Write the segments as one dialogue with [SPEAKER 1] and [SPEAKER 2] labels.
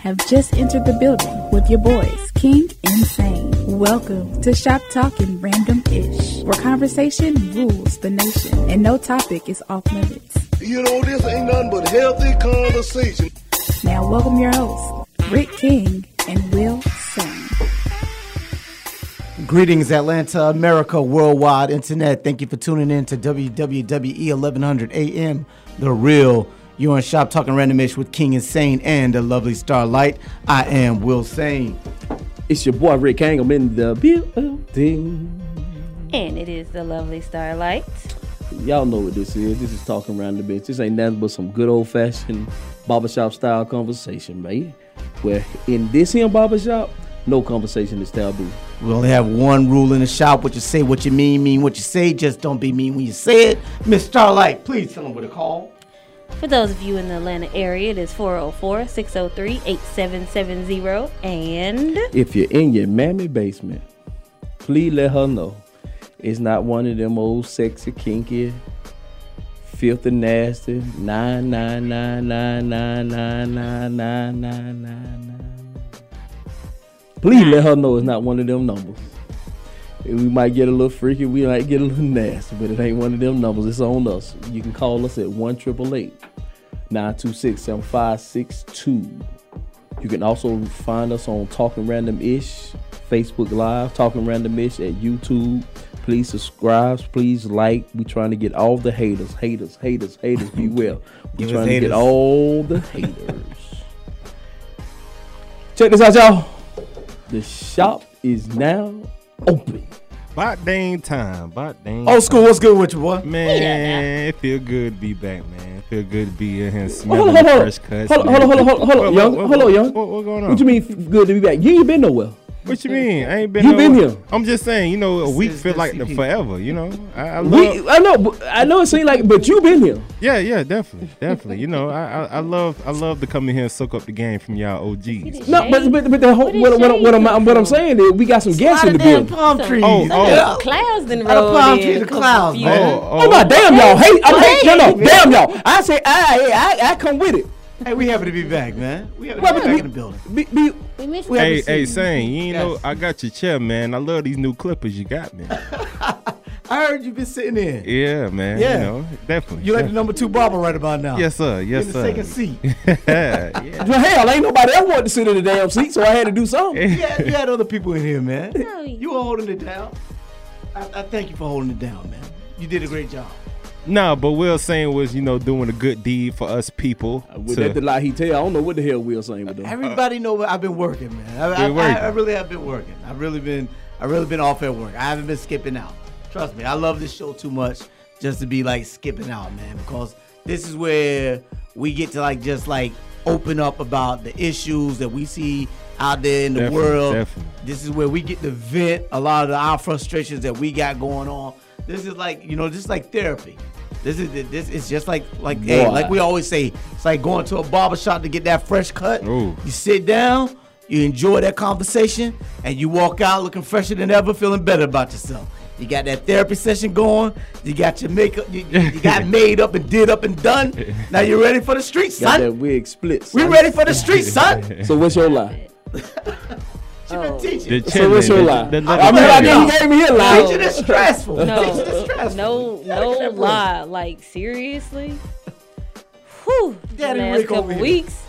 [SPEAKER 1] have just entered the building with your boys, King and Sane. Welcome to Shop Talking Random Ish, where conversation rules the nation and no topic is off limits.
[SPEAKER 2] You know, this ain't nothing but healthy conversation.
[SPEAKER 1] Now, welcome your hosts, Rick King and Will Sane.
[SPEAKER 3] Greetings, Atlanta, America, worldwide, internet. Thank you for tuning in to E WWE 1100 AM, The Real. You're in Shop Talking Randomish with King Insane and the lovely Starlight. I am Will Sane.
[SPEAKER 4] It's your boy Rick Kang. I'm in the building.
[SPEAKER 5] And it is the lovely Starlight.
[SPEAKER 4] Y'all know what this is. This is talking around the bench. This ain't nothing but some good old fashioned barbershop style conversation, man. Where in this here barbershop, no conversation is taboo.
[SPEAKER 3] We only have one rule in the shop: what you say, what you mean, mean what you say. Just don't be mean when you say it. Miss Starlight, please tell them what to call.
[SPEAKER 5] For those of you in the Atlanta area, it is 404 603 8770. And
[SPEAKER 4] If you're in your mammy basement, please let her know it's not one of them old sexy, kinky, filthy, nasty, nine, nine, nine, nine, nine, nine, nine, nine, nine, nine. Please let her know it's not one of them numbers. And We might get a little freaky, we might get a little nasty, but it ain't one of them numbers. It's on us. You can call us at 1 926 7562. You can also find us on Talking Random Ish, Facebook Live, Talking Random Ish at YouTube. Please subscribe. Please like. we trying to get all the haters, haters, haters, haters. Beware. we
[SPEAKER 3] Give us
[SPEAKER 4] trying to
[SPEAKER 3] haters.
[SPEAKER 4] get all the haters. Check this out, y'all. The shop is now open.
[SPEAKER 6] Bot dang time. Bot dang.
[SPEAKER 4] Oh,
[SPEAKER 3] Old school, what's good with you, boy?
[SPEAKER 6] Man, it feel good to be back, man. It feel good to be in here
[SPEAKER 4] Hold
[SPEAKER 6] smelling
[SPEAKER 4] on, hold
[SPEAKER 6] the
[SPEAKER 4] on,
[SPEAKER 6] fresh cuts.
[SPEAKER 4] hold on,
[SPEAKER 6] man.
[SPEAKER 4] hold on, hold on, hold on, hold on,
[SPEAKER 6] What-
[SPEAKER 4] young,
[SPEAKER 6] what-
[SPEAKER 4] hold on,
[SPEAKER 6] what-
[SPEAKER 4] young.
[SPEAKER 6] What, what going on?
[SPEAKER 4] What you mean f- good to be back? You ain't been nowhere.
[SPEAKER 6] What you mean? I ain't been.
[SPEAKER 4] You
[SPEAKER 6] no-
[SPEAKER 4] been here.
[SPEAKER 6] I'm just saying. You know, a week
[SPEAKER 3] is
[SPEAKER 6] feel
[SPEAKER 3] the
[SPEAKER 6] like the
[SPEAKER 3] CP.
[SPEAKER 6] forever. You know, I, I love.
[SPEAKER 4] We, I know, but- I know. It seemed like, but you been here.
[SPEAKER 6] yeah, yeah, definitely, definitely. You know, I, I, I love, I love to come in here and soak up the game from y'all Oh, OGs.
[SPEAKER 4] No, but but, but the whole,
[SPEAKER 5] What did
[SPEAKER 4] what, what, what, I'm,
[SPEAKER 5] Shane
[SPEAKER 4] what I'm
[SPEAKER 5] do?
[SPEAKER 4] saying is we got some guests in the
[SPEAKER 3] damn
[SPEAKER 4] building.
[SPEAKER 3] palm
[SPEAKER 5] So-
[SPEAKER 3] trees.
[SPEAKER 6] Oh,
[SPEAKER 5] Some
[SPEAKER 6] oh.
[SPEAKER 5] damn clouds then
[SPEAKER 3] Out of
[SPEAKER 5] rolled
[SPEAKER 3] palm
[SPEAKER 5] in.
[SPEAKER 3] tree to
[SPEAKER 5] Come
[SPEAKER 3] clouds,
[SPEAKER 5] confused.
[SPEAKER 3] man.
[SPEAKER 4] Oh my damn y'all hate! I'm hate no no damn y'all! I say I I I, I come with it.
[SPEAKER 3] Hey, we happy to be back, man. We happy to
[SPEAKER 4] Well,
[SPEAKER 3] be
[SPEAKER 4] but
[SPEAKER 3] back
[SPEAKER 4] we-
[SPEAKER 3] in the building.
[SPEAKER 4] Be, be,
[SPEAKER 5] We missed
[SPEAKER 3] We
[SPEAKER 5] you.
[SPEAKER 3] haven't
[SPEAKER 6] Hey, hey,
[SPEAKER 3] seen-
[SPEAKER 6] saying you ain't know,
[SPEAKER 3] Yes.
[SPEAKER 6] I got your chair, man. I love these new clippers you got, man.
[SPEAKER 3] I heard you've been sitting in.
[SPEAKER 6] Yeah, man.
[SPEAKER 3] Yeah.
[SPEAKER 6] You know, definitely.
[SPEAKER 3] You're like the
[SPEAKER 6] definitely.
[SPEAKER 3] number two barber right about now.
[SPEAKER 6] Yes, sir. Yes,
[SPEAKER 3] In the
[SPEAKER 6] sir.
[SPEAKER 3] second seat.
[SPEAKER 6] yeah.
[SPEAKER 4] well, hell, ain't nobody ever wanted to sit in the damn seat, so I had to do something.
[SPEAKER 3] you, had, you had other people in here, man.
[SPEAKER 5] No, you-
[SPEAKER 3] You were holding it down. I, I thank you for holding it down, man. You did a great job.
[SPEAKER 6] Uh-huh. No, but Will saying was, you know, doing a good deed for us people.
[SPEAKER 4] With
[SPEAKER 6] to-
[SPEAKER 4] Uh, that the lie he tell, I don't know what the hell Will saying with them.
[SPEAKER 3] Everybody know what I've been working, man. I, I,
[SPEAKER 6] Been working.
[SPEAKER 3] I, I really have been working. I've really been, I really been off at work. I haven't been skipping out. Trust me, I love this show too much just to be like skipping out, man. Because this is where we get to like just like open up about the issues that we see out there in the
[SPEAKER 6] Definitely,
[SPEAKER 3] world.
[SPEAKER 6] definitely.
[SPEAKER 3] This is where we get to vent a lot of our frustrations that we got going on. This is like you know, this is like therapy. This is this is just like like hey,
[SPEAKER 4] Boy.
[SPEAKER 3] like we always say, it's like going to a barber shop to get that fresh cut.
[SPEAKER 6] Ooh.
[SPEAKER 3] You sit down, you enjoy that conversation, and you walk out looking fresher than ever, feeling better about yourself. You got that therapy session going. You got your makeup. You, you- you got made up and did up and done. Now you're ready for the street,
[SPEAKER 4] Got that
[SPEAKER 3] son.
[SPEAKER 4] wig splits.
[SPEAKER 3] We ready for the street, son.
[SPEAKER 4] So what's your lie?
[SPEAKER 3] She been teaching.
[SPEAKER 6] the
[SPEAKER 4] So what's your
[SPEAKER 6] children,
[SPEAKER 4] lie?
[SPEAKER 6] the- the- the-
[SPEAKER 4] I mean, I
[SPEAKER 3] no.
[SPEAKER 4] didn't gave me a lie.
[SPEAKER 3] Teaching is stressful. Teaching is
[SPEAKER 5] No,
[SPEAKER 3] stressful.
[SPEAKER 5] no,
[SPEAKER 3] You gotta get
[SPEAKER 5] no
[SPEAKER 3] that break.
[SPEAKER 5] lie. Like seriously. Whew. the
[SPEAKER 3] Daddy
[SPEAKER 5] last
[SPEAKER 3] Rick
[SPEAKER 5] couple
[SPEAKER 3] over here.
[SPEAKER 5] weeks.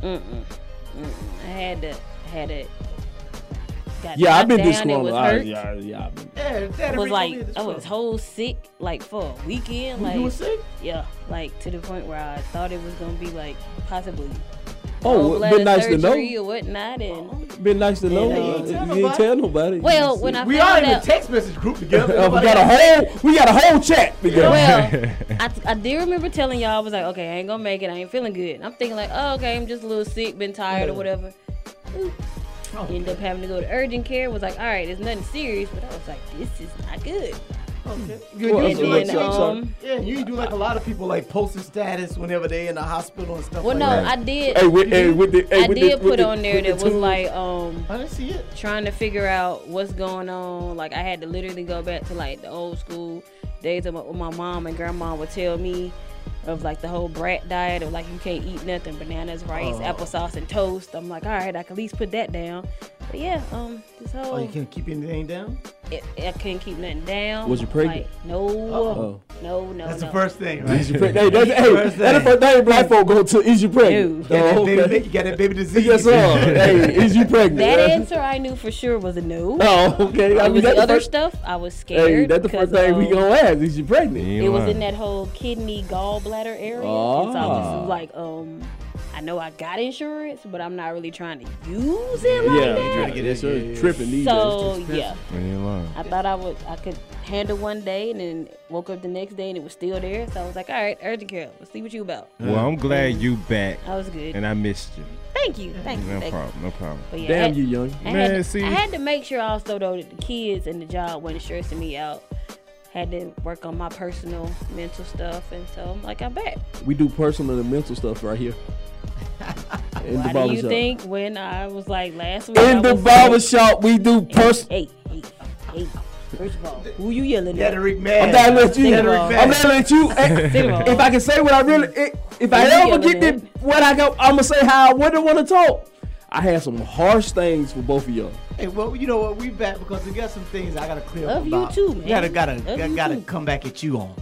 [SPEAKER 5] Mm-mm, mm-mm. I had to, had it. Got
[SPEAKER 4] Yeah, I've been
[SPEAKER 5] knocked
[SPEAKER 4] doing
[SPEAKER 5] down, it
[SPEAKER 4] school.
[SPEAKER 5] was
[SPEAKER 4] I-
[SPEAKER 5] hurt.
[SPEAKER 4] Yeah, yeah, I've been.
[SPEAKER 3] Yeah, Daddy
[SPEAKER 5] was
[SPEAKER 3] Rick over
[SPEAKER 5] like oh,
[SPEAKER 3] here
[SPEAKER 5] I was
[SPEAKER 3] this
[SPEAKER 5] whole sick like for a weekend,
[SPEAKER 3] morning.
[SPEAKER 5] like
[SPEAKER 3] You was sick?
[SPEAKER 5] yeah, like to the point where I thought it was gonna be like possibly
[SPEAKER 4] Oh,
[SPEAKER 5] gallbladder
[SPEAKER 4] been nice to
[SPEAKER 5] surgery
[SPEAKER 4] know.
[SPEAKER 5] or whatnot,
[SPEAKER 3] Oh,
[SPEAKER 5] and
[SPEAKER 4] Been nice to know.
[SPEAKER 5] Yeah,
[SPEAKER 4] You
[SPEAKER 5] you
[SPEAKER 3] tell
[SPEAKER 4] didn't tell nobody.
[SPEAKER 5] well when I
[SPEAKER 3] We are
[SPEAKER 5] found
[SPEAKER 3] in a
[SPEAKER 5] out,
[SPEAKER 3] text message group together.
[SPEAKER 4] Uh, we got a whole we got a whole chat together.
[SPEAKER 5] well I, I did remember telling y'all I was like okay I ain't gonna make it I ain't feeling good. And I'm thinking like oh okay I'm just a little sick, been tired or whatever.
[SPEAKER 4] Oh.
[SPEAKER 5] End up having to go to urgent care. Was like all right, it's nothing serious, but I was like this is not good.
[SPEAKER 3] You, you
[SPEAKER 5] And
[SPEAKER 3] do like
[SPEAKER 5] then, um,
[SPEAKER 3] yeah, you do like a lot of people like posting status whenever they in the hospital and stuff
[SPEAKER 5] Well,
[SPEAKER 3] like
[SPEAKER 5] no,
[SPEAKER 3] that.
[SPEAKER 5] I did.
[SPEAKER 4] Hey, with, hey, with the, hey,
[SPEAKER 5] I
[SPEAKER 4] with the-
[SPEAKER 5] did
[SPEAKER 4] with
[SPEAKER 5] put
[SPEAKER 4] the-
[SPEAKER 5] on there
[SPEAKER 4] with the
[SPEAKER 5] that was
[SPEAKER 4] tubes.
[SPEAKER 5] like um
[SPEAKER 3] I didn't see it.
[SPEAKER 5] trying to figure out what's going on. Like I had to literally go back to like the old school days of my, when my mom and grandma would tell me of like the whole brat diet of like you can't eat nothing bananas, rice,
[SPEAKER 4] Oh.
[SPEAKER 5] applesauce, and toast. I'm like, all right, I can at least put that down. But yeah, um, this whole
[SPEAKER 3] Oh, you can't keep anything down.
[SPEAKER 5] it, I couldn't keep nothing down.
[SPEAKER 4] Was you pregnant?
[SPEAKER 5] Like, no,
[SPEAKER 4] Uh-oh.
[SPEAKER 5] no, no.
[SPEAKER 3] That's
[SPEAKER 5] no.
[SPEAKER 3] the first thing, right?
[SPEAKER 4] Easy prey. Hey, that's, hey, that's
[SPEAKER 3] First
[SPEAKER 4] the
[SPEAKER 3] thing.
[SPEAKER 4] first thing black folk go to. Is you pregnant?
[SPEAKER 5] No.
[SPEAKER 3] Got that
[SPEAKER 4] Oh,
[SPEAKER 3] baby,
[SPEAKER 4] okay.
[SPEAKER 3] You got that baby disease.
[SPEAKER 4] Yes, sir. hey, is you pregnant?
[SPEAKER 5] That
[SPEAKER 4] Yeah.
[SPEAKER 5] answer I knew for sure was a no.
[SPEAKER 4] Oh, okay. I
[SPEAKER 5] It
[SPEAKER 4] mean,
[SPEAKER 5] was the
[SPEAKER 4] that's the
[SPEAKER 5] other
[SPEAKER 4] first.
[SPEAKER 5] stuff. I was scared.
[SPEAKER 4] Hey, that's the first
[SPEAKER 5] because,
[SPEAKER 4] thing we
[SPEAKER 5] um,
[SPEAKER 4] gonna ask. Is you pregnant?
[SPEAKER 5] It was in that whole kidney gallbladder area. And so I was
[SPEAKER 4] Ah.
[SPEAKER 5] just like, um, I know I got insurance, but I'm not really trying to use it like
[SPEAKER 3] trying to get
[SPEAKER 4] that's
[SPEAKER 3] that
[SPEAKER 4] your
[SPEAKER 3] shit.
[SPEAKER 4] tripping
[SPEAKER 5] that.
[SPEAKER 4] these
[SPEAKER 5] So
[SPEAKER 4] days.
[SPEAKER 5] yeah,
[SPEAKER 4] Uh,
[SPEAKER 5] I thought I would, I could handle one day, and then woke up the next day and it was still there. So I was like, all right, urgent care. Let's see what you about.
[SPEAKER 6] Well, I'm glad you back,
[SPEAKER 5] I was good.
[SPEAKER 6] and I missed you.
[SPEAKER 5] Thank you, thank you,
[SPEAKER 6] No
[SPEAKER 5] thank you.
[SPEAKER 6] problem, no problem.
[SPEAKER 5] But yeah, I
[SPEAKER 4] Damn
[SPEAKER 5] had-
[SPEAKER 4] you, young.
[SPEAKER 5] I
[SPEAKER 6] Man,
[SPEAKER 5] had, to,
[SPEAKER 6] see-
[SPEAKER 5] I had to make sure also though that the kids and the job wasn't stressing me out. Had to work on my personal mental stuff, and so I'm like, I'm back.
[SPEAKER 4] We do personal and mental stuff right here. In the
[SPEAKER 5] Why do
[SPEAKER 4] barber
[SPEAKER 5] you
[SPEAKER 4] shop.
[SPEAKER 5] think when I was like last week? I
[SPEAKER 4] In the
[SPEAKER 5] was
[SPEAKER 4] barber
[SPEAKER 5] like,
[SPEAKER 4] shop, we do personal.
[SPEAKER 5] Hey, hey, hey. First of all, who you yelling at?
[SPEAKER 3] Derrick Mann.
[SPEAKER 4] I'm not let you.
[SPEAKER 5] Think
[SPEAKER 4] I'm
[SPEAKER 5] about it.
[SPEAKER 4] not let you.
[SPEAKER 5] Think about it.
[SPEAKER 4] If I can say what I really, i- if I
[SPEAKER 5] You
[SPEAKER 4] ever
[SPEAKER 5] yelling
[SPEAKER 4] get
[SPEAKER 5] at
[SPEAKER 4] the,
[SPEAKER 5] me.
[SPEAKER 4] what I go, I'm gonna say how I wouldn't want to talk. I had some harsh things for both of y'all.
[SPEAKER 3] Hey, well, you know what? We back because we got some things I gotta clear up
[SPEAKER 5] Of you
[SPEAKER 3] about.
[SPEAKER 5] too, man.
[SPEAKER 3] Gotta gotta
[SPEAKER 5] Of
[SPEAKER 3] gotta,
[SPEAKER 5] you
[SPEAKER 3] gotta
[SPEAKER 5] too.
[SPEAKER 3] come back at you on.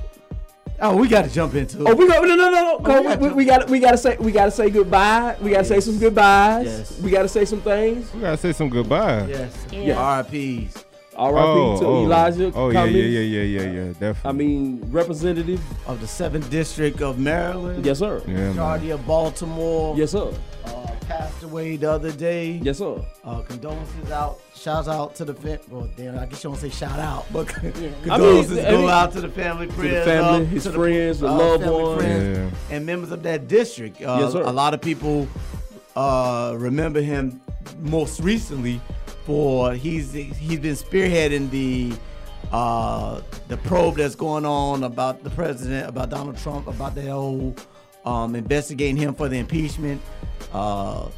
[SPEAKER 3] Oh, we gotta jump into.
[SPEAKER 4] Oh, we go no no no no.
[SPEAKER 3] Oh, we
[SPEAKER 4] go-
[SPEAKER 3] got
[SPEAKER 4] we,
[SPEAKER 3] to.
[SPEAKER 4] we gotta we gotta say we gotta say goodbye. We gotta say
[SPEAKER 3] Yes.
[SPEAKER 4] some goodbyes.
[SPEAKER 3] Yes.
[SPEAKER 4] We gotta say some things.
[SPEAKER 6] We gotta say some goodbye.
[SPEAKER 3] yes.
[SPEAKER 5] Yeah.
[SPEAKER 3] R.I.P.s.
[SPEAKER 4] R.I.P. to Elijah.
[SPEAKER 6] Oh yeah,
[SPEAKER 4] Cummings.
[SPEAKER 6] yeah, yeah, yeah, yeah, yeah. Definitely.
[SPEAKER 4] I mean, representative.
[SPEAKER 3] of the seventh district of Maryland.
[SPEAKER 4] Yes sir.
[SPEAKER 6] yeah, man.
[SPEAKER 3] Majority of Baltimore.
[SPEAKER 4] Yes sir.
[SPEAKER 3] Uh, passed away the other day.
[SPEAKER 4] Yes sir.
[SPEAKER 3] Uh, condolences out. Shout out to the fam. Well, damn, I guess you don't say shout out, but
[SPEAKER 4] I
[SPEAKER 3] condolences
[SPEAKER 4] mean, I
[SPEAKER 3] go
[SPEAKER 4] mean-
[SPEAKER 3] out to the family, prayers,
[SPEAKER 4] family,
[SPEAKER 3] uh,
[SPEAKER 4] his
[SPEAKER 3] to
[SPEAKER 4] friends, the loved
[SPEAKER 3] family,
[SPEAKER 4] ones.
[SPEAKER 3] friends,
[SPEAKER 6] Yeah.
[SPEAKER 3] and members of that district. Uh,
[SPEAKER 4] Yes, sir.
[SPEAKER 3] A lot of people uh, remember him most recently for he's he's been spearheading the uh, the probe that's going on about the president, about Donald Trump, about the whole um, investigating him for the impeachment. Uh,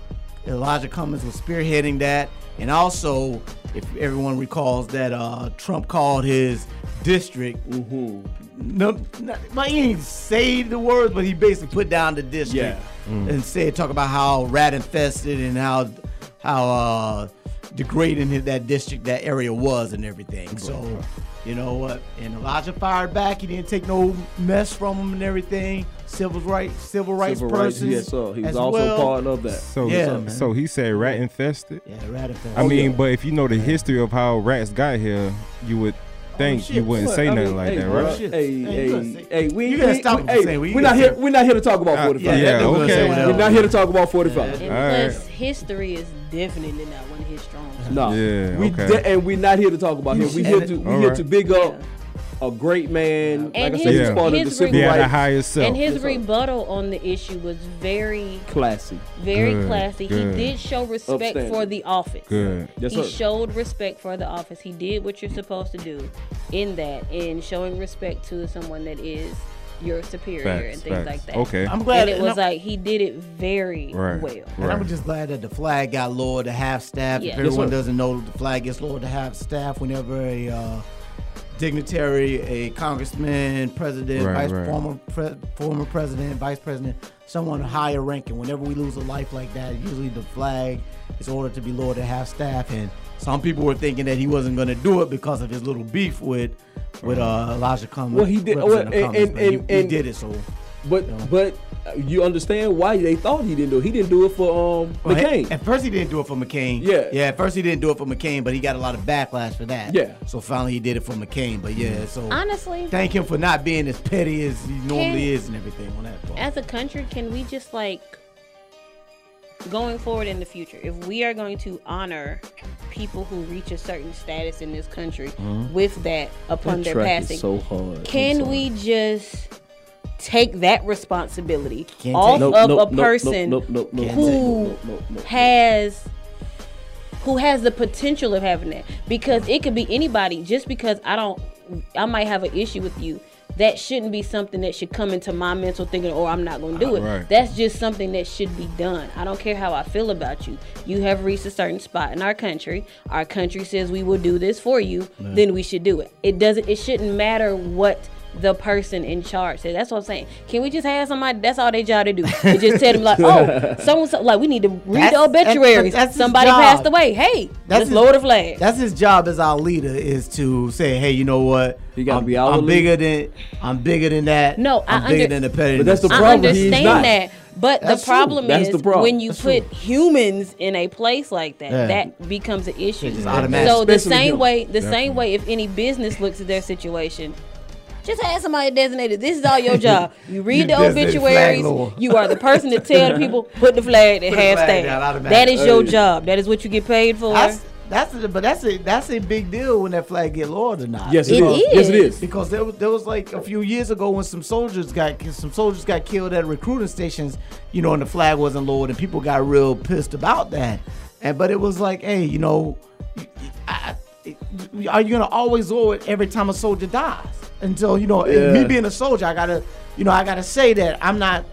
[SPEAKER 3] Elijah Cummings was spearheading that, and also, if everyone recalls that uh, Trump called his district
[SPEAKER 4] mm-hmm.
[SPEAKER 3] no, no like, he didn't say the words, but he basically put down the district
[SPEAKER 4] Yeah. Mm.
[SPEAKER 3] and said, talk about how rat infested and how how uh, degrading his- that district, that area was, and everything. So, you know what? And Elijah fired back. He didn't take no mess from him and everything. Civil rights, civil rights
[SPEAKER 4] Civil rights.
[SPEAKER 3] persons.
[SPEAKER 4] Yes sir. He was
[SPEAKER 3] as
[SPEAKER 4] also
[SPEAKER 3] well.
[SPEAKER 4] part of that.
[SPEAKER 6] So,
[SPEAKER 3] Yeah,
[SPEAKER 6] so,
[SPEAKER 3] man.
[SPEAKER 6] so he said rat infested.
[SPEAKER 3] Yeah, rat infested.
[SPEAKER 4] Oh,
[SPEAKER 6] I mean, but if you know the history of how rats got here, you would think
[SPEAKER 3] shit,
[SPEAKER 6] you wouldn't
[SPEAKER 4] But,
[SPEAKER 6] say
[SPEAKER 4] Oh, I
[SPEAKER 6] nothing
[SPEAKER 4] mean,
[SPEAKER 6] like
[SPEAKER 4] hey,
[SPEAKER 6] that,
[SPEAKER 4] bro,
[SPEAKER 6] right?
[SPEAKER 3] Shit.
[SPEAKER 4] Hey,
[SPEAKER 3] Hey, you
[SPEAKER 4] hey,
[SPEAKER 3] gotta say-
[SPEAKER 4] hey, we
[SPEAKER 3] you gotta
[SPEAKER 4] we-
[SPEAKER 3] stop what
[SPEAKER 4] hey,
[SPEAKER 3] you're saying. We-
[SPEAKER 4] We're not
[SPEAKER 3] you
[SPEAKER 4] here.
[SPEAKER 3] gotta-
[SPEAKER 4] We're not here to talk about
[SPEAKER 6] Uh,
[SPEAKER 4] 45.
[SPEAKER 6] yeah,
[SPEAKER 3] that dude gonna
[SPEAKER 6] okay. Uh,
[SPEAKER 3] say
[SPEAKER 6] We're
[SPEAKER 4] We're
[SPEAKER 3] whatever.
[SPEAKER 4] not here to talk about 45.
[SPEAKER 5] And
[SPEAKER 6] Alright.
[SPEAKER 5] plus, history is definitely not one of his strong suits.
[SPEAKER 4] No.
[SPEAKER 6] Yeah,
[SPEAKER 4] we
[SPEAKER 6] okay.
[SPEAKER 4] de- and we're not here to talk about him. We here to we here
[SPEAKER 6] Alright.
[SPEAKER 4] to big up a great man. Like
[SPEAKER 5] And
[SPEAKER 4] I said,
[SPEAKER 6] his-
[SPEAKER 4] he's part of the
[SPEAKER 5] his
[SPEAKER 4] civil
[SPEAKER 5] ring-
[SPEAKER 6] Yeah, the
[SPEAKER 4] rights
[SPEAKER 6] higher self.
[SPEAKER 5] And his
[SPEAKER 4] Yes, sir.
[SPEAKER 5] rebuttal on the issue was very,
[SPEAKER 4] classy.
[SPEAKER 5] very
[SPEAKER 6] Good,
[SPEAKER 5] classy.
[SPEAKER 6] good.
[SPEAKER 5] He did show respect
[SPEAKER 4] Upstanding.
[SPEAKER 5] for the office.
[SPEAKER 6] Good.
[SPEAKER 4] Yes,
[SPEAKER 5] he
[SPEAKER 4] sir.
[SPEAKER 5] showed respect for the office. He did what you're supposed to do in that, and showing respect to someone that is your superior
[SPEAKER 6] Facts,
[SPEAKER 5] and things
[SPEAKER 6] facts.
[SPEAKER 5] like that.
[SPEAKER 6] Okay.
[SPEAKER 3] I'm glad
[SPEAKER 5] And it
[SPEAKER 3] and
[SPEAKER 5] was
[SPEAKER 3] I'm-
[SPEAKER 5] like he did it very
[SPEAKER 6] Right.
[SPEAKER 5] well.
[SPEAKER 3] And I'm
[SPEAKER 6] Right.
[SPEAKER 3] just glad that the flag got lowered to half staff.
[SPEAKER 5] Yeah.
[SPEAKER 3] If
[SPEAKER 5] Yes,
[SPEAKER 3] everyone
[SPEAKER 4] sir.
[SPEAKER 3] doesn't know, the flag gets lowered to half staff whenever a uh, dignitary, a congressman, president,
[SPEAKER 6] Right,
[SPEAKER 3] vice
[SPEAKER 6] right.
[SPEAKER 3] former pre- former president, vice president, someone higher ranking. Whenever we lose a life like that, usually the flag is ordered to be lowered to half staff. And some people were thinking that he wasn't going to do it because of his little beef with with uh, Elijah Cummings.
[SPEAKER 4] Well, he did- well,
[SPEAKER 3] Representative
[SPEAKER 4] and-
[SPEAKER 3] Cummings,
[SPEAKER 4] and-
[SPEAKER 3] but he-
[SPEAKER 4] and-
[SPEAKER 3] he,
[SPEAKER 4] and-
[SPEAKER 3] did it. So
[SPEAKER 4] But but uh, you understand why they thought he didn't do it. He didn't do it for um
[SPEAKER 3] Well,
[SPEAKER 4] McCain.
[SPEAKER 3] At, at first, he didn't do it for McCain.
[SPEAKER 4] Yeah.
[SPEAKER 3] Yeah. At first, he didn't do it for McCain, but he got a lot of backlash for that.
[SPEAKER 4] Yeah.
[SPEAKER 3] So finally, he did it for McCain. But yeah, so
[SPEAKER 5] Honestly,
[SPEAKER 3] thank him for not being as petty as he normally
[SPEAKER 5] Can-
[SPEAKER 3] is and everything on that part.
[SPEAKER 5] as a country, can we just like going forward in the future, if we are going to honor people who reach a certain status in this country with that upon their passing,
[SPEAKER 4] hard. I'm
[SPEAKER 5] can
[SPEAKER 4] sorry.
[SPEAKER 5] we just take that responsibility
[SPEAKER 3] Can't
[SPEAKER 5] off
[SPEAKER 3] take-
[SPEAKER 4] Nope,
[SPEAKER 5] of
[SPEAKER 4] nope,
[SPEAKER 5] a
[SPEAKER 4] nope,
[SPEAKER 5] person
[SPEAKER 4] nope, nope, nope, nope,
[SPEAKER 5] who
[SPEAKER 4] nope, nope, nope, nope.
[SPEAKER 5] has who has the potential of having that because it could be anybody just because I don't I might have an issue with you. That shouldn't be something that should come into my mental thinking, or I'm not gonna do it.
[SPEAKER 6] Right.
[SPEAKER 5] That's just something that should be done. I don't care how I feel about you. You have reached a certain spot in our country. Our country says we will do this for you. Then we should do it. It doesn't. It shouldn't matter what the person in charge said. That's what I'm saying. Can we just have somebody? That's all they job to do. They just tell them like, oh, someone like we need to read the
[SPEAKER 3] That's- that-
[SPEAKER 5] obituaries.
[SPEAKER 3] that's his
[SPEAKER 5] Somebody
[SPEAKER 3] job.
[SPEAKER 5] passed away. Hey,
[SPEAKER 3] That's
[SPEAKER 5] let's
[SPEAKER 3] his-
[SPEAKER 5] lower the flag.
[SPEAKER 3] That's his job as our leader is to say, hey, you know what?
[SPEAKER 4] He gotta
[SPEAKER 3] I'm,
[SPEAKER 4] be our
[SPEAKER 3] I'm bigger
[SPEAKER 4] leader.
[SPEAKER 3] than I'm bigger than that.
[SPEAKER 5] No, I
[SPEAKER 3] I'm bigger
[SPEAKER 5] under-
[SPEAKER 3] than the pettiness.
[SPEAKER 4] But that's the
[SPEAKER 5] I
[SPEAKER 4] problem, he's not.
[SPEAKER 5] understand that. But
[SPEAKER 4] That's
[SPEAKER 5] the
[SPEAKER 4] true.
[SPEAKER 5] problem
[SPEAKER 4] That's
[SPEAKER 5] is
[SPEAKER 4] the problem.
[SPEAKER 5] when you
[SPEAKER 4] That's
[SPEAKER 5] put humans in a place like that,
[SPEAKER 3] Yeah.
[SPEAKER 5] that becomes an issue.
[SPEAKER 3] just automatic.
[SPEAKER 5] So the
[SPEAKER 4] Especially
[SPEAKER 5] same
[SPEAKER 4] him.
[SPEAKER 5] way, the same
[SPEAKER 6] Definitely.
[SPEAKER 5] way, if any business looks at their situation. Just have somebody designated. This is all your job. You read the
[SPEAKER 3] designated
[SPEAKER 5] obituaries.
[SPEAKER 3] flag lower.
[SPEAKER 5] You are the person to tell the people put the flag at
[SPEAKER 3] Put the
[SPEAKER 5] half
[SPEAKER 3] flag
[SPEAKER 5] staff.
[SPEAKER 3] down automatic.
[SPEAKER 5] That is your
[SPEAKER 4] Hey.
[SPEAKER 5] job. That is what you get paid for.
[SPEAKER 3] That's that's a, but that's a that's a big deal when that flag get lowered or not.
[SPEAKER 4] Yes,
[SPEAKER 5] It
[SPEAKER 4] it is. Yes, it
[SPEAKER 5] is.
[SPEAKER 4] is.
[SPEAKER 3] because there, was- there was like a few years ago when some soldiers got some soldiers got killed at recruiting stations, you know, and the flag wasn't lowered, and people got real pissed about that. And but it was like, hey, you know, I, I- are you gonna always lower it every time a soldier dies? Until you know, and me
[SPEAKER 4] Yeah.
[SPEAKER 3] being a soldier, I gotta, you know, I gotta say that I'm not.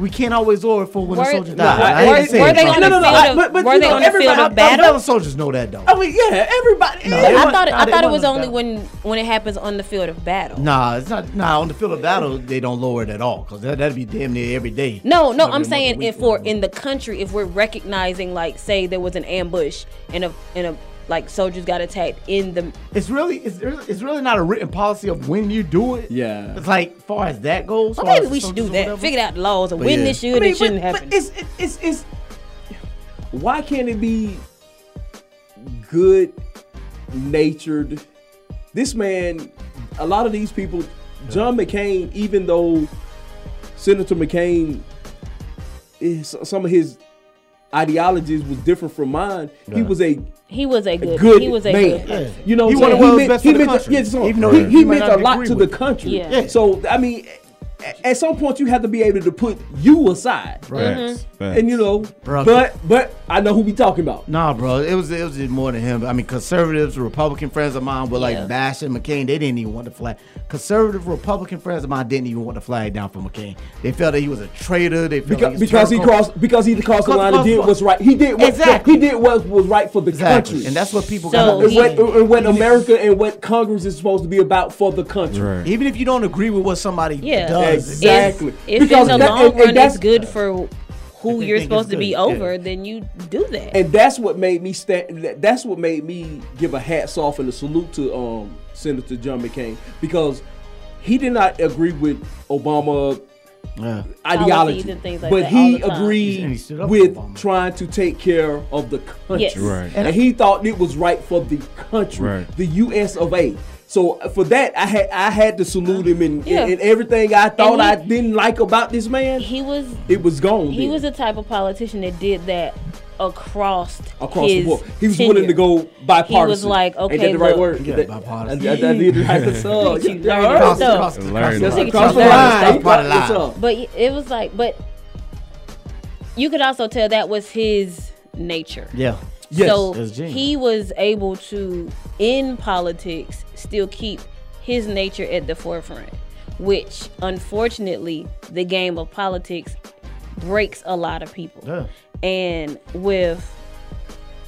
[SPEAKER 3] We can't always lower it for when
[SPEAKER 5] Were-
[SPEAKER 3] a soldier
[SPEAKER 5] no,
[SPEAKER 3] dies.
[SPEAKER 5] were-
[SPEAKER 3] I
[SPEAKER 5] were-
[SPEAKER 3] ain't saying
[SPEAKER 5] were they
[SPEAKER 3] it.
[SPEAKER 5] on the field
[SPEAKER 4] I-
[SPEAKER 5] of-
[SPEAKER 4] but- but,
[SPEAKER 5] were
[SPEAKER 4] you
[SPEAKER 5] they
[SPEAKER 4] know,
[SPEAKER 5] on the
[SPEAKER 4] everybody-
[SPEAKER 5] field
[SPEAKER 3] I-
[SPEAKER 4] I'm-
[SPEAKER 5] of
[SPEAKER 3] I-
[SPEAKER 5] battle?
[SPEAKER 3] I'm- soldiers know that though.
[SPEAKER 4] I mean, yeah, everybody.
[SPEAKER 3] No,
[SPEAKER 4] yeah.
[SPEAKER 3] they
[SPEAKER 5] I
[SPEAKER 3] weren't-
[SPEAKER 5] thought it,
[SPEAKER 3] nah,
[SPEAKER 5] I
[SPEAKER 3] they
[SPEAKER 5] thought it
[SPEAKER 3] weren't
[SPEAKER 5] was
[SPEAKER 3] on
[SPEAKER 5] only
[SPEAKER 3] the
[SPEAKER 5] when when it happens on the field of battle.
[SPEAKER 3] Nah, it's not. Nah, on the field of battle, they don't lower it at all because that, that'd be damn near every day.
[SPEAKER 5] No, no, I'm
[SPEAKER 3] Every
[SPEAKER 5] saying
[SPEAKER 3] mother
[SPEAKER 5] if for
[SPEAKER 3] weekend.
[SPEAKER 5] in the country, if we're recognizing like say there was an ambush and a and a like soldiers got attacked in the
[SPEAKER 3] it's really, it's, really- it's really not a written policy of when you do it.
[SPEAKER 4] Yeah.
[SPEAKER 3] it's like far as that goes.
[SPEAKER 5] well,
[SPEAKER 3] far
[SPEAKER 5] maybe
[SPEAKER 3] as
[SPEAKER 5] we should do
[SPEAKER 3] soldiers or
[SPEAKER 5] that.
[SPEAKER 3] whatever.
[SPEAKER 5] Figure out the laws of when
[SPEAKER 3] yeah.
[SPEAKER 5] this should
[SPEAKER 4] I mean,
[SPEAKER 5] and shouldn't
[SPEAKER 4] but,
[SPEAKER 5] happen.
[SPEAKER 4] but it's, it- it's, it's, why can't it be good natured? This man, a lot of these people, John McCain, even though Senator McCain, eh, s- some of his ideologies was different from mine, he was a
[SPEAKER 5] he was a good,
[SPEAKER 4] good
[SPEAKER 5] he was a
[SPEAKER 4] man.
[SPEAKER 5] good person.
[SPEAKER 4] You know,
[SPEAKER 3] He
[SPEAKER 4] what
[SPEAKER 3] one
[SPEAKER 4] I'm
[SPEAKER 3] of the
[SPEAKER 4] saying?
[SPEAKER 3] world's best
[SPEAKER 4] he
[SPEAKER 3] for the
[SPEAKER 4] meant,
[SPEAKER 3] country,
[SPEAKER 4] yeah, so
[SPEAKER 3] even though
[SPEAKER 4] he,
[SPEAKER 3] you
[SPEAKER 4] he
[SPEAKER 3] might
[SPEAKER 4] meant
[SPEAKER 3] not
[SPEAKER 4] a lot
[SPEAKER 3] agree
[SPEAKER 4] to the
[SPEAKER 3] with it.
[SPEAKER 4] country.
[SPEAKER 5] Yeah. Yeah.
[SPEAKER 4] So I mean, a- at some point you have to be able to put you aside,
[SPEAKER 6] Facts,
[SPEAKER 5] Mm-hmm.
[SPEAKER 6] facts.
[SPEAKER 4] and you know,
[SPEAKER 3] Bro.
[SPEAKER 4] but but I know who we talking about.
[SPEAKER 3] Nah, bro, it was it was just more than him. I mean, conservatives, Republican friends of mine were like
[SPEAKER 5] Yeah.
[SPEAKER 3] bashing McCain. They didn't even want the flag. Conservative Republican friends of mine didn't even want the flag down for McCain. They felt that he was a traitor. They felt like
[SPEAKER 4] Because,
[SPEAKER 3] was
[SPEAKER 4] because he
[SPEAKER 3] turncoat.
[SPEAKER 4] crossed because he crossed the
[SPEAKER 3] Because-
[SPEAKER 4] line and did
[SPEAKER 3] because-
[SPEAKER 4] what's right. He did what
[SPEAKER 3] Exactly.
[SPEAKER 4] he did what was right for the
[SPEAKER 3] exactly,
[SPEAKER 4] country.
[SPEAKER 3] and that's what people
[SPEAKER 5] So
[SPEAKER 3] got.
[SPEAKER 4] and
[SPEAKER 5] he-
[SPEAKER 4] what, and what America and what Congress is supposed to be about for the country.
[SPEAKER 6] Right.
[SPEAKER 3] Even if you don't agree with what somebody
[SPEAKER 5] Yeah.
[SPEAKER 3] does,
[SPEAKER 4] Exactly.
[SPEAKER 5] If, if
[SPEAKER 4] Because
[SPEAKER 5] in the
[SPEAKER 4] that-
[SPEAKER 5] long
[SPEAKER 4] and- and
[SPEAKER 5] run it's
[SPEAKER 4] that's-
[SPEAKER 5] good for who
[SPEAKER 3] If they think
[SPEAKER 5] you're
[SPEAKER 3] it's
[SPEAKER 5] supposed to
[SPEAKER 3] good,
[SPEAKER 5] be
[SPEAKER 3] yeah.
[SPEAKER 5] over, then you do that.
[SPEAKER 4] and that's what made me stand. that- That's what made me give a hats off and a salute to um, Senator John McCain because he did not agree with Obama
[SPEAKER 3] Yeah.
[SPEAKER 5] Policies
[SPEAKER 4] ideology,
[SPEAKER 5] and things like
[SPEAKER 4] but
[SPEAKER 5] that
[SPEAKER 4] he
[SPEAKER 5] all the time.
[SPEAKER 4] agreed
[SPEAKER 3] And he stood up for
[SPEAKER 4] with
[SPEAKER 3] Obama.
[SPEAKER 4] trying to take care of the country,
[SPEAKER 5] Yes. Right.
[SPEAKER 4] and he thought it was right for the country,
[SPEAKER 6] Right.
[SPEAKER 4] the U.S. of A. So uh, for that, I had I had to salute him, and,
[SPEAKER 5] Yeah.
[SPEAKER 4] and, and everything I thought
[SPEAKER 5] he-
[SPEAKER 4] I didn't like about this man,
[SPEAKER 5] He was
[SPEAKER 4] it was gone.
[SPEAKER 5] he
[SPEAKER 4] then.
[SPEAKER 5] was the type of politician that did that across
[SPEAKER 4] across
[SPEAKER 5] his
[SPEAKER 4] the board. He was
[SPEAKER 5] tenure.
[SPEAKER 4] willing to go bipartisan.
[SPEAKER 5] He was like,
[SPEAKER 4] Ain't
[SPEAKER 5] okay,
[SPEAKER 4] that the right
[SPEAKER 5] look,
[SPEAKER 4] word?
[SPEAKER 3] Yeah,
[SPEAKER 4] That-
[SPEAKER 3] bipartisan.
[SPEAKER 4] I, I, I did the right song.
[SPEAKER 5] You
[SPEAKER 4] You
[SPEAKER 5] learned
[SPEAKER 4] heard?
[SPEAKER 5] about that.
[SPEAKER 6] Learn.
[SPEAKER 4] That's
[SPEAKER 5] Take it
[SPEAKER 4] across
[SPEAKER 5] to
[SPEAKER 4] the
[SPEAKER 5] the
[SPEAKER 4] line.
[SPEAKER 5] line.
[SPEAKER 4] You got this up.
[SPEAKER 5] But it was like, but you could also tell that was his nature.
[SPEAKER 3] Yeah.
[SPEAKER 4] Yes,
[SPEAKER 5] so
[SPEAKER 3] that's genius.
[SPEAKER 5] he was able to, in politics, still keep his nature at the forefront, which unfortunately the game of politics breaks a lot of people.
[SPEAKER 3] Yeah.
[SPEAKER 5] And with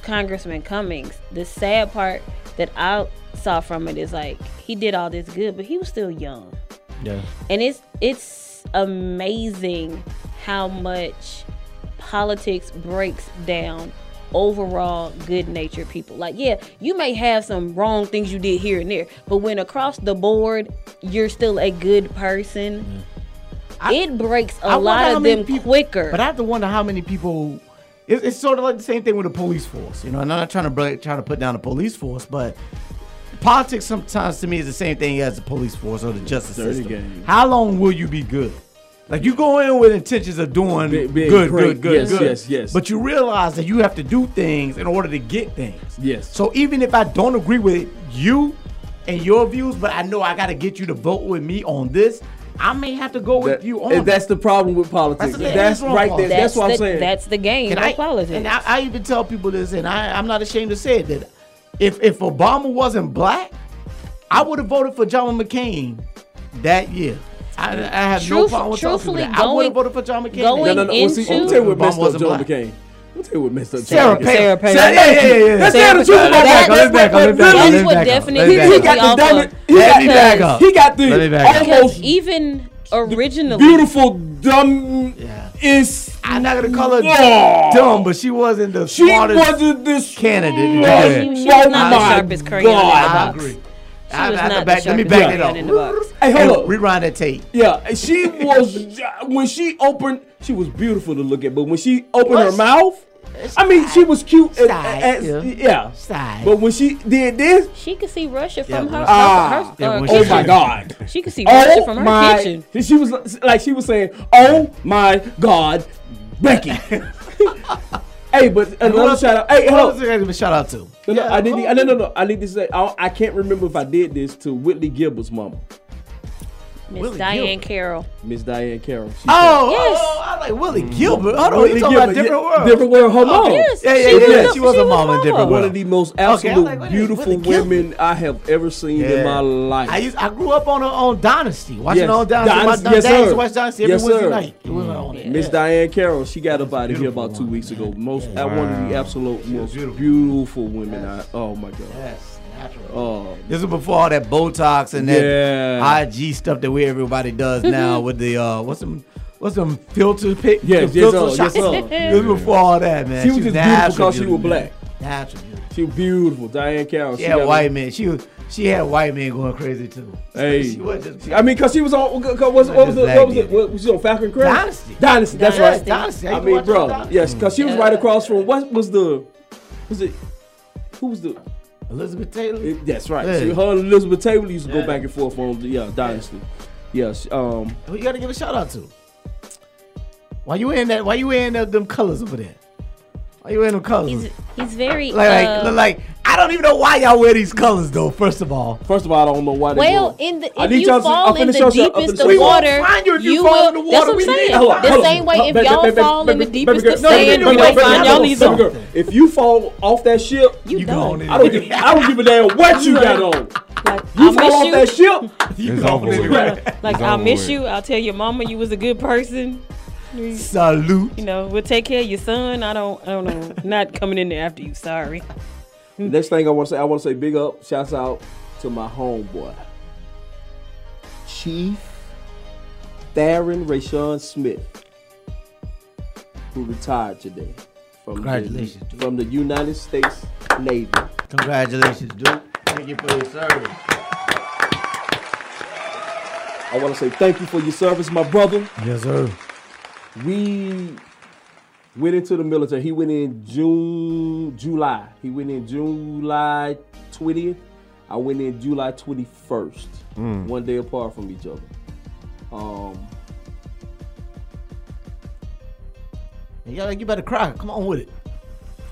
[SPEAKER 5] Congressman Cummings, the sad part that I saw from it is like he did all this good, but he was still young
[SPEAKER 3] Yeah.
[SPEAKER 5] and it's it's amazing how much politics breaks down overall good natured people like yeah you may have some wrong things you did here and there but when across the board you're still a good person it breaks a
[SPEAKER 3] I wonder
[SPEAKER 5] lot
[SPEAKER 3] how
[SPEAKER 5] of
[SPEAKER 3] many
[SPEAKER 5] them
[SPEAKER 3] people-
[SPEAKER 5] quicker
[SPEAKER 3] But I have to wonder how many people. It, it's sort of like the same thing with the police force. You know, and I'm not trying to break, trying to put down the police force, but politics sometimes to me is the same thing as the police force or the justice
[SPEAKER 4] Dirty
[SPEAKER 3] system.
[SPEAKER 4] game.
[SPEAKER 3] How long will you be good? Like you go in with intentions of doing
[SPEAKER 4] Big- big,
[SPEAKER 3] good,
[SPEAKER 4] great.
[SPEAKER 3] good, good,
[SPEAKER 4] Yes,
[SPEAKER 3] good.
[SPEAKER 4] yes, yes.
[SPEAKER 3] But you realize that you have to do things in order to get things.
[SPEAKER 4] Yes.
[SPEAKER 3] So even if I don't agree with you and your views, but I know I got to get you to vote with me on this, I may have to go with
[SPEAKER 4] That-
[SPEAKER 3] you on.
[SPEAKER 4] and
[SPEAKER 3] it.
[SPEAKER 4] that's the problem with politics.
[SPEAKER 3] That's the thing.
[SPEAKER 4] That's
[SPEAKER 3] That's wrong
[SPEAKER 4] right there.
[SPEAKER 3] politics.
[SPEAKER 4] That's what I'm
[SPEAKER 5] the,
[SPEAKER 4] saying.
[SPEAKER 5] that's the game
[SPEAKER 3] And
[SPEAKER 5] of
[SPEAKER 3] I,
[SPEAKER 5] politics
[SPEAKER 3] and I, I even tell people this, and I, I'm not ashamed to say it that if if Obama wasn't black, I would have voted for John McCain that year. I, I have no
[SPEAKER 5] Truth-
[SPEAKER 3] problem with talking
[SPEAKER 5] truthfully,
[SPEAKER 3] that. I would
[SPEAKER 5] going-
[SPEAKER 3] have voted for John McCain.
[SPEAKER 5] going
[SPEAKER 3] that
[SPEAKER 4] No, no, no. Well, see,
[SPEAKER 5] into-
[SPEAKER 4] I'm tell you what
[SPEAKER 3] Obama
[SPEAKER 4] messed up
[SPEAKER 3] wasn't
[SPEAKER 4] John
[SPEAKER 3] black.
[SPEAKER 4] McCain. I'm tell you what messed up
[SPEAKER 3] Sarah
[SPEAKER 4] John
[SPEAKER 3] Palin.
[SPEAKER 4] McCain.
[SPEAKER 7] Sarah Palin.
[SPEAKER 3] Sarah- Yeah, yeah, yeah, yeah. Let's
[SPEAKER 7] Sarah
[SPEAKER 3] tell the truth
[SPEAKER 7] Palin.
[SPEAKER 3] about
[SPEAKER 7] That-
[SPEAKER 3] that. Let's back up. Let's
[SPEAKER 4] that's
[SPEAKER 3] back up.
[SPEAKER 4] what
[SPEAKER 3] Let's
[SPEAKER 5] would
[SPEAKER 3] back up.
[SPEAKER 5] definitely
[SPEAKER 3] Let's
[SPEAKER 4] He
[SPEAKER 3] back
[SPEAKER 5] take
[SPEAKER 3] up.
[SPEAKER 4] got the
[SPEAKER 5] off
[SPEAKER 4] dominant.
[SPEAKER 5] of-
[SPEAKER 4] He
[SPEAKER 3] Let me
[SPEAKER 4] got
[SPEAKER 3] back
[SPEAKER 5] because-
[SPEAKER 3] up.
[SPEAKER 4] he got the
[SPEAKER 3] Let me back up.
[SPEAKER 5] Because
[SPEAKER 4] almost
[SPEAKER 5] even originally,
[SPEAKER 4] beautiful dumb
[SPEAKER 3] Yeah.
[SPEAKER 4] is
[SPEAKER 3] I'm not gonna call her
[SPEAKER 4] Yeah.
[SPEAKER 3] dumb, but she wasn't the
[SPEAKER 4] she
[SPEAKER 3] smartest
[SPEAKER 4] wasn't this
[SPEAKER 3] candidate. in
[SPEAKER 5] No,
[SPEAKER 3] that.
[SPEAKER 5] she- she was not the
[SPEAKER 4] my
[SPEAKER 5] sharpest crayon in
[SPEAKER 4] God.
[SPEAKER 5] the
[SPEAKER 3] I
[SPEAKER 5] box.
[SPEAKER 3] agree.
[SPEAKER 5] She
[SPEAKER 3] I-
[SPEAKER 5] was
[SPEAKER 3] I- I
[SPEAKER 5] not
[SPEAKER 3] back-
[SPEAKER 5] the
[SPEAKER 3] let me
[SPEAKER 5] sharpest
[SPEAKER 3] back it
[SPEAKER 5] crayon
[SPEAKER 3] up.
[SPEAKER 5] in the box.
[SPEAKER 4] Hey,
[SPEAKER 3] Hey,
[SPEAKER 4] hold up.
[SPEAKER 3] rewind that tape.
[SPEAKER 4] Yeah, and she was when she opened. She was beautiful to look at, but when she opened her
[SPEAKER 3] Was-
[SPEAKER 4] mouth, I mean, she was cute. As,
[SPEAKER 3] Side,
[SPEAKER 4] as-
[SPEAKER 3] yeah.
[SPEAKER 4] yeah,
[SPEAKER 3] Side.
[SPEAKER 4] but when she did this,
[SPEAKER 5] she could see Russia from
[SPEAKER 3] Yeah,
[SPEAKER 5] her,
[SPEAKER 4] ah,
[SPEAKER 5] her, her, uh,
[SPEAKER 3] when
[SPEAKER 4] oh
[SPEAKER 5] kitchen.
[SPEAKER 4] my God.
[SPEAKER 5] She could see Russia
[SPEAKER 4] Oh
[SPEAKER 5] from her
[SPEAKER 4] my!
[SPEAKER 5] kitchen.
[SPEAKER 4] She was like she was saying, "Oh my God, Becky." hey, but
[SPEAKER 3] Who
[SPEAKER 4] another
[SPEAKER 3] else-
[SPEAKER 4] shout out. Hey,
[SPEAKER 3] who
[SPEAKER 4] hold
[SPEAKER 3] else
[SPEAKER 4] on.
[SPEAKER 3] did Oh. I give a shout out to?
[SPEAKER 4] No, no,
[SPEAKER 3] Yeah,
[SPEAKER 4] I didn't.
[SPEAKER 3] who-
[SPEAKER 4] I, no, no, no. I need to say I, I can't remember if I did this to Whitley Gibble's mama,
[SPEAKER 5] Miss
[SPEAKER 3] Willie
[SPEAKER 5] Diane
[SPEAKER 3] Gilbert.
[SPEAKER 5] Carroll.
[SPEAKER 4] Miss Diane Carroll. She
[SPEAKER 3] Oh,
[SPEAKER 5] Yes.
[SPEAKER 3] oh, I like Willie Gilbert. Hold on,
[SPEAKER 4] Whitley
[SPEAKER 3] you talking about
[SPEAKER 4] Gilbert,
[SPEAKER 3] different
[SPEAKER 4] yeah,
[SPEAKER 3] world?
[SPEAKER 4] Different world, her mom.
[SPEAKER 5] Oh, yes.
[SPEAKER 3] Yeah, yeah,
[SPEAKER 5] She
[SPEAKER 3] yeah,
[SPEAKER 5] was
[SPEAKER 3] yeah.
[SPEAKER 5] the-
[SPEAKER 3] She was
[SPEAKER 5] she
[SPEAKER 3] a
[SPEAKER 5] was
[SPEAKER 3] mama in different
[SPEAKER 5] mama.
[SPEAKER 4] One
[SPEAKER 3] world.
[SPEAKER 4] of the most
[SPEAKER 3] I was
[SPEAKER 4] absolute
[SPEAKER 3] like, wait a minute,
[SPEAKER 4] beautiful
[SPEAKER 3] Whitley Gilbert.
[SPEAKER 4] women I have ever seen in
[SPEAKER 3] Yeah.
[SPEAKER 4] my life.
[SPEAKER 3] I used I grew up on her on Dynasty, watching
[SPEAKER 4] Yes.
[SPEAKER 3] her on Dynasty.
[SPEAKER 4] Dynasty,
[SPEAKER 3] My,
[SPEAKER 4] yes,
[SPEAKER 3] dad used
[SPEAKER 4] sir.
[SPEAKER 3] to watch Dynasty every
[SPEAKER 4] Yes,
[SPEAKER 3] Wednesday
[SPEAKER 4] sir.
[SPEAKER 3] night. It was on it.
[SPEAKER 4] Miss
[SPEAKER 3] Yeah.
[SPEAKER 4] Diane Carroll, she got up out of here
[SPEAKER 3] beautiful
[SPEAKER 4] about two
[SPEAKER 3] woman,
[SPEAKER 4] weeks ago. Most, uh,
[SPEAKER 6] Wow.
[SPEAKER 4] one of the absolute most beautiful,
[SPEAKER 3] beautiful.
[SPEAKER 4] women. I, oh my God.
[SPEAKER 3] Yes, natural.
[SPEAKER 4] Oh
[SPEAKER 3] This was before all that Botox and that
[SPEAKER 4] Yeah.
[SPEAKER 3] IG stuff that we everybody does now with the uh, what's some what's some filter pic?
[SPEAKER 4] Yes, oh, yes,
[SPEAKER 3] filter
[SPEAKER 4] sir,
[SPEAKER 3] shots.
[SPEAKER 4] yes, sir.
[SPEAKER 3] This was before all that, man.
[SPEAKER 4] She was just beautiful 'cause she
[SPEAKER 3] natural
[SPEAKER 4] was black.
[SPEAKER 3] beautiful. Natural. Beautiful.
[SPEAKER 4] She beautiful, Diane Carroll.
[SPEAKER 3] She, had
[SPEAKER 4] got-
[SPEAKER 3] white men. She was, she had white men going crazy too.
[SPEAKER 4] Hey,
[SPEAKER 3] she was just
[SPEAKER 4] I mean, cause she was on. Cause what's- what
[SPEAKER 3] just
[SPEAKER 4] was the,
[SPEAKER 3] black
[SPEAKER 4] what was it?
[SPEAKER 3] dude.
[SPEAKER 4] What was she on Falcon Crest?
[SPEAKER 3] Dynasty.
[SPEAKER 4] Dynasty. That's right.
[SPEAKER 3] Dynasty.
[SPEAKER 5] Dynasty.
[SPEAKER 4] I
[SPEAKER 3] used to
[SPEAKER 4] mean,
[SPEAKER 3] watch her
[SPEAKER 4] bro.
[SPEAKER 3] Dynasty.
[SPEAKER 4] Yes, cause she was right across from what was the, was it, who was the?
[SPEAKER 3] Elizabeth Taylor.
[SPEAKER 4] it- that's right.
[SPEAKER 3] Yeah.
[SPEAKER 4] She, her and Elizabeth Taylor used to go
[SPEAKER 3] Yeah.
[SPEAKER 4] back and forth on the yeah Dynasty. Yes. Um.
[SPEAKER 3] Who you gotta give a shout out to? Why you wearing that? Why you wearing that, them colors over there? Why you wearing them colors?
[SPEAKER 5] He's he's very
[SPEAKER 3] like, like,
[SPEAKER 5] uh,
[SPEAKER 3] look like, I don't even know why y'all wear these colors though. First of all,
[SPEAKER 4] First of all, I don't know why. They
[SPEAKER 5] well
[SPEAKER 4] were-
[SPEAKER 5] in the
[SPEAKER 4] I
[SPEAKER 5] if
[SPEAKER 4] need
[SPEAKER 5] you
[SPEAKER 4] y'all to- I'll
[SPEAKER 5] fall in
[SPEAKER 4] finish
[SPEAKER 5] the
[SPEAKER 4] y'all so- I'll finish
[SPEAKER 5] deepest the
[SPEAKER 4] y'all. We won't
[SPEAKER 5] water,
[SPEAKER 3] find you if you fall
[SPEAKER 5] will.
[SPEAKER 3] in the
[SPEAKER 5] That's
[SPEAKER 3] water.
[SPEAKER 5] what I'm
[SPEAKER 3] We need-
[SPEAKER 5] saying.
[SPEAKER 3] hold on,
[SPEAKER 5] the
[SPEAKER 3] hold
[SPEAKER 5] same
[SPEAKER 4] on.
[SPEAKER 5] way if
[SPEAKER 4] Baby,
[SPEAKER 5] y'all
[SPEAKER 4] baby,
[SPEAKER 5] fall
[SPEAKER 4] baby,
[SPEAKER 5] in the
[SPEAKER 4] baby
[SPEAKER 5] deepest
[SPEAKER 4] girl.
[SPEAKER 5] of
[SPEAKER 4] No,
[SPEAKER 5] sand,
[SPEAKER 4] baby
[SPEAKER 5] you
[SPEAKER 4] girl,
[SPEAKER 5] might find
[SPEAKER 4] baby
[SPEAKER 5] y'all
[SPEAKER 4] girl,
[SPEAKER 5] need
[SPEAKER 4] baby
[SPEAKER 5] something.
[SPEAKER 4] girl, If you fall off that ship,
[SPEAKER 3] you, going in?
[SPEAKER 4] I don't give, I don't give a damn what you got on.
[SPEAKER 5] Like,
[SPEAKER 4] You
[SPEAKER 5] I
[SPEAKER 4] fall off that
[SPEAKER 5] miss you.
[SPEAKER 4] ship.
[SPEAKER 3] you
[SPEAKER 6] It's
[SPEAKER 3] going
[SPEAKER 6] over
[SPEAKER 3] in?
[SPEAKER 6] with.
[SPEAKER 3] Right.
[SPEAKER 5] Like
[SPEAKER 6] It's
[SPEAKER 5] I
[SPEAKER 6] over
[SPEAKER 5] miss
[SPEAKER 6] with.
[SPEAKER 5] you. I'll tell your mama you was a good person.
[SPEAKER 3] Salute.
[SPEAKER 5] You know, we'll take care of your son. I don't. I don't know. Not coming in there after you. Sorry.
[SPEAKER 4] Next thing I want to say, I want to say big up, shouts out to my homeboy, Chief Theron Rayshawn Smith, who retired today from
[SPEAKER 3] Congratulations,
[SPEAKER 4] the,
[SPEAKER 3] dude.
[SPEAKER 4] from the United States Navy.
[SPEAKER 3] Congratulations, dude. Thank you for your service.
[SPEAKER 4] I want to say thank you for your service, my brother.
[SPEAKER 3] Yes, sir.
[SPEAKER 4] We went into the military. He went in June, July. He went in July 20th. I went in July 21st. One day apart from each other. Um,
[SPEAKER 3] You gotta, you better cry. Come on with it.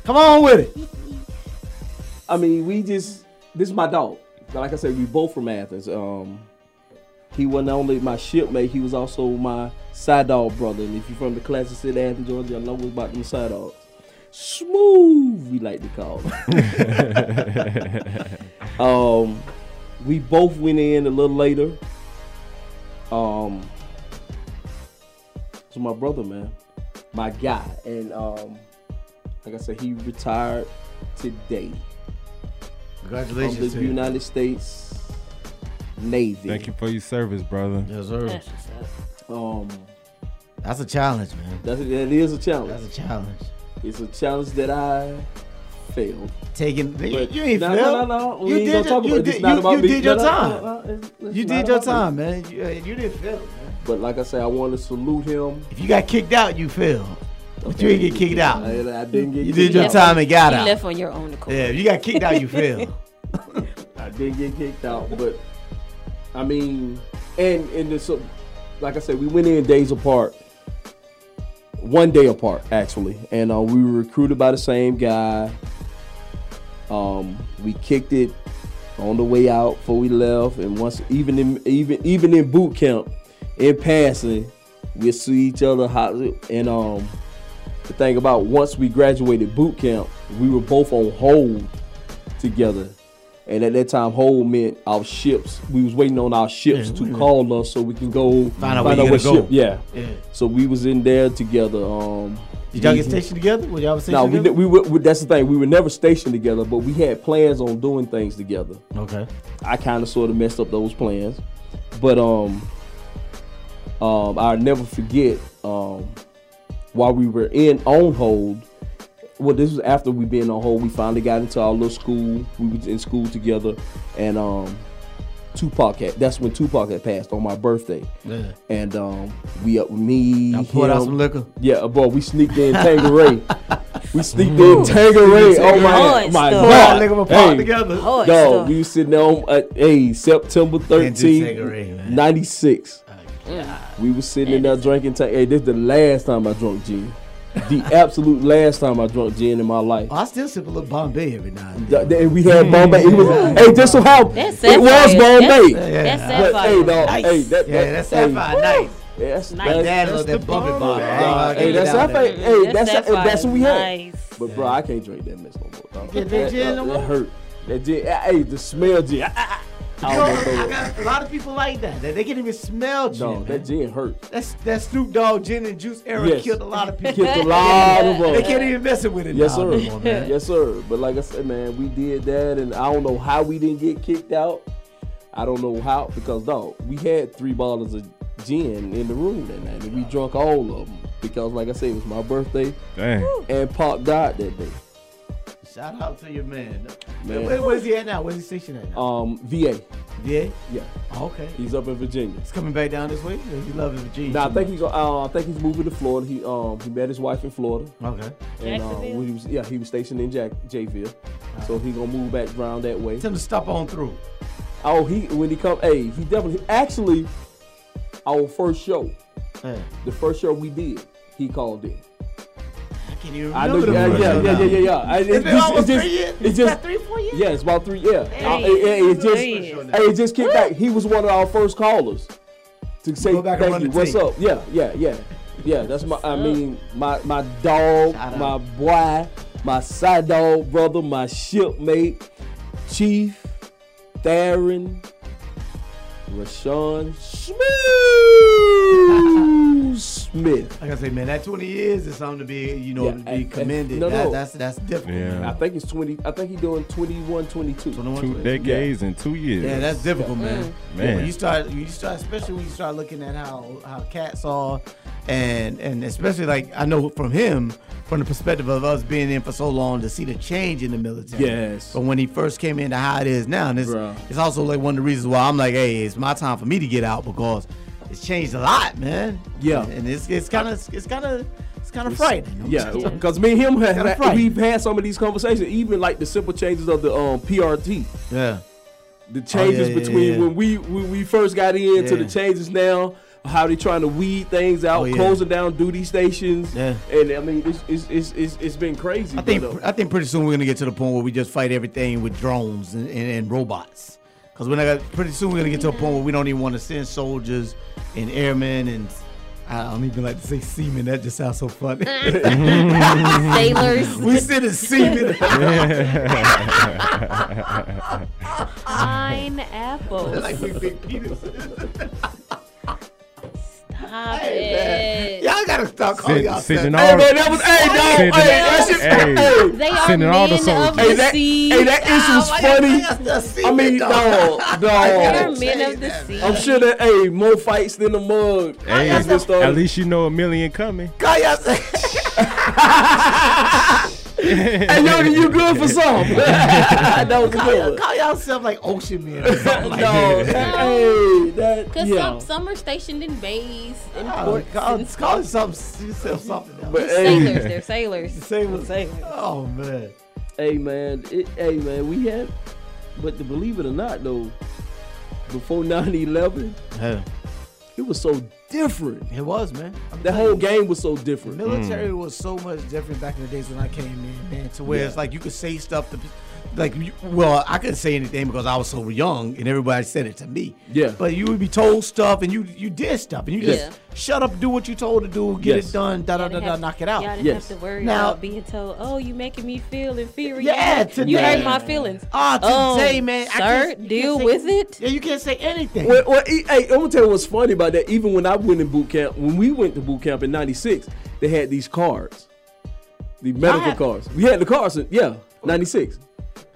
[SPEAKER 3] Come on with it.
[SPEAKER 4] I mean, we just this is my dog. But Like I said, we both from Athens. Um, he wasn't only my shipmate, he was also my side dog brother. And if you're from the classic city of Athens, Georgia, I know what's about them side dogs. Smooth, we like to call them. um, we both went in a little later. Um, so my brother, man, my guy, and um, like I said, he retired today from the
[SPEAKER 3] Congratulations to you.
[SPEAKER 4] United States Navy.
[SPEAKER 6] Thank you for your service, brother.
[SPEAKER 3] Yes, sir.
[SPEAKER 4] Um,
[SPEAKER 3] That's a challenge, man.
[SPEAKER 4] that's, that is a
[SPEAKER 3] That's a
[SPEAKER 4] challenge.
[SPEAKER 3] challenge.
[SPEAKER 4] It's a challenge that I failed.
[SPEAKER 3] Taking you,
[SPEAKER 4] But-
[SPEAKER 3] you ain't
[SPEAKER 4] no, no,
[SPEAKER 3] failed.
[SPEAKER 4] no, no. We
[SPEAKER 3] You
[SPEAKER 4] ain't
[SPEAKER 3] did
[SPEAKER 4] gonna talk
[SPEAKER 3] your,
[SPEAKER 4] about
[SPEAKER 3] you
[SPEAKER 4] it. It's
[SPEAKER 3] did,
[SPEAKER 4] not
[SPEAKER 3] you,
[SPEAKER 4] about
[SPEAKER 3] you
[SPEAKER 4] me.
[SPEAKER 3] did
[SPEAKER 4] No,
[SPEAKER 3] your
[SPEAKER 4] no,
[SPEAKER 3] time.
[SPEAKER 4] no, no, it's- it's
[SPEAKER 3] You
[SPEAKER 4] not
[SPEAKER 3] did your
[SPEAKER 4] about me.
[SPEAKER 3] time, man. You, uh, you didn't fail. man.
[SPEAKER 4] But like I said, I want to salute him.
[SPEAKER 3] If you got kicked out, you failed. But you didn't get kicked out.
[SPEAKER 4] I, I didn't get
[SPEAKER 3] You
[SPEAKER 4] kicked
[SPEAKER 3] did your
[SPEAKER 4] out.
[SPEAKER 3] time and got
[SPEAKER 5] you
[SPEAKER 3] out.
[SPEAKER 5] left on your own accord.
[SPEAKER 3] Yeah, if you got kicked out, you failed.
[SPEAKER 4] I did get kicked out, but I mean, and and this, like I said, we went in days apart, one day apart actually, and uh, we were recruited by the same guy. Um, we kicked it on the way out before we left, and once even in even even in boot camp, in passing, we see each other hot, and um. The thing about once we graduated boot camp, we were both on hold together And at that time, hold meant our ships. We was waiting on our ships to call us so we can go
[SPEAKER 3] Find out where you gotta go.
[SPEAKER 4] Yeah.
[SPEAKER 3] Yeah.
[SPEAKER 4] So we was in there together. Um,
[SPEAKER 3] Did y'all get stationed together? Were y'all stationed
[SPEAKER 4] no, we,
[SPEAKER 3] together?
[SPEAKER 4] did- we were. We, that's the thing. We were never stationed together, but we had plans on doing things together.
[SPEAKER 3] Okay.
[SPEAKER 4] I kind of sort of messed up those plans, but um, um, I'll never forget um, while we were in on hold. Well, this was after we been on hold. We finally got into our little school. We was in school together, and um, Tupac had. That's when Tupac had passed on my birthday,
[SPEAKER 3] Yeah.
[SPEAKER 4] and um, we up me.
[SPEAKER 3] I poured out
[SPEAKER 4] him-
[SPEAKER 3] some liquor.
[SPEAKER 4] yeah, uh, boy, we sneaked in Tangeray. we sneaked in Tangeray. Oh my,
[SPEAKER 5] Hard
[SPEAKER 4] my
[SPEAKER 5] stuff.
[SPEAKER 3] Poured out liquor
[SPEAKER 4] God.
[SPEAKER 3] and poured
[SPEAKER 4] Hey,
[SPEAKER 3] together.
[SPEAKER 5] Hard
[SPEAKER 4] Dog,
[SPEAKER 5] stuff.
[SPEAKER 4] we was sitting there on uh, hey September
[SPEAKER 3] Can't do cigarette,
[SPEAKER 4] 13th,
[SPEAKER 3] man.
[SPEAKER 4] 96. We was sitting in there drinking. T- hey, this the last time I drunk gin. The absolute last time I drunk gin in my life.
[SPEAKER 3] Oh, I still sip a little Bombay every now and then.
[SPEAKER 4] Th- th- And we had Bombay. It was hey, just so how
[SPEAKER 5] That's
[SPEAKER 4] it was
[SPEAKER 5] sapphire.
[SPEAKER 4] Bombay.
[SPEAKER 3] Yeah.
[SPEAKER 5] That's
[SPEAKER 4] But hey,
[SPEAKER 5] sapphire.
[SPEAKER 4] dog,
[SPEAKER 3] Nice.
[SPEAKER 4] hey, that,
[SPEAKER 3] yeah,
[SPEAKER 4] that-
[SPEAKER 3] that's
[SPEAKER 4] hey,
[SPEAKER 3] sapphire. Nice.
[SPEAKER 4] That's,
[SPEAKER 5] Nice.
[SPEAKER 4] that's,
[SPEAKER 3] Dad loves that bumpy bottle.
[SPEAKER 4] uh,
[SPEAKER 3] Hey,
[SPEAKER 4] hey, that's
[SPEAKER 3] down
[SPEAKER 4] sapphire.
[SPEAKER 3] there.
[SPEAKER 4] Hey, that's hey,
[SPEAKER 5] sapphire.
[SPEAKER 4] that's what we had.
[SPEAKER 5] Nice.
[SPEAKER 4] But bro, I can't drink that mess no more. Dog.
[SPEAKER 3] can't drink gin no more?
[SPEAKER 4] That hurt. That gin, ah, hey, the smell gin. I, I, I, I
[SPEAKER 3] Yo,
[SPEAKER 4] almost throw
[SPEAKER 3] I
[SPEAKER 4] up.
[SPEAKER 3] got a lot of people like that. They, they can't even smell gin.
[SPEAKER 4] No,
[SPEAKER 3] man.
[SPEAKER 4] that gin hurt.
[SPEAKER 3] That's that Snoop Dogg gin and juice era
[SPEAKER 4] Yes.
[SPEAKER 3] killed a lot of people.
[SPEAKER 4] Killed a lot of
[SPEAKER 3] They
[SPEAKER 4] us.
[SPEAKER 3] can't even mess it with it. now
[SPEAKER 4] Yes, sir.
[SPEAKER 3] no more, man.
[SPEAKER 4] Yes, sir. But like I said, man, we did that, and I don't know how we didn't get kicked out. I don't know how because dog, we had three bottles of gin in the room that night, and we drunk all of them because, like I said, it was my birthday,
[SPEAKER 6] Dang.
[SPEAKER 4] and Pop died that day.
[SPEAKER 3] Shout out to your man.
[SPEAKER 4] Man.
[SPEAKER 3] Where, where's he at now? Where's he stationed at now?
[SPEAKER 4] Um, VA,
[SPEAKER 3] yeah.
[SPEAKER 4] yeah,
[SPEAKER 3] Oh, okay.
[SPEAKER 4] he's up in Virginia.
[SPEAKER 3] He's coming back down this way. He loves Virginia.
[SPEAKER 4] Now I
[SPEAKER 3] too
[SPEAKER 4] think he's uh, I think he's moving to Florida. He um he met his wife in Florida,
[SPEAKER 3] much. Okay.
[SPEAKER 4] and uh,
[SPEAKER 5] Jacksonville?
[SPEAKER 4] when he was yeah he was stationed in Jack Jayville, so he gonna move back around that way.
[SPEAKER 3] Tell him to stop on through.
[SPEAKER 4] Oh, he when he come, hey, he definitely actually our first show,
[SPEAKER 3] Yeah.
[SPEAKER 4] the first show we did, he called in.
[SPEAKER 3] I can't even
[SPEAKER 4] I know,
[SPEAKER 3] remember
[SPEAKER 4] yeah,
[SPEAKER 3] the first
[SPEAKER 4] yeah,
[SPEAKER 3] one
[SPEAKER 4] yeah,
[SPEAKER 3] now.
[SPEAKER 4] yeah, yeah, yeah. I- It's,
[SPEAKER 3] It's been
[SPEAKER 4] just-
[SPEAKER 3] almost
[SPEAKER 4] it's just,
[SPEAKER 3] three years.
[SPEAKER 4] it's
[SPEAKER 3] About
[SPEAKER 4] just,
[SPEAKER 3] three, four years.
[SPEAKER 4] yeah, it's about three, yeah. Uh,
[SPEAKER 5] years.
[SPEAKER 4] it, it- it just,
[SPEAKER 5] Three years.
[SPEAKER 4] hey, it just came back. He was one of our first callers to say
[SPEAKER 3] Go back and
[SPEAKER 4] thank
[SPEAKER 3] run
[SPEAKER 4] you.
[SPEAKER 3] the
[SPEAKER 4] What's
[SPEAKER 3] tape.
[SPEAKER 4] up? Yeah, yeah, yeah, yeah. That's my, I mean, my my dog,
[SPEAKER 3] Shout
[SPEAKER 4] my boy, my side dog brother, my shipmate, Chief Theron. Rashawn Smooth Smith.
[SPEAKER 3] Like I say, man, that 20 years is something to be, you know,
[SPEAKER 4] Yeah,
[SPEAKER 3] to
[SPEAKER 4] and-
[SPEAKER 3] be
[SPEAKER 4] and-
[SPEAKER 3] commended.
[SPEAKER 4] no,
[SPEAKER 3] that,
[SPEAKER 4] no.
[SPEAKER 3] That's that's difficult.
[SPEAKER 6] Yeah.
[SPEAKER 4] I think it's 20. I think he's doing 21, 22.
[SPEAKER 3] 21,
[SPEAKER 6] Two
[SPEAKER 3] 22.
[SPEAKER 6] decades and two years.
[SPEAKER 3] Yeah, that's difficult,
[SPEAKER 4] Mm.
[SPEAKER 3] man.
[SPEAKER 6] Man.
[SPEAKER 3] When you start, when you start, especially when you start looking at how how cats are, and and especially like I know from him, from the perspective of us being in for so long, to see the change in the military.
[SPEAKER 4] Yes.
[SPEAKER 3] From when he first came in to how it is now, and it's
[SPEAKER 4] Bruh.
[SPEAKER 3] it's also like one of the reasons why I'm like, hey, it's my time for me to get out because it's changed a lot, man.
[SPEAKER 4] Yeah.
[SPEAKER 3] And it's it's kind of it's kind of it's kind of frightening. I'm
[SPEAKER 4] Yeah,
[SPEAKER 3] just-
[SPEAKER 4] because me and him have
[SPEAKER 3] Kinda
[SPEAKER 4] had-
[SPEAKER 3] frightening.
[SPEAKER 4] we've had some of these conversations, even like the simple changes of the um, PRT,
[SPEAKER 3] Yeah.
[SPEAKER 4] the changes
[SPEAKER 3] Oh, yeah, yeah,
[SPEAKER 4] between
[SPEAKER 3] yeah.
[SPEAKER 4] when we when we first got in to the
[SPEAKER 3] Yeah.
[SPEAKER 4] changes now, how they trying to weed things out,
[SPEAKER 3] Oh, yeah.
[SPEAKER 4] closing down duty stations,
[SPEAKER 3] Yeah.
[SPEAKER 4] and I mean it's it's it's, it's, it's been crazy.
[SPEAKER 3] I think
[SPEAKER 4] but, uh,
[SPEAKER 3] I think pretty soon we're gonna get to the point where we just fight everything with drones and, and, and robots. Cause we're not gonna, pretty soon we're gonna get to a point where we don't even want to send soldiers and airmen and I don't even like to say seamen. That just sounds so funny.
[SPEAKER 5] Sailors.
[SPEAKER 3] we sending seamen.
[SPEAKER 5] Pineapples.
[SPEAKER 3] like we big penises.
[SPEAKER 5] Stop
[SPEAKER 3] man.
[SPEAKER 5] it.
[SPEAKER 3] Y'all gotta stop calling
[SPEAKER 6] Sit-
[SPEAKER 3] y'all
[SPEAKER 6] sitting
[SPEAKER 3] sex-
[SPEAKER 6] on-
[SPEAKER 4] oh, hey man, that was hey
[SPEAKER 6] Sitting-
[SPEAKER 4] dog, hey that shit,
[SPEAKER 6] Hey.
[SPEAKER 4] hey.
[SPEAKER 5] They are
[SPEAKER 6] Sending
[SPEAKER 5] men
[SPEAKER 6] all the
[SPEAKER 5] of
[SPEAKER 6] soldiers.
[SPEAKER 5] the
[SPEAKER 4] Hey, that,
[SPEAKER 5] sea.
[SPEAKER 4] hey, that issue was funny.
[SPEAKER 3] That's
[SPEAKER 4] I mean,
[SPEAKER 3] dog.
[SPEAKER 4] dog,
[SPEAKER 5] they are
[SPEAKER 4] dog.
[SPEAKER 5] men of the sea.
[SPEAKER 4] Oh. I'm sure that hey, more fights than the mug.
[SPEAKER 6] Hey,
[SPEAKER 4] That's what started.
[SPEAKER 6] at least you know a million coming.
[SPEAKER 3] Call y'all sex-
[SPEAKER 4] Hey, yo, you good for something? that was a good one.
[SPEAKER 3] Call y'all self like ocean men. Or something like
[SPEAKER 4] No, hey, that
[SPEAKER 5] Cause
[SPEAKER 4] yeah.
[SPEAKER 5] some some are stationed in bays and
[SPEAKER 3] that.
[SPEAKER 5] ports.
[SPEAKER 3] Call,
[SPEAKER 5] and
[SPEAKER 3] call yourself yourself something. Else.
[SPEAKER 4] But
[SPEAKER 5] sailors,
[SPEAKER 4] hey,
[SPEAKER 5] they're sailors.
[SPEAKER 3] Sailors. Oh man.
[SPEAKER 4] hey, man, it, hey, man, we had, but to believe it or not, though, before 9-11,
[SPEAKER 3] Hey.
[SPEAKER 4] it was so different.
[SPEAKER 3] It was, man. I'm
[SPEAKER 4] The
[SPEAKER 3] telling
[SPEAKER 4] whole
[SPEAKER 3] you.
[SPEAKER 4] game was so different.
[SPEAKER 3] Military
[SPEAKER 4] Hmm.
[SPEAKER 3] was so much different back in the days when I came in, man. To where it's like you could say stuff to, like, you- well, I couldn't say anything because I was so young and everybody said it to me.
[SPEAKER 4] Yeah.
[SPEAKER 3] But you would be told stuff and you you did stuff and you just
[SPEAKER 5] Yeah.
[SPEAKER 3] shut up, do what you told to do, get
[SPEAKER 4] Yes.
[SPEAKER 3] it done, da da
[SPEAKER 5] Y'all
[SPEAKER 3] da
[SPEAKER 5] didn't
[SPEAKER 3] da,
[SPEAKER 5] have-
[SPEAKER 3] knock it out.
[SPEAKER 5] Y'all didn't
[SPEAKER 4] Yes.
[SPEAKER 5] have to worry
[SPEAKER 3] Now-
[SPEAKER 5] about being told, "Oh, you making me feel inferior."
[SPEAKER 3] Yeah,
[SPEAKER 5] you
[SPEAKER 3] today.
[SPEAKER 5] hurt my feelings.
[SPEAKER 3] Ah, today, man, I
[SPEAKER 5] Oh, sir,
[SPEAKER 3] can't- you
[SPEAKER 5] deal
[SPEAKER 3] can't say-
[SPEAKER 5] with it.
[SPEAKER 3] Yeah, you can't say anything.
[SPEAKER 4] Well, well, e- hey, I'm gonna tell you what's funny about that. Even when I went in boot camp, when we went to boot camp in '96, they had these cards, the medical
[SPEAKER 3] had-
[SPEAKER 4] cards. We had the cards, in- yeah, '96.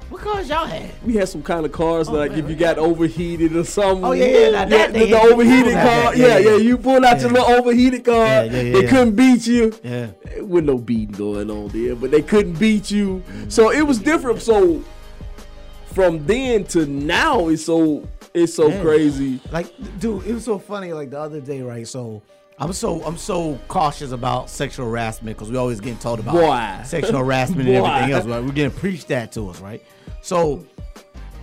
[SPEAKER 3] What cars y'all had?
[SPEAKER 4] We had some kind of cards like
[SPEAKER 3] man,
[SPEAKER 4] if you
[SPEAKER 3] right.
[SPEAKER 4] got overheated or something.
[SPEAKER 3] Oh, yeah, yeah, now that
[SPEAKER 4] the,
[SPEAKER 3] they
[SPEAKER 4] the
[SPEAKER 3] had-
[SPEAKER 4] overheated
[SPEAKER 3] yeah, yeah,
[SPEAKER 4] card.
[SPEAKER 3] yeah,
[SPEAKER 4] Yeah, yeah,
[SPEAKER 3] yeah.
[SPEAKER 4] You pulled out your
[SPEAKER 3] Yeah.
[SPEAKER 4] little overheated card.
[SPEAKER 3] Yeah, yeah, yeah,
[SPEAKER 4] they
[SPEAKER 3] yeah.
[SPEAKER 4] couldn't beat you.
[SPEAKER 3] Yeah.
[SPEAKER 4] It was no beating going on there, but they couldn't beat you. So
[SPEAKER 3] Mm-hmm.
[SPEAKER 4] it was different. So from then to now, it's so it's so
[SPEAKER 3] Yeah.
[SPEAKER 4] crazy.
[SPEAKER 3] Like, dude, it was so funny. Like the other day, right? So I'm so I'm so cautious about sexual harassment because we always getting told about
[SPEAKER 4] Boy.
[SPEAKER 3] sexual harassment and
[SPEAKER 4] Boy.
[SPEAKER 3] everything else. Right? We're getting preached that to us, right? So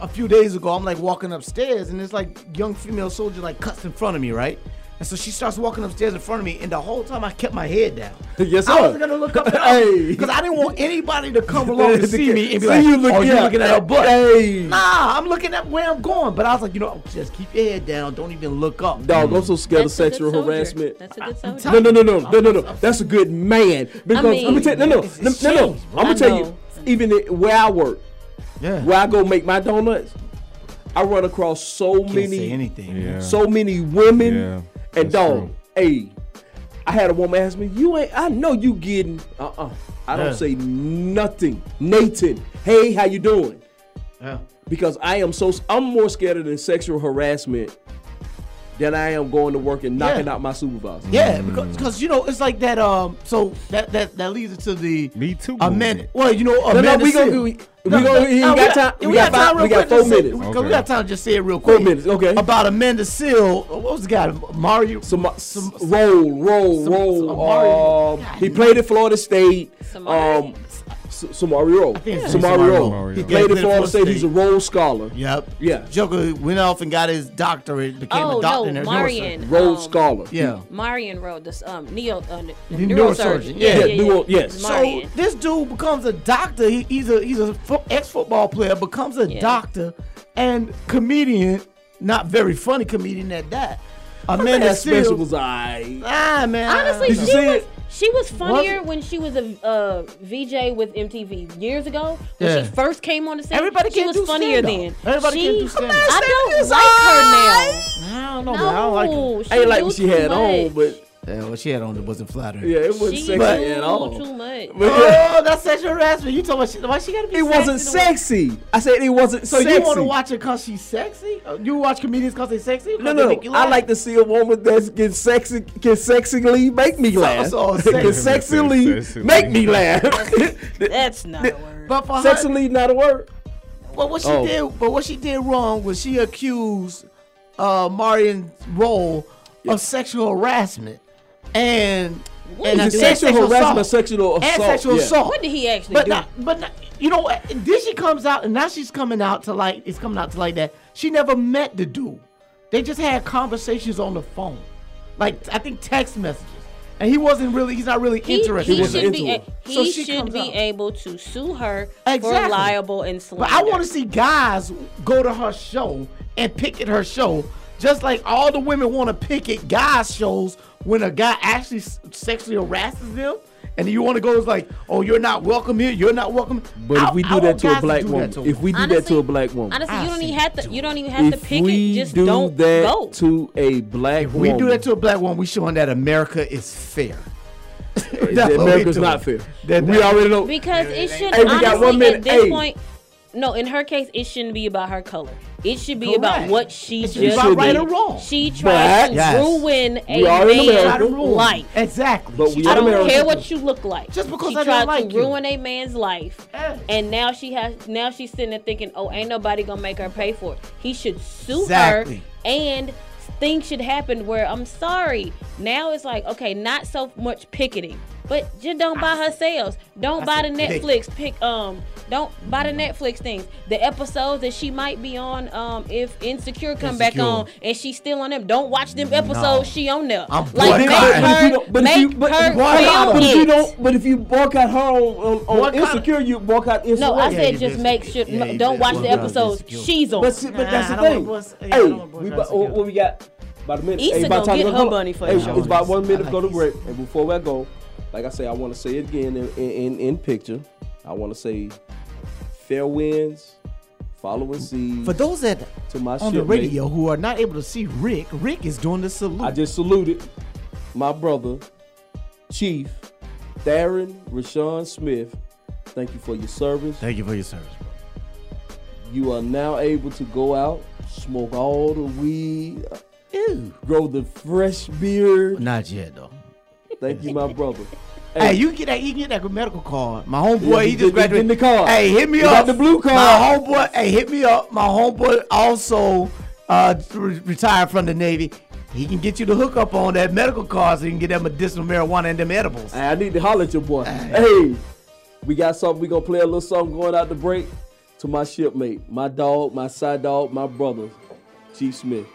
[SPEAKER 3] a few days ago, I'm like walking upstairs, and this like young female soldier like cuts in front of me, right? And so she starts walking upstairs in front of me, and the whole time I kept my head down.
[SPEAKER 4] Yes,
[SPEAKER 3] I
[SPEAKER 4] sir.
[SPEAKER 3] wasn't gonna look up
[SPEAKER 4] Hey.
[SPEAKER 3] because I didn't want anybody to come along and see me and be
[SPEAKER 4] See
[SPEAKER 3] like,
[SPEAKER 4] you look-
[SPEAKER 3] "Oh,
[SPEAKER 4] yeah.
[SPEAKER 3] you looking at her butt?"
[SPEAKER 4] Hey.
[SPEAKER 3] Nah, I'm looking at where I'm going. But I was like, you know, just keep your head down. Don't even look up.
[SPEAKER 4] Dog, I'm so scared
[SPEAKER 5] That's
[SPEAKER 4] of
[SPEAKER 5] a good
[SPEAKER 4] sexual
[SPEAKER 5] soldier.
[SPEAKER 4] harassment.
[SPEAKER 5] That's a good soldier.
[SPEAKER 4] No, no, no, no, no, no, no. That's a good man. Because let me
[SPEAKER 5] mean,
[SPEAKER 4] tell no, no,
[SPEAKER 3] it's-
[SPEAKER 4] no,
[SPEAKER 3] it's
[SPEAKER 4] no, no.
[SPEAKER 3] changed, bro.
[SPEAKER 4] I'm
[SPEAKER 5] I
[SPEAKER 4] gonna tell
[SPEAKER 5] know.
[SPEAKER 4] you, even i- where I work,
[SPEAKER 3] Yeah.
[SPEAKER 4] where I go make my donuts, I run across so
[SPEAKER 3] Can't say
[SPEAKER 4] many,
[SPEAKER 3] anything.
[SPEAKER 6] Yeah.
[SPEAKER 4] so many women,
[SPEAKER 6] Yeah,
[SPEAKER 4] and
[SPEAKER 6] that's
[SPEAKER 4] dog,
[SPEAKER 6] true.
[SPEAKER 4] hey, I had a woman ask me, "You ain't? I know you getting? Uh, uh I don't
[SPEAKER 3] Yeah.
[SPEAKER 4] say nothing. Nathan, hey, how you doing?
[SPEAKER 3] Yeah.
[SPEAKER 4] because I am so I'm more scared of the sexual harassment than I am going to work and knocking
[SPEAKER 3] Yeah.
[SPEAKER 4] out my supervisor.
[SPEAKER 3] Yeah, because cause, you know it's like that. Um, so that that that leads into the
[SPEAKER 6] Me Too
[SPEAKER 3] Amanda.
[SPEAKER 6] movement.
[SPEAKER 3] Well, you know,
[SPEAKER 4] No, no,
[SPEAKER 3] Amanda.
[SPEAKER 4] we gonna
[SPEAKER 3] Seale.
[SPEAKER 4] we, we gonna we ain't got time. We, got, five,
[SPEAKER 3] real
[SPEAKER 4] we got
[SPEAKER 3] quick to
[SPEAKER 4] four
[SPEAKER 3] say-
[SPEAKER 4] minutes.
[SPEAKER 3] We,
[SPEAKER 6] Okay.
[SPEAKER 3] we got time to just say it real
[SPEAKER 4] Four
[SPEAKER 3] quick.
[SPEAKER 4] minutes, okay.
[SPEAKER 3] About Amanda Seal. What was the guy? Mario.
[SPEAKER 4] Some, uh, roll, roll,
[SPEAKER 3] Sam-
[SPEAKER 4] roll.
[SPEAKER 3] Samari-
[SPEAKER 4] um,
[SPEAKER 3] God,
[SPEAKER 4] he played at Florida State.
[SPEAKER 5] Samari.
[SPEAKER 4] Um, S- Samari Roll.
[SPEAKER 3] think it's
[SPEAKER 4] Samari
[SPEAKER 6] Samari
[SPEAKER 4] Roll.
[SPEAKER 6] Rowe.
[SPEAKER 4] He
[SPEAKER 6] Yeah,
[SPEAKER 4] played at Florida State. He's a Roll scholar.
[SPEAKER 3] Yep.
[SPEAKER 4] Yeah.
[SPEAKER 3] Joker went off and got his doctorate, became
[SPEAKER 5] Oh
[SPEAKER 3] a doctor. and
[SPEAKER 5] no,
[SPEAKER 3] a neurosurgeon.
[SPEAKER 5] Marion.
[SPEAKER 4] Roll
[SPEAKER 5] um,
[SPEAKER 4] scholar.
[SPEAKER 3] Yeah.
[SPEAKER 5] Marion wrote this um neo uh, n-
[SPEAKER 3] The neurosurgeon,
[SPEAKER 5] neurosurgeon.
[SPEAKER 3] yeah.
[SPEAKER 4] Yeah, neuro- yes.
[SPEAKER 3] So
[SPEAKER 5] Marion.
[SPEAKER 3] this dude becomes a doctor. He, he's a he's a fo- ex football player, becomes a
[SPEAKER 5] Yeah.
[SPEAKER 3] doctor and comedian. Not very funny comedian at that.
[SPEAKER 4] Man,
[SPEAKER 3] Amanda
[SPEAKER 4] that special
[SPEAKER 3] Seals.
[SPEAKER 4] was I.
[SPEAKER 3] Ah man.
[SPEAKER 5] Honestly,
[SPEAKER 4] Did you
[SPEAKER 5] she
[SPEAKER 4] see
[SPEAKER 5] was
[SPEAKER 4] it?
[SPEAKER 5] she was funnier
[SPEAKER 3] it?
[SPEAKER 5] when she was a uh, VJ with MTV years ago when
[SPEAKER 3] Yeah.
[SPEAKER 5] she first came on the scene.
[SPEAKER 3] Everybody
[SPEAKER 5] she
[SPEAKER 3] can't
[SPEAKER 5] was
[SPEAKER 3] do
[SPEAKER 5] funnier
[SPEAKER 3] stand-up.
[SPEAKER 5] then.
[SPEAKER 3] Everybody
[SPEAKER 5] she,
[SPEAKER 3] can't do stand-up.
[SPEAKER 5] I don't like her now.
[SPEAKER 3] I don't know, man. I don't like
[SPEAKER 5] No,
[SPEAKER 3] it.
[SPEAKER 5] she
[SPEAKER 4] I ain't like
[SPEAKER 5] do
[SPEAKER 4] what she
[SPEAKER 5] too
[SPEAKER 4] had on,
[SPEAKER 5] much.
[SPEAKER 4] but
[SPEAKER 3] Yeah, what she had on it wasn't flattering.
[SPEAKER 4] yeah, it wasn't
[SPEAKER 5] she
[SPEAKER 4] sexy
[SPEAKER 5] do
[SPEAKER 4] at all.
[SPEAKER 5] too much.
[SPEAKER 4] But yeah,
[SPEAKER 3] Oh, that's sexual harassment. You talking about she, why she gotta be?
[SPEAKER 4] it wasn't
[SPEAKER 3] sexy the way-
[SPEAKER 4] sexy. I said it wasn't
[SPEAKER 3] So
[SPEAKER 4] sexy.
[SPEAKER 3] you want to watch her cause she's sexy? Uh, You watch comedians cause they sexy? 'Cause
[SPEAKER 4] No,
[SPEAKER 3] they
[SPEAKER 4] no.
[SPEAKER 3] make you
[SPEAKER 4] I
[SPEAKER 3] laugh?
[SPEAKER 4] like to see a woman that can sexy can sexily make me laugh.
[SPEAKER 3] so
[SPEAKER 4] can
[SPEAKER 3] sexy.
[SPEAKER 4] sexily
[SPEAKER 6] Sexily.
[SPEAKER 4] make me laugh.
[SPEAKER 5] That's not a word.
[SPEAKER 3] But for her,
[SPEAKER 4] sexily not a word.
[SPEAKER 3] But what she
[SPEAKER 4] Oh.
[SPEAKER 3] did, but what she did wrong was she accused uh, Marion Roll of sexual harassment and and,
[SPEAKER 4] Is it
[SPEAKER 3] and
[SPEAKER 4] sexual harassment,
[SPEAKER 3] assault.
[SPEAKER 4] sexual assault?
[SPEAKER 3] and sexual
[SPEAKER 4] Yeah.
[SPEAKER 3] assault.
[SPEAKER 5] What did he actually
[SPEAKER 3] But
[SPEAKER 5] do?
[SPEAKER 3] not, but not, you know what? And Then she comes out, and now she's coming out to like it's coming out to like that. She never met the dude. They just had conversations on the phone, like I think text messages, and he wasn't really. He's not really
[SPEAKER 5] He,
[SPEAKER 3] interested.
[SPEAKER 5] he
[SPEAKER 3] in her.
[SPEAKER 5] should be
[SPEAKER 4] into
[SPEAKER 5] a,
[SPEAKER 4] her.
[SPEAKER 5] he
[SPEAKER 3] So she comes
[SPEAKER 5] should be
[SPEAKER 3] out.
[SPEAKER 5] able to sue her
[SPEAKER 3] Exactly.
[SPEAKER 5] for liable and slander.
[SPEAKER 3] But I want to see guys go to her show and picket her show, just like all the women want to picket guys' shows when a guy actually s- sexually harasses them. And you want to go it's like, oh, you're not welcome here. You're not welcome.
[SPEAKER 4] But
[SPEAKER 3] I-
[SPEAKER 4] if we
[SPEAKER 3] I
[SPEAKER 4] do
[SPEAKER 3] want
[SPEAKER 4] that to
[SPEAKER 3] guys
[SPEAKER 4] a black
[SPEAKER 3] do that
[SPEAKER 4] woman,
[SPEAKER 3] to a
[SPEAKER 4] if we do that to a black woman,
[SPEAKER 5] Honestly,
[SPEAKER 3] I
[SPEAKER 5] you don't
[SPEAKER 3] see
[SPEAKER 5] even have to.
[SPEAKER 3] you.
[SPEAKER 5] You don't even have to
[SPEAKER 4] if
[SPEAKER 5] pick it.
[SPEAKER 4] we
[SPEAKER 5] Just
[SPEAKER 4] do
[SPEAKER 5] don't
[SPEAKER 4] that
[SPEAKER 5] go.
[SPEAKER 4] to a black
[SPEAKER 3] If we
[SPEAKER 4] woman,
[SPEAKER 3] do that to a black woman, we showing that America is fair.
[SPEAKER 4] that
[SPEAKER 3] That's what we
[SPEAKER 4] America's
[SPEAKER 3] doing.
[SPEAKER 4] not fair.
[SPEAKER 3] That-
[SPEAKER 4] we already know.
[SPEAKER 5] because it should
[SPEAKER 4] Hey, we
[SPEAKER 5] honestly
[SPEAKER 4] got one minute.
[SPEAKER 5] at this
[SPEAKER 4] Hey.
[SPEAKER 5] point. No, in her case, it shouldn't be about her color. It should be about
[SPEAKER 3] Correct.
[SPEAKER 5] what she
[SPEAKER 3] It should be
[SPEAKER 5] just
[SPEAKER 3] about
[SPEAKER 5] did.
[SPEAKER 3] right or wrong.
[SPEAKER 5] She
[SPEAKER 4] But-
[SPEAKER 5] tried to
[SPEAKER 3] Yes.
[SPEAKER 5] ruin a
[SPEAKER 4] We are in
[SPEAKER 5] man's
[SPEAKER 4] America.
[SPEAKER 5] life.
[SPEAKER 3] Exactly.
[SPEAKER 4] But
[SPEAKER 3] She
[SPEAKER 4] we
[SPEAKER 3] tried
[SPEAKER 5] I
[SPEAKER 4] are
[SPEAKER 3] to
[SPEAKER 5] don't
[SPEAKER 4] America.
[SPEAKER 5] care what you look like.
[SPEAKER 3] Just because
[SPEAKER 5] she
[SPEAKER 3] I don't
[SPEAKER 5] tried
[SPEAKER 3] like
[SPEAKER 5] to
[SPEAKER 3] you.
[SPEAKER 5] ruin a man's life,
[SPEAKER 3] Yes.
[SPEAKER 5] and now she has now she's sitting there thinking, "Oh, ain't nobody gonna make her pay for it." He should sue
[SPEAKER 3] Exactly.
[SPEAKER 5] her, and things should happen where I'm sorry. Now it's like, okay, not so much picketing, but just don't buy her sales. Don't
[SPEAKER 3] I
[SPEAKER 5] buy the
[SPEAKER 3] said pick.
[SPEAKER 5] Netflix pick um Don't buy the Netflix things. The episodes that she might be on, um, if Insecure come back
[SPEAKER 3] Insecure.
[SPEAKER 5] on and she's still on them, don't watch them episodes she on there.
[SPEAKER 3] I'm
[SPEAKER 5] like make
[SPEAKER 3] boycotting. But if
[SPEAKER 5] her,
[SPEAKER 3] you
[SPEAKER 5] but make her film
[SPEAKER 4] but if you
[SPEAKER 5] it.
[SPEAKER 4] don't, but if you boycott her on, on, on
[SPEAKER 3] Boycott-
[SPEAKER 4] insecure, you boycott insecure.
[SPEAKER 5] No, I
[SPEAKER 3] Yeah,
[SPEAKER 5] said
[SPEAKER 3] you
[SPEAKER 5] just
[SPEAKER 3] just-
[SPEAKER 5] make sure.
[SPEAKER 3] yeah,
[SPEAKER 5] no,
[SPEAKER 3] you
[SPEAKER 5] don't
[SPEAKER 3] just-
[SPEAKER 5] watch
[SPEAKER 3] well,
[SPEAKER 5] the
[SPEAKER 3] no,
[SPEAKER 5] episodes
[SPEAKER 3] Insecure.
[SPEAKER 5] she's on.
[SPEAKER 4] But, see, but
[SPEAKER 3] Oh, Nah,
[SPEAKER 4] that's the
[SPEAKER 3] I don't
[SPEAKER 4] thing.
[SPEAKER 3] wanna boycott- yeah, I
[SPEAKER 4] hey,
[SPEAKER 3] don't wanna
[SPEAKER 4] we
[SPEAKER 3] boycott
[SPEAKER 4] about, oh,
[SPEAKER 3] Insecure.
[SPEAKER 4] what we got? About a minute.
[SPEAKER 5] Issa
[SPEAKER 4] hey, about
[SPEAKER 5] gonna
[SPEAKER 4] time to
[SPEAKER 5] get
[SPEAKER 4] go-
[SPEAKER 5] her
[SPEAKER 4] hold on.
[SPEAKER 5] money for
[SPEAKER 4] hey,
[SPEAKER 5] sure.
[SPEAKER 4] It's about one minute
[SPEAKER 3] I
[SPEAKER 4] to go to
[SPEAKER 3] like
[SPEAKER 4] break. And before I go, like I say, I want to say it again in, in, in, in picture. I want to say fair winds, following seas.
[SPEAKER 3] For those that
[SPEAKER 4] to my
[SPEAKER 3] on the
[SPEAKER 4] shipmate.
[SPEAKER 3] radio who are not able to see Rick, Rick is doing the salute.
[SPEAKER 4] I just saluted my brother, Chief Darren Rashawn Smith. Thank you for your service.
[SPEAKER 3] Thank you for your service, bro.
[SPEAKER 4] You are now able to go out, smoke all the weed,
[SPEAKER 3] Ew.
[SPEAKER 4] grow the fresh beard.
[SPEAKER 3] Not yet though.
[SPEAKER 4] Thank you, my brother.
[SPEAKER 3] Hey, you can get that. You can get that medical card. My homeboy,
[SPEAKER 4] Yeah,
[SPEAKER 3] he
[SPEAKER 4] you
[SPEAKER 3] just
[SPEAKER 4] get- you get
[SPEAKER 3] graduated.
[SPEAKER 4] the card.
[SPEAKER 3] Hey, hit me
[SPEAKER 4] You
[SPEAKER 3] up.
[SPEAKER 4] got the blue card.
[SPEAKER 3] My homeboy. Hey, hit me up. My homeboy also uh, re- retired from the Navy. He can get you the hookup on that medical card so you can get that medicinal marijuana and them edibles.
[SPEAKER 4] Hey, I need to holler at your boy. Hey, we got something. We gonna play a little something going out the break to my shipmate, my dog, my side dog, my brother, Chief Smith.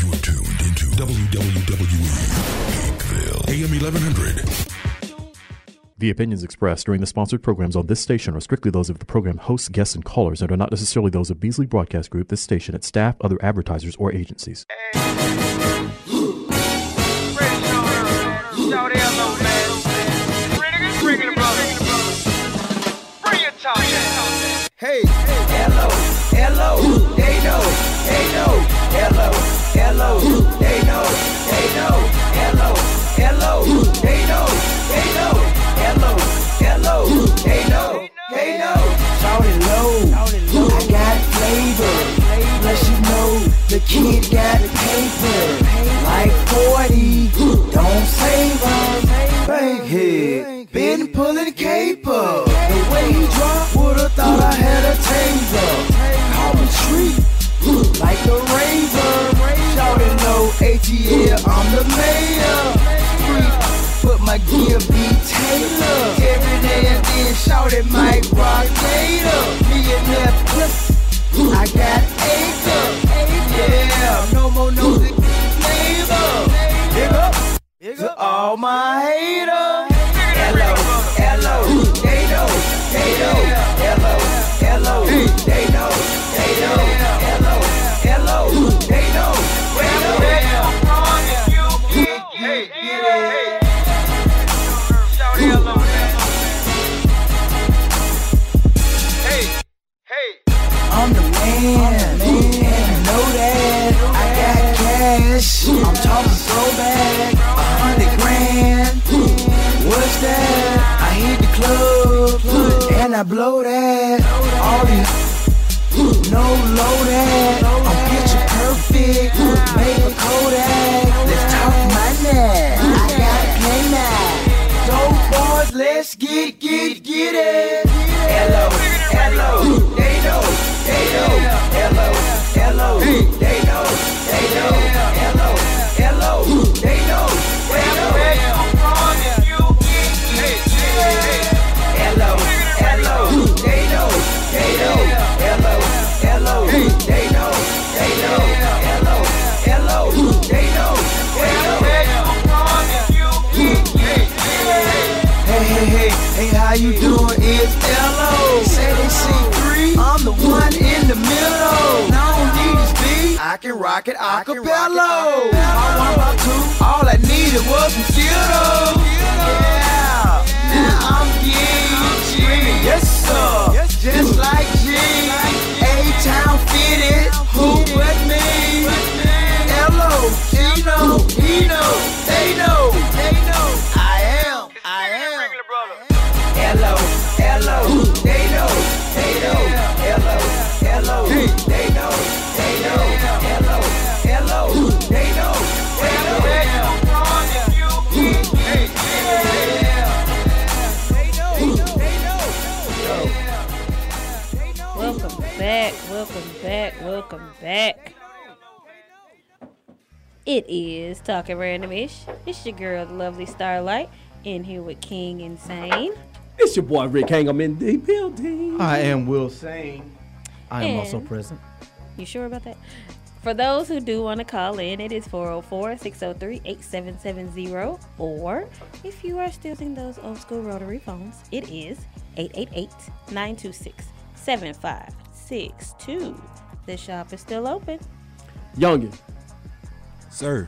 [SPEAKER 8] You are tuned into WWE Peakville. AM 1100.
[SPEAKER 9] The opinions expressed during the sponsored programs on this station are strictly those of the program hosts, guests, and callers and are not necessarily those of Beasley Broadcast Group, this station, its staff, other advertisers, or agencies.
[SPEAKER 2] Hey, hello, hello, they know, they know, hello, hello, they know, they know, hello, hello, they know, they know, hello, hello, they know, they know. Shout it low, I got flavor, plus you know the kid got paper, like 40, don't save us, bank head, been pulling caper, the way he dropped, would've thought I had a taser. Call me treat like a razor. Shouting low ATL, I'm the mayor. Freak, but my gear be Taylor. Every day and then shouting Mike Rock later. Millionaire plus, I got acre. Yeah, no more no neighbor. Big up to all my haters. Hello, hello, they know, they know. Hello, hello, they know, they know. Hello, hello, they know, they know. Hey, yeah, I'm the man, and you know that. I got cash, I'm talking throwback, a hundred grand. What's that? I hit the club, and I blow that. All these no loaded. I'm picture perfect. Make a Kodak. Let's talk money. I got play now. Dope boys, let's get, get, get it. Hello, hello, they know, they know. Hello, hello, they know, they know. Hello, hello, they know, they know. Hello, hello, they know, they know. Hello, hello, they know, they know. Hello, hello, they know, they know. Hey, hey, hey, hey, how you doing? It's L.O. Say they see three, I'm the one in the middle. And I don't need this beat, I can rock it acapella. All I'm about to, all I needed was some ghetto. Yeah, now I'm getting Yes, sir, just like G. A-Town fitted, who but me? Hello, she know, he know, they know, they know. I am, I
[SPEAKER 5] Welcome back. Welcome back. It is Talking Randomish. It's your girl, the lovely Starlight, in here with King Insane.
[SPEAKER 4] It's your boy Rick Hangum in the building.
[SPEAKER 3] I am Will Sane.
[SPEAKER 5] I am also And-
[SPEAKER 3] present.
[SPEAKER 5] You sure about that? For those who do want to call in, it is 404 603 8770. oh, Or if you are still using those old school rotary phones, it is 888 926 7562. The shop is still open.
[SPEAKER 4] Youngin,
[SPEAKER 6] Sir.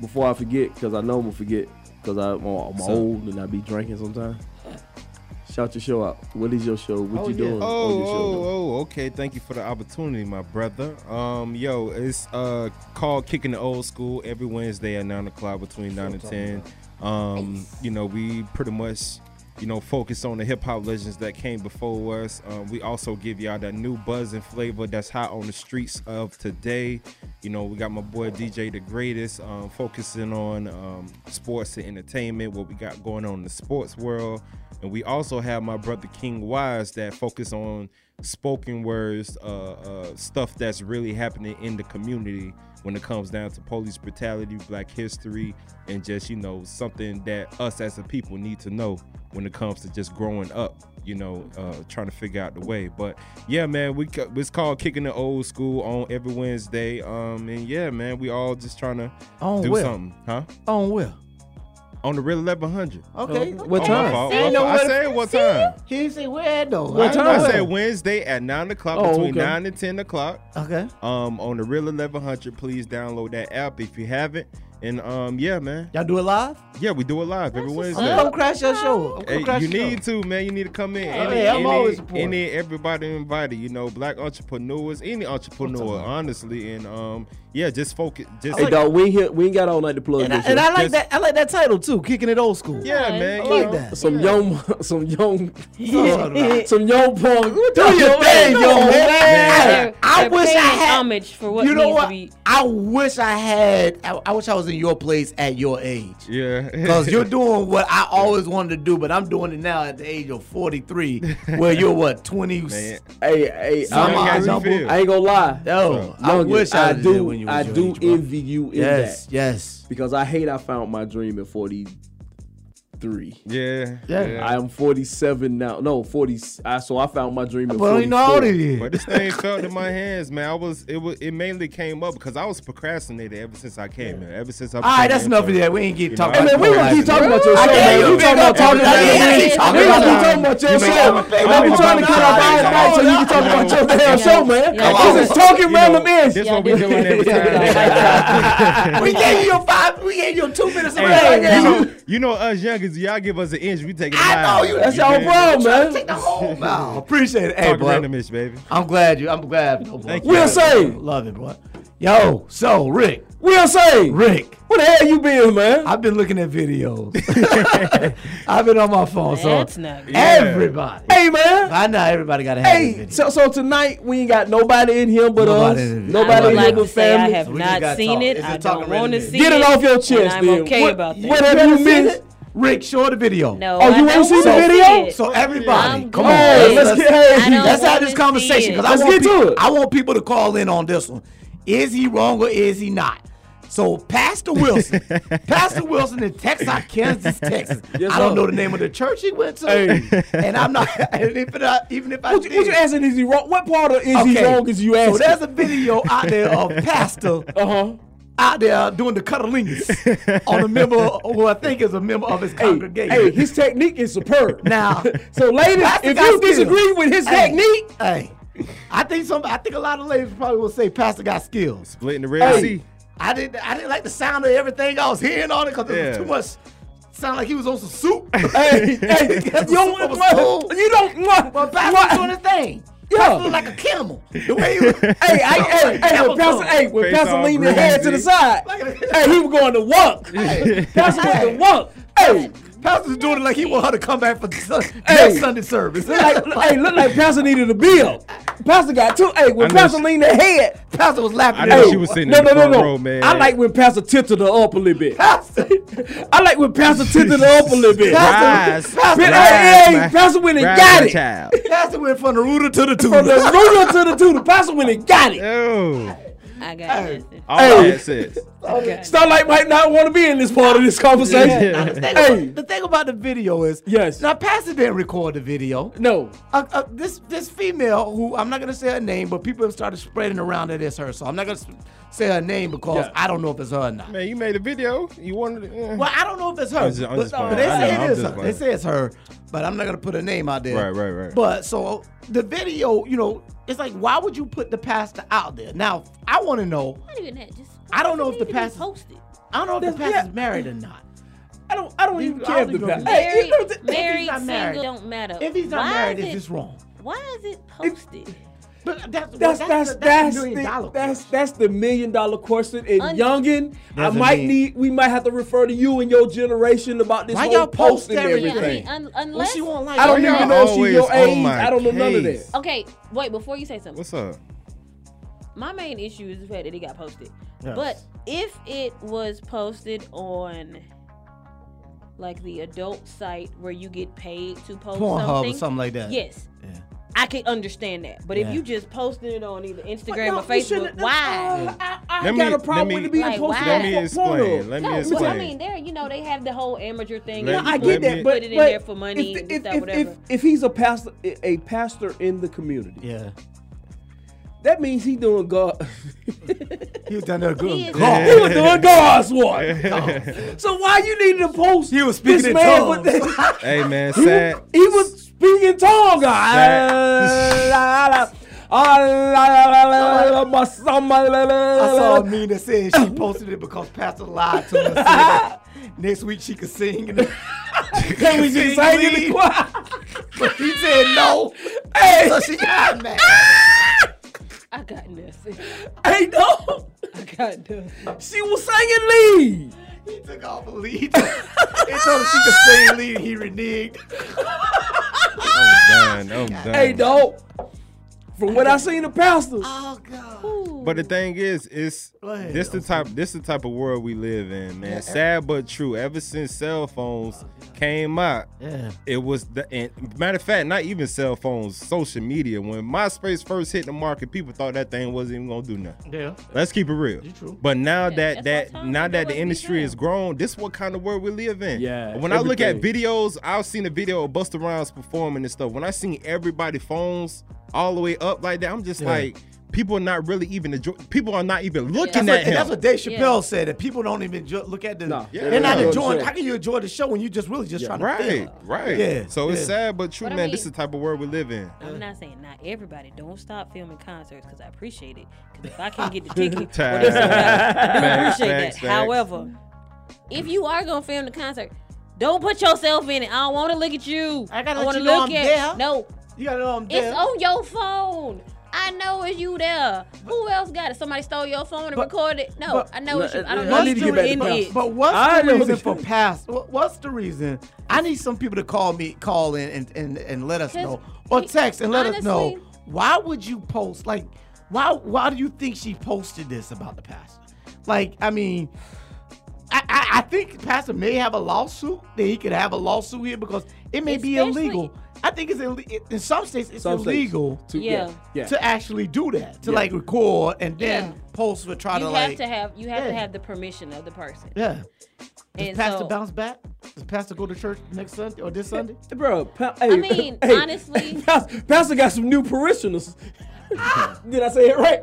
[SPEAKER 4] before I forget, because I know I'm gonna forget, because I'm, I'm
[SPEAKER 6] So-
[SPEAKER 4] old and I be drinking sometimes. Shout your show out. What is your show? What
[SPEAKER 3] Oh,
[SPEAKER 4] you
[SPEAKER 3] yeah.
[SPEAKER 4] doing on
[SPEAKER 6] Oh,
[SPEAKER 4] your show?
[SPEAKER 6] oh, oh, okay. Thank you for the opportunity, my brother. Um, yo, it's uh called Kicking the Old School every Wednesday at nine o'clock between nine and ten. Um, you know, we pretty much, you know, focus on the hip hop legends that came before us. Um, we also give y'all that new buzz and flavor that's hot on the streets of today. You know, we got my boy DJ the Greatest, um, focusing on um, sports and entertainment, what we got going on in the sports world. And we also have my brother King Wise that focus on spoken words, uh, uh, stuff that's really happening in the community when it comes down to police brutality, black history, and just, you know, something that us as a people need to know when it comes to just growing up, you know, uh, trying to figure out the way. But yeah, man, we ca- it's called Kicking the Old School on every Wednesday. Um, and yeah, man, we all just trying to
[SPEAKER 3] On
[SPEAKER 6] do
[SPEAKER 3] where?
[SPEAKER 6] something, huh?
[SPEAKER 3] On where?
[SPEAKER 6] On the Real 1100.
[SPEAKER 3] Okay.
[SPEAKER 4] What
[SPEAKER 6] Oh, my
[SPEAKER 4] time?
[SPEAKER 6] fault, my
[SPEAKER 3] Ain't
[SPEAKER 6] fault.
[SPEAKER 3] no
[SPEAKER 6] I
[SPEAKER 3] way-
[SPEAKER 6] said what time?
[SPEAKER 3] He didn't say where though.
[SPEAKER 4] What
[SPEAKER 6] I-
[SPEAKER 4] time
[SPEAKER 6] I,
[SPEAKER 4] is
[SPEAKER 6] said
[SPEAKER 4] it?
[SPEAKER 6] Wednesday at nine o'clock
[SPEAKER 4] Oh,
[SPEAKER 6] between
[SPEAKER 4] okay.
[SPEAKER 6] nine and ten o'clock.
[SPEAKER 3] Okay.
[SPEAKER 6] Um, on the Real Eleven Hundred, please download that app if you haven't. And um, yeah, man,
[SPEAKER 3] Y'all do it live?
[SPEAKER 6] yeah, we do it live every Wednesday.
[SPEAKER 3] I'm gonna crash your show. I'm gonna
[SPEAKER 6] Hey,
[SPEAKER 3] crash
[SPEAKER 6] you
[SPEAKER 3] your
[SPEAKER 6] need
[SPEAKER 3] show.
[SPEAKER 6] to, man. You need to come in.
[SPEAKER 3] Yeah,
[SPEAKER 6] any,
[SPEAKER 3] I'm
[SPEAKER 6] any-
[SPEAKER 3] always supportive.
[SPEAKER 6] any everybody invited. You know, black entrepreneurs, any entrepreneur, honestly, and um, yeah, just focus. Just
[SPEAKER 4] Hey, dog, we ain't, here, we ain't got all night to plug
[SPEAKER 3] And I,
[SPEAKER 4] this
[SPEAKER 3] and I
[SPEAKER 4] show.
[SPEAKER 3] like
[SPEAKER 6] Just-
[SPEAKER 3] that. I like that title too. Kicking it old school.
[SPEAKER 6] yeah, man.
[SPEAKER 5] I
[SPEAKER 6] you
[SPEAKER 3] like
[SPEAKER 6] know.
[SPEAKER 3] that.
[SPEAKER 4] some young, some young,
[SPEAKER 3] Yeah.
[SPEAKER 4] some young punk.
[SPEAKER 3] Do your thing, yo, man.
[SPEAKER 5] They're-
[SPEAKER 3] I
[SPEAKER 5] they're
[SPEAKER 3] wish I
[SPEAKER 5] paying
[SPEAKER 3] had.
[SPEAKER 5] homage for um, what
[SPEAKER 3] you know
[SPEAKER 5] needs
[SPEAKER 3] what?
[SPEAKER 5] to be.
[SPEAKER 3] I wish I had. I, I wish I was in your place at your age.
[SPEAKER 6] Yeah,
[SPEAKER 3] Cause you're doing what I always wanted to do, but I'm doing it now at the age of 43, where you're what 20.
[SPEAKER 6] Man.
[SPEAKER 4] Hey, hey,
[SPEAKER 3] Some
[SPEAKER 4] I'm-
[SPEAKER 3] young
[SPEAKER 4] I,
[SPEAKER 3] guys you
[SPEAKER 4] ain't-
[SPEAKER 6] feel.
[SPEAKER 4] I ain't gonna lie.
[SPEAKER 3] Yo, I
[SPEAKER 4] Youngin,
[SPEAKER 3] wish I,
[SPEAKER 4] I
[SPEAKER 3] was there
[SPEAKER 4] do.
[SPEAKER 3] When you was
[SPEAKER 4] I
[SPEAKER 3] your
[SPEAKER 4] do
[SPEAKER 3] age, bro.
[SPEAKER 4] envy you in
[SPEAKER 3] Yes,
[SPEAKER 4] that
[SPEAKER 3] yes.
[SPEAKER 4] because I hate I found my dream at 43.
[SPEAKER 6] yeah,
[SPEAKER 3] Yeah.
[SPEAKER 4] I am 47 now. No, 40. I, so I found my dream at
[SPEAKER 3] But I
[SPEAKER 4] 44.
[SPEAKER 3] don't even know how old it is.
[SPEAKER 6] But this thing felt in my hands, man. I was it was it mainly came up because I was procrastinating ever since I came here. Ever since I
[SPEAKER 3] All right, that's
[SPEAKER 6] became
[SPEAKER 3] enough
[SPEAKER 6] intro.
[SPEAKER 3] of that. We ain't
[SPEAKER 6] You
[SPEAKER 3] get
[SPEAKER 6] know,
[SPEAKER 3] talking.
[SPEAKER 6] I
[SPEAKER 4] Hey, man, we
[SPEAKER 6] feel
[SPEAKER 4] gonna
[SPEAKER 6] like
[SPEAKER 4] keep
[SPEAKER 6] it.
[SPEAKER 4] talking about your show,
[SPEAKER 3] I
[SPEAKER 4] man.
[SPEAKER 3] can't
[SPEAKER 4] We
[SPEAKER 3] big up
[SPEAKER 4] talking about talking
[SPEAKER 3] all that.
[SPEAKER 4] about
[SPEAKER 3] Yeah,
[SPEAKER 4] your show.
[SPEAKER 3] yeah, yeah. You make my favorite part. Yeah,
[SPEAKER 4] We gonna keep talking about your show. Man, we trying to cut off all night so you can talk about your damn show,
[SPEAKER 5] yeah.
[SPEAKER 4] man.
[SPEAKER 5] Yeah.
[SPEAKER 4] This is talking
[SPEAKER 6] You know,
[SPEAKER 4] random ish.
[SPEAKER 6] This what we doing every time.
[SPEAKER 3] we gave you a five. We gave you a two minutes of
[SPEAKER 6] Hey,
[SPEAKER 3] break.
[SPEAKER 6] you know, you know us youngins, y'all give us an inch, we take it. a
[SPEAKER 3] I
[SPEAKER 6] mile.
[SPEAKER 3] know you.
[SPEAKER 4] That's
[SPEAKER 3] You
[SPEAKER 4] your
[SPEAKER 6] feel me?
[SPEAKER 4] problem, man.
[SPEAKER 3] the whole mouth. Appreciate it, hey,
[SPEAKER 6] Talking
[SPEAKER 3] bro.
[SPEAKER 6] randomish, baby.
[SPEAKER 3] I'm glad you. I'm glad. No,
[SPEAKER 6] Thank
[SPEAKER 4] you. We'll say.
[SPEAKER 3] Love it, boy. Yo, so Rick,
[SPEAKER 4] We don't say.
[SPEAKER 3] Rick,
[SPEAKER 4] Where the hell you been, man?
[SPEAKER 3] I've been looking at videos. I've been on my phone, so
[SPEAKER 5] That's not good.
[SPEAKER 3] everybody.
[SPEAKER 4] Hey, man.
[SPEAKER 3] I know everybody gotta have a
[SPEAKER 4] Hey,
[SPEAKER 3] video.
[SPEAKER 4] so, so tonight we ain't got nobody in here but
[SPEAKER 3] Nobody
[SPEAKER 4] us.
[SPEAKER 3] in here.
[SPEAKER 5] I
[SPEAKER 4] Nobody
[SPEAKER 5] would
[SPEAKER 4] in here
[SPEAKER 5] like
[SPEAKER 4] but
[SPEAKER 5] to say I
[SPEAKER 4] family.
[SPEAKER 5] have
[SPEAKER 3] We just
[SPEAKER 5] not
[SPEAKER 3] gotta
[SPEAKER 5] seen
[SPEAKER 3] talk.
[SPEAKER 5] it.
[SPEAKER 3] It's a
[SPEAKER 5] I
[SPEAKER 3] talking
[SPEAKER 5] don't want to
[SPEAKER 3] random.
[SPEAKER 5] see
[SPEAKER 4] Get it off your chest,
[SPEAKER 5] and I'm
[SPEAKER 4] then.
[SPEAKER 5] okay
[SPEAKER 4] What-
[SPEAKER 5] about that.
[SPEAKER 4] What have you missed?
[SPEAKER 3] Rick, show the video.
[SPEAKER 5] No,
[SPEAKER 4] Oh,
[SPEAKER 5] I
[SPEAKER 4] you ain't
[SPEAKER 5] don't
[SPEAKER 4] seen the
[SPEAKER 5] wanna see
[SPEAKER 4] video?
[SPEAKER 5] it.
[SPEAKER 3] So everybody,
[SPEAKER 5] I'm
[SPEAKER 3] come on.
[SPEAKER 5] good.
[SPEAKER 4] Hey, let's get- hey,
[SPEAKER 5] I don't
[SPEAKER 3] Let's have
[SPEAKER 5] wanna
[SPEAKER 3] this
[SPEAKER 5] see
[SPEAKER 3] conversation
[SPEAKER 5] it.
[SPEAKER 3] because I
[SPEAKER 4] Let's
[SPEAKER 3] want
[SPEAKER 4] get to
[SPEAKER 3] people,
[SPEAKER 4] it.
[SPEAKER 3] I want people to call in on this one. Is he wrong or is he not? So Pastor Wilson, Pastor Wilson in Texas, Kansas, Texas.
[SPEAKER 4] Yes,
[SPEAKER 3] I don't
[SPEAKER 4] sir.
[SPEAKER 3] know the name of the church he went to,
[SPEAKER 4] Hey.
[SPEAKER 3] and I'm not. And even, I, even if I
[SPEAKER 4] What you, what
[SPEAKER 3] did-
[SPEAKER 4] you asking? Is he wrong? What part of is he
[SPEAKER 3] Okay.
[SPEAKER 4] wrong? Is you asking?
[SPEAKER 3] So there's a video out there of Pastor
[SPEAKER 4] uh huh.
[SPEAKER 3] out there doing the cuddlingus on a member who I think is a member of his
[SPEAKER 4] Hey,
[SPEAKER 3] congregation.
[SPEAKER 4] hey, his technique is superb.
[SPEAKER 3] Now-
[SPEAKER 4] so ladies,
[SPEAKER 3] Pastor
[SPEAKER 4] if
[SPEAKER 3] got
[SPEAKER 4] you
[SPEAKER 3] skills.
[SPEAKER 4] disagree with his
[SPEAKER 3] Hey,
[SPEAKER 4] technique,
[SPEAKER 3] Hey, I think some. I think a lot of ladies probably will say Pastor got skills.
[SPEAKER 6] Splitting the Red
[SPEAKER 4] Hey.
[SPEAKER 6] Sea.
[SPEAKER 3] I didn't. I didn't like the sound of everything I was hearing on it because it
[SPEAKER 6] Yeah.
[SPEAKER 3] was too much. Sound like he was on some soup.
[SPEAKER 4] hey, hey, you
[SPEAKER 3] That's
[SPEAKER 4] don't,
[SPEAKER 3] what was told.
[SPEAKER 4] you don't,
[SPEAKER 3] But Pastor doing his thing.
[SPEAKER 4] Yeah.
[SPEAKER 3] Pastor look like a camel. The way he was. hey,
[SPEAKER 4] Hey, hey, hey, hey, when Pastor, hey, when
[SPEAKER 6] Face
[SPEAKER 4] Pastor
[SPEAKER 6] all
[SPEAKER 4] leaned his head to the
[SPEAKER 6] greasy.
[SPEAKER 4] side,
[SPEAKER 3] Look at it.
[SPEAKER 4] hey, he was going to work. Pastor went to work. Hey,
[SPEAKER 3] Pastor's doing it like he want her to come back for sun, next Sunday service.
[SPEAKER 4] Look like- hey, look like Pastor needed a bill. Pastor got two. Hey, when
[SPEAKER 6] I know
[SPEAKER 4] Pastor
[SPEAKER 6] she-
[SPEAKER 4] leaned her head,
[SPEAKER 3] Pastor was laughing.
[SPEAKER 6] I
[SPEAKER 3] at
[SPEAKER 6] know
[SPEAKER 3] her.
[SPEAKER 6] she was sitting
[SPEAKER 4] no,
[SPEAKER 6] in
[SPEAKER 4] no,
[SPEAKER 6] the
[SPEAKER 4] no,
[SPEAKER 6] front
[SPEAKER 4] no.
[SPEAKER 6] row, man.
[SPEAKER 4] I like when Pastor tilted her up a little bit.
[SPEAKER 3] Pastor,
[SPEAKER 4] I like when Pastor tilted her up a little bit.
[SPEAKER 6] Rise,
[SPEAKER 4] Pastor, hey,
[SPEAKER 6] rise,
[SPEAKER 4] hey,
[SPEAKER 6] my-
[SPEAKER 4] Pastor went and
[SPEAKER 6] rise,
[SPEAKER 4] got
[SPEAKER 6] my
[SPEAKER 4] it.
[SPEAKER 6] Child.
[SPEAKER 3] Pastor went from the rooter to the
[SPEAKER 4] From the
[SPEAKER 3] tutor.
[SPEAKER 4] ruler to the tutor, Pastor went and got it.
[SPEAKER 6] Oh,
[SPEAKER 5] I got it. Listen.
[SPEAKER 6] all
[SPEAKER 4] Hey.
[SPEAKER 6] that sense.
[SPEAKER 4] Starlight might not want to be in this part of this conversation.
[SPEAKER 3] The thing
[SPEAKER 4] Hey.
[SPEAKER 3] about- the thing about the video is,
[SPEAKER 4] Yes.
[SPEAKER 3] Now Pastor didn't record the video.
[SPEAKER 4] No,
[SPEAKER 3] uh, uh, this this female who I'm not gonna say her name, but people have started spreading around that it's her. So I'm not gonna s- say her name because
[SPEAKER 4] Yeah.
[SPEAKER 3] I don't know if it's her or not.
[SPEAKER 6] Man, you made a video. You wanted. To, eh.
[SPEAKER 3] Well, I don't know if it's her,
[SPEAKER 6] I'm just- I'm
[SPEAKER 3] but,
[SPEAKER 6] just playing.
[SPEAKER 3] but they
[SPEAKER 6] I
[SPEAKER 3] say
[SPEAKER 6] know,
[SPEAKER 3] it
[SPEAKER 6] I'm
[SPEAKER 3] is
[SPEAKER 6] just
[SPEAKER 3] her. They
[SPEAKER 6] playing.
[SPEAKER 3] say it's her, but I'm not gonna put her name out there.
[SPEAKER 6] Right, right, right.
[SPEAKER 3] But so the video, you know, it's like why would you put the pastor out there? Now I want to know.
[SPEAKER 5] Not even that. Just
[SPEAKER 3] I don't know if
[SPEAKER 5] need
[SPEAKER 3] the
[SPEAKER 5] to be
[SPEAKER 3] pastor-
[SPEAKER 5] posted.
[SPEAKER 3] I don't know if the
[SPEAKER 4] That's-
[SPEAKER 3] pastor's married or not.
[SPEAKER 4] I don't. I don't
[SPEAKER 3] Leave
[SPEAKER 4] even
[SPEAKER 3] the
[SPEAKER 4] care if the
[SPEAKER 3] olive
[SPEAKER 4] pastor.
[SPEAKER 3] oil.
[SPEAKER 4] Hey, you
[SPEAKER 5] Married,
[SPEAKER 4] know, th-
[SPEAKER 5] married,
[SPEAKER 3] not
[SPEAKER 5] single
[SPEAKER 3] married-
[SPEAKER 5] don't matter.
[SPEAKER 3] If he's not
[SPEAKER 5] Why
[SPEAKER 3] married,
[SPEAKER 5] is
[SPEAKER 3] it's
[SPEAKER 5] it-
[SPEAKER 3] just wrong.
[SPEAKER 5] Why is it posted?
[SPEAKER 3] But that's
[SPEAKER 4] That's
[SPEAKER 3] well,
[SPEAKER 4] that's
[SPEAKER 3] the-
[SPEAKER 4] that's
[SPEAKER 3] the million
[SPEAKER 4] the,
[SPEAKER 3] dollar
[SPEAKER 4] that's
[SPEAKER 3] question.
[SPEAKER 4] that's the million dollar question. And
[SPEAKER 5] Un-
[SPEAKER 4] youngin, I
[SPEAKER 3] Doesn't
[SPEAKER 4] might
[SPEAKER 3] mean-
[SPEAKER 4] need we might have to refer to you and your generation about this
[SPEAKER 3] Why
[SPEAKER 4] whole
[SPEAKER 3] y'all
[SPEAKER 4] post
[SPEAKER 3] post
[SPEAKER 4] and
[SPEAKER 3] everything?
[SPEAKER 5] Yeah, I
[SPEAKER 4] everything.
[SPEAKER 5] mean, un-
[SPEAKER 3] Well,
[SPEAKER 5] unless
[SPEAKER 3] she won't like.
[SPEAKER 4] I don't
[SPEAKER 3] it.
[SPEAKER 6] y'all
[SPEAKER 4] even know if she
[SPEAKER 6] always
[SPEAKER 4] your
[SPEAKER 6] on
[SPEAKER 4] age.
[SPEAKER 6] my
[SPEAKER 4] I don't know none of that.
[SPEAKER 6] case?
[SPEAKER 5] okay, wait before you say something.
[SPEAKER 6] What's up?
[SPEAKER 5] my main issue is the fact that it got posted. But if it was posted on like the adult site where you get paid to post
[SPEAKER 3] Pornhub or
[SPEAKER 5] something,
[SPEAKER 3] something like that.
[SPEAKER 5] yes,
[SPEAKER 3] Yeah.
[SPEAKER 5] I can understand that. But
[SPEAKER 3] Yeah.
[SPEAKER 5] if you just posted it on either Instagram
[SPEAKER 4] No,
[SPEAKER 5] or
[SPEAKER 4] you shouldn't-
[SPEAKER 5] Facebook, why?
[SPEAKER 4] I, I
[SPEAKER 6] Let
[SPEAKER 4] ain't got
[SPEAKER 6] me-
[SPEAKER 4] a problem
[SPEAKER 6] let
[SPEAKER 4] with
[SPEAKER 6] me-
[SPEAKER 4] it being
[SPEAKER 5] Like,
[SPEAKER 4] posted.
[SPEAKER 5] why?
[SPEAKER 6] Let me
[SPEAKER 4] on
[SPEAKER 6] explain.
[SPEAKER 4] Pornhub.
[SPEAKER 6] Let me
[SPEAKER 5] No, well, I
[SPEAKER 6] explain.
[SPEAKER 5] mean, there you know they have the whole amateur thing.
[SPEAKER 6] Let
[SPEAKER 5] and
[SPEAKER 6] me-
[SPEAKER 4] I
[SPEAKER 5] people
[SPEAKER 4] get
[SPEAKER 6] let
[SPEAKER 4] that,
[SPEAKER 6] me-
[SPEAKER 4] but
[SPEAKER 5] put it in
[SPEAKER 4] but
[SPEAKER 5] there for money
[SPEAKER 4] if,
[SPEAKER 5] and
[SPEAKER 4] if,
[SPEAKER 5] this, that,
[SPEAKER 4] if,
[SPEAKER 5] whatever.
[SPEAKER 4] if, if he's a pastor, a pastor in the community,
[SPEAKER 3] Yeah.
[SPEAKER 4] that means he doing God. Oh,
[SPEAKER 3] He was down there
[SPEAKER 5] He
[SPEAKER 3] good.
[SPEAKER 5] is-
[SPEAKER 3] God.
[SPEAKER 4] he was doing God's work. so why you needed to post?
[SPEAKER 3] He was speaking
[SPEAKER 4] this
[SPEAKER 3] in
[SPEAKER 4] man
[SPEAKER 3] tongues.
[SPEAKER 4] with-
[SPEAKER 6] hey man, sad.
[SPEAKER 4] He was speaking tongue.
[SPEAKER 6] That-
[SPEAKER 3] I saw a meme that said she posted it because Pastor lied to her. saying Next week she could sing. And
[SPEAKER 4] Can we
[SPEAKER 3] Sing
[SPEAKER 4] just hang in the
[SPEAKER 3] lead.
[SPEAKER 4] choir?
[SPEAKER 3] but he said no.
[SPEAKER 4] Hey,
[SPEAKER 3] So she got mad.
[SPEAKER 5] I got nothing.
[SPEAKER 4] hey, no.
[SPEAKER 5] I got nothing.
[SPEAKER 4] She was singing lead.
[SPEAKER 3] He took off a lead. They told her she could sing lead and he reneged.
[SPEAKER 6] I'm done. I'm done.
[SPEAKER 4] Hey, dog. From what I seen the pastors.
[SPEAKER 5] Um,
[SPEAKER 3] Oh, God.
[SPEAKER 6] But the thing is, it's
[SPEAKER 3] Go ahead,
[SPEAKER 6] this the type this the type of world we live in, man. Sad but true. Ever since cell phones came out,
[SPEAKER 3] Yeah.
[SPEAKER 6] it was the and matter of fact, not even cell phones, social media. When MySpace first hit the market, people thought that thing wasn't even gonna do nothing.
[SPEAKER 3] Yeah.
[SPEAKER 6] Let's keep it real.
[SPEAKER 3] You true.
[SPEAKER 6] But now that
[SPEAKER 5] that's
[SPEAKER 6] that
[SPEAKER 5] our time.
[SPEAKER 6] now
[SPEAKER 5] We
[SPEAKER 6] that
[SPEAKER 5] do
[SPEAKER 6] the
[SPEAKER 5] it, we
[SPEAKER 6] industry
[SPEAKER 5] do.
[SPEAKER 6] is grown, this what kind of world we live in.
[SPEAKER 4] Yeah,
[SPEAKER 6] When I look at videos, I've seen a video of Busta Rhymes performing and stuff. When I seen everybody phones all the way up like that, I'm just like, people are not really even enjoy- people are not even looking
[SPEAKER 3] That's what,
[SPEAKER 6] at
[SPEAKER 3] and
[SPEAKER 6] him.
[SPEAKER 3] that's what Dave Chappelle
[SPEAKER 5] Yeah.
[SPEAKER 3] said that people don't even enjoy, look at the.
[SPEAKER 4] No. Yeah,
[SPEAKER 3] they're not
[SPEAKER 6] yeah.
[SPEAKER 3] enjoying.
[SPEAKER 4] Sure.
[SPEAKER 3] How can you enjoy the show when you just really just trying to
[SPEAKER 6] Right,
[SPEAKER 3] feel?
[SPEAKER 6] right.
[SPEAKER 3] Yeah,
[SPEAKER 6] So it's
[SPEAKER 3] yeah.
[SPEAKER 6] sad but true,
[SPEAKER 5] But I
[SPEAKER 6] man. this is
[SPEAKER 5] mean-
[SPEAKER 6] the type of world we live in.
[SPEAKER 5] I'm not saying not everybody. Don't stop filming concerts because I appreciate it. Because if I can get the ticket, well,
[SPEAKER 6] Time.
[SPEAKER 5] that's all right. I do
[SPEAKER 6] Facts,
[SPEAKER 5] appreciate that.
[SPEAKER 6] facts, facts.
[SPEAKER 5] However, if you are gonna film the concert, don't put yourself in it. I don't want to look at you.
[SPEAKER 3] I gotta let
[SPEAKER 5] want
[SPEAKER 3] you know I'm
[SPEAKER 5] at
[SPEAKER 3] there.
[SPEAKER 5] no.
[SPEAKER 3] You gotta um, know I'm
[SPEAKER 5] It's
[SPEAKER 3] dead.
[SPEAKER 5] on your phone. I know it's you there. Who else got it? Somebody stole your phone and
[SPEAKER 3] But-
[SPEAKER 5] recorded it. No,
[SPEAKER 3] but-
[SPEAKER 5] I know it's you. I don't
[SPEAKER 4] I
[SPEAKER 5] know
[SPEAKER 4] need
[SPEAKER 5] it's
[SPEAKER 4] to get
[SPEAKER 5] you
[SPEAKER 4] back to
[SPEAKER 5] in
[SPEAKER 4] class.
[SPEAKER 5] it.
[SPEAKER 3] But what's
[SPEAKER 4] I
[SPEAKER 3] the
[SPEAKER 4] know
[SPEAKER 3] reason
[SPEAKER 4] what
[SPEAKER 3] for
[SPEAKER 4] you-
[SPEAKER 3] past? what- What's the reason? I need some people to call me, call in, and and, and let us
[SPEAKER 5] 'Cause
[SPEAKER 3] know, or
[SPEAKER 5] he-
[SPEAKER 3] text and let us know.
[SPEAKER 5] honestly-
[SPEAKER 3] Why would you post like? Why Why do you think she posted this about the pastor? Like, I mean. I, I, I think Pastor may have a lawsuit that he could have a lawsuit here because it may be
[SPEAKER 5] Especially-
[SPEAKER 3] illegal. I think it's Ill- in some states it's
[SPEAKER 4] Some states.
[SPEAKER 3] illegal
[SPEAKER 4] To-
[SPEAKER 5] Yeah.
[SPEAKER 4] Yeah.
[SPEAKER 3] to actually do that to
[SPEAKER 4] Yeah.
[SPEAKER 3] like record and then
[SPEAKER 5] Yeah.
[SPEAKER 3] post for try
[SPEAKER 5] You
[SPEAKER 3] to
[SPEAKER 5] have
[SPEAKER 3] like
[SPEAKER 5] to have you have to
[SPEAKER 3] Yeah.
[SPEAKER 5] have the permission of the person.
[SPEAKER 3] yeah. Does
[SPEAKER 5] And
[SPEAKER 3] Pastor
[SPEAKER 5] so-
[SPEAKER 3] bounce back? Does Pastor go to church next Sunday or this Sunday?
[SPEAKER 4] Bro, pa- hey,
[SPEAKER 5] I mean,
[SPEAKER 4] hey,
[SPEAKER 5] honestly-
[SPEAKER 4] Pastor, Pastor got some new parishioners. Did I say it right?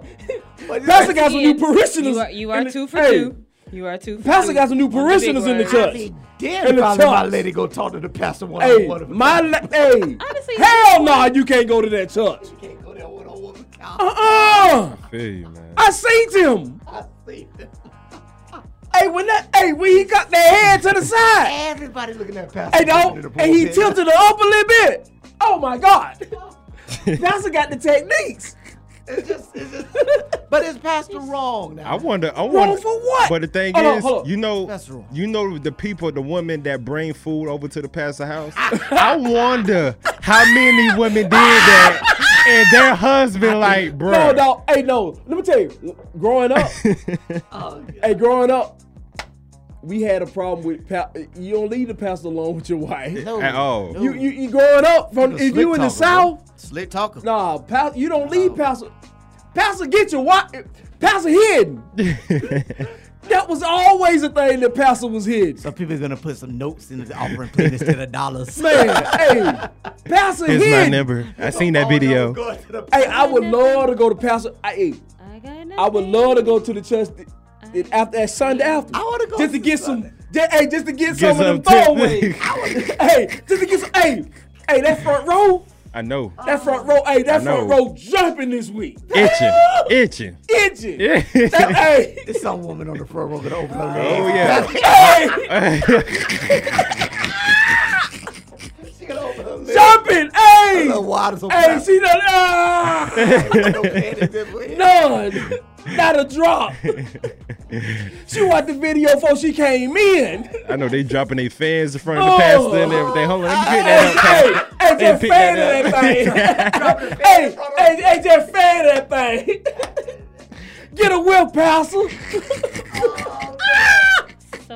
[SPEAKER 3] What you say?
[SPEAKER 4] Pastor got some new
[SPEAKER 5] Ian,
[SPEAKER 4] parishioners.
[SPEAKER 5] You are, you
[SPEAKER 4] in
[SPEAKER 5] are
[SPEAKER 4] the-
[SPEAKER 5] two for
[SPEAKER 4] hey,
[SPEAKER 5] two. You are two for
[SPEAKER 4] Pastor
[SPEAKER 5] two.
[SPEAKER 4] got some new
[SPEAKER 5] on the big
[SPEAKER 4] parishioners in the
[SPEAKER 5] word.
[SPEAKER 4] church.
[SPEAKER 3] I be
[SPEAKER 4] In
[SPEAKER 3] damn
[SPEAKER 4] the
[SPEAKER 3] probably my
[SPEAKER 4] church.
[SPEAKER 3] lady go talk to the pastor one
[SPEAKER 4] Hey,
[SPEAKER 3] on one.
[SPEAKER 4] my la- hey,
[SPEAKER 5] Honestly,
[SPEAKER 4] hell no, you can't go to that church.
[SPEAKER 3] can't go there one on one with God.
[SPEAKER 4] Uh-uh.
[SPEAKER 6] Feel you, man.
[SPEAKER 4] I seen him.
[SPEAKER 3] I see that.
[SPEAKER 4] Hey, when that, hey, when he got that head to the side.
[SPEAKER 3] Everybody looking at pastor.
[SPEAKER 4] Hey,
[SPEAKER 3] in the
[SPEAKER 4] dog, and he
[SPEAKER 3] pulpit.
[SPEAKER 4] tilted it up a little bit. Oh my God, Pastor got the techniques.
[SPEAKER 3] It's just, it's just, but is Pastor wrong now?
[SPEAKER 6] I wonder. I wonder
[SPEAKER 3] for what?
[SPEAKER 6] But the thing
[SPEAKER 4] Hold on,
[SPEAKER 6] is,
[SPEAKER 4] hold on.
[SPEAKER 6] you know,
[SPEAKER 3] That's wrong.
[SPEAKER 6] you know the people, the woman that bring food over to the pastor house.
[SPEAKER 4] Ah.
[SPEAKER 6] I wonder how many women did that, and their husband like, bro.
[SPEAKER 4] No, dog. Hey, no. Let me tell you. Growing up, hey, growing up, we had a problem with pa- you don't leave the pastor alone with your wife.
[SPEAKER 3] No.
[SPEAKER 6] At all.
[SPEAKER 4] You, you, you growing up from
[SPEAKER 3] Slick
[SPEAKER 4] if you in the
[SPEAKER 3] talker,
[SPEAKER 4] south,
[SPEAKER 3] bro. Slick talker.
[SPEAKER 4] nah, pa- you don't leave pastor. Pastor, get your wife. Pastor hidden. that was always a thing that pastor was hidden.
[SPEAKER 3] Some people are gonna put some notes in the offering plate instead of dollars.
[SPEAKER 4] Man, hey, pastor
[SPEAKER 6] Here's my
[SPEAKER 4] hidden.
[SPEAKER 6] number. I seen
[SPEAKER 4] Oh,
[SPEAKER 6] that video.
[SPEAKER 4] Hey, I would love to go to pastor. I, hey,
[SPEAKER 5] I got nothing.
[SPEAKER 4] I would love to go to the church th- th- after that Sunday after.
[SPEAKER 3] Uh-huh. I wanna go
[SPEAKER 4] just to
[SPEAKER 3] to
[SPEAKER 4] get
[SPEAKER 3] Sunday.
[SPEAKER 4] some. Just, hey, just to get,
[SPEAKER 6] Get
[SPEAKER 4] some of
[SPEAKER 6] some
[SPEAKER 4] the throwaways.
[SPEAKER 6] tip.
[SPEAKER 4] hey, just to get some. Hey, hey, that front row,
[SPEAKER 6] I know.
[SPEAKER 4] that front row, hey, that
[SPEAKER 6] I
[SPEAKER 4] front
[SPEAKER 6] know.
[SPEAKER 4] row jumping this week,
[SPEAKER 6] Itching, itching.
[SPEAKER 4] itching.
[SPEAKER 6] Yeah.
[SPEAKER 4] That- hey,
[SPEAKER 3] There's some woman on the front row gonna open up. her
[SPEAKER 6] Oh
[SPEAKER 3] hand.
[SPEAKER 6] yeah.
[SPEAKER 4] hey,
[SPEAKER 3] She gonna open her lips.
[SPEAKER 4] jumping. Hey,
[SPEAKER 3] The water's on
[SPEAKER 4] hey,
[SPEAKER 3] top.
[SPEAKER 4] she done. Ah,
[SPEAKER 3] No panties in her hand.
[SPEAKER 4] none. Not a drop. she watched the video before she came in.
[SPEAKER 6] I know they dropping their fans in front of the
[SPEAKER 4] Oh.
[SPEAKER 6] pastor and everything. Hold on, let me pick that up.
[SPEAKER 4] Hey, hey,
[SPEAKER 6] Hey,
[SPEAKER 4] just
[SPEAKER 6] pick
[SPEAKER 4] fan
[SPEAKER 6] that
[SPEAKER 4] of
[SPEAKER 6] up.
[SPEAKER 4] that thing. hey, hey, hey, just fan of that thing. Get a whip, Pastor.
[SPEAKER 5] So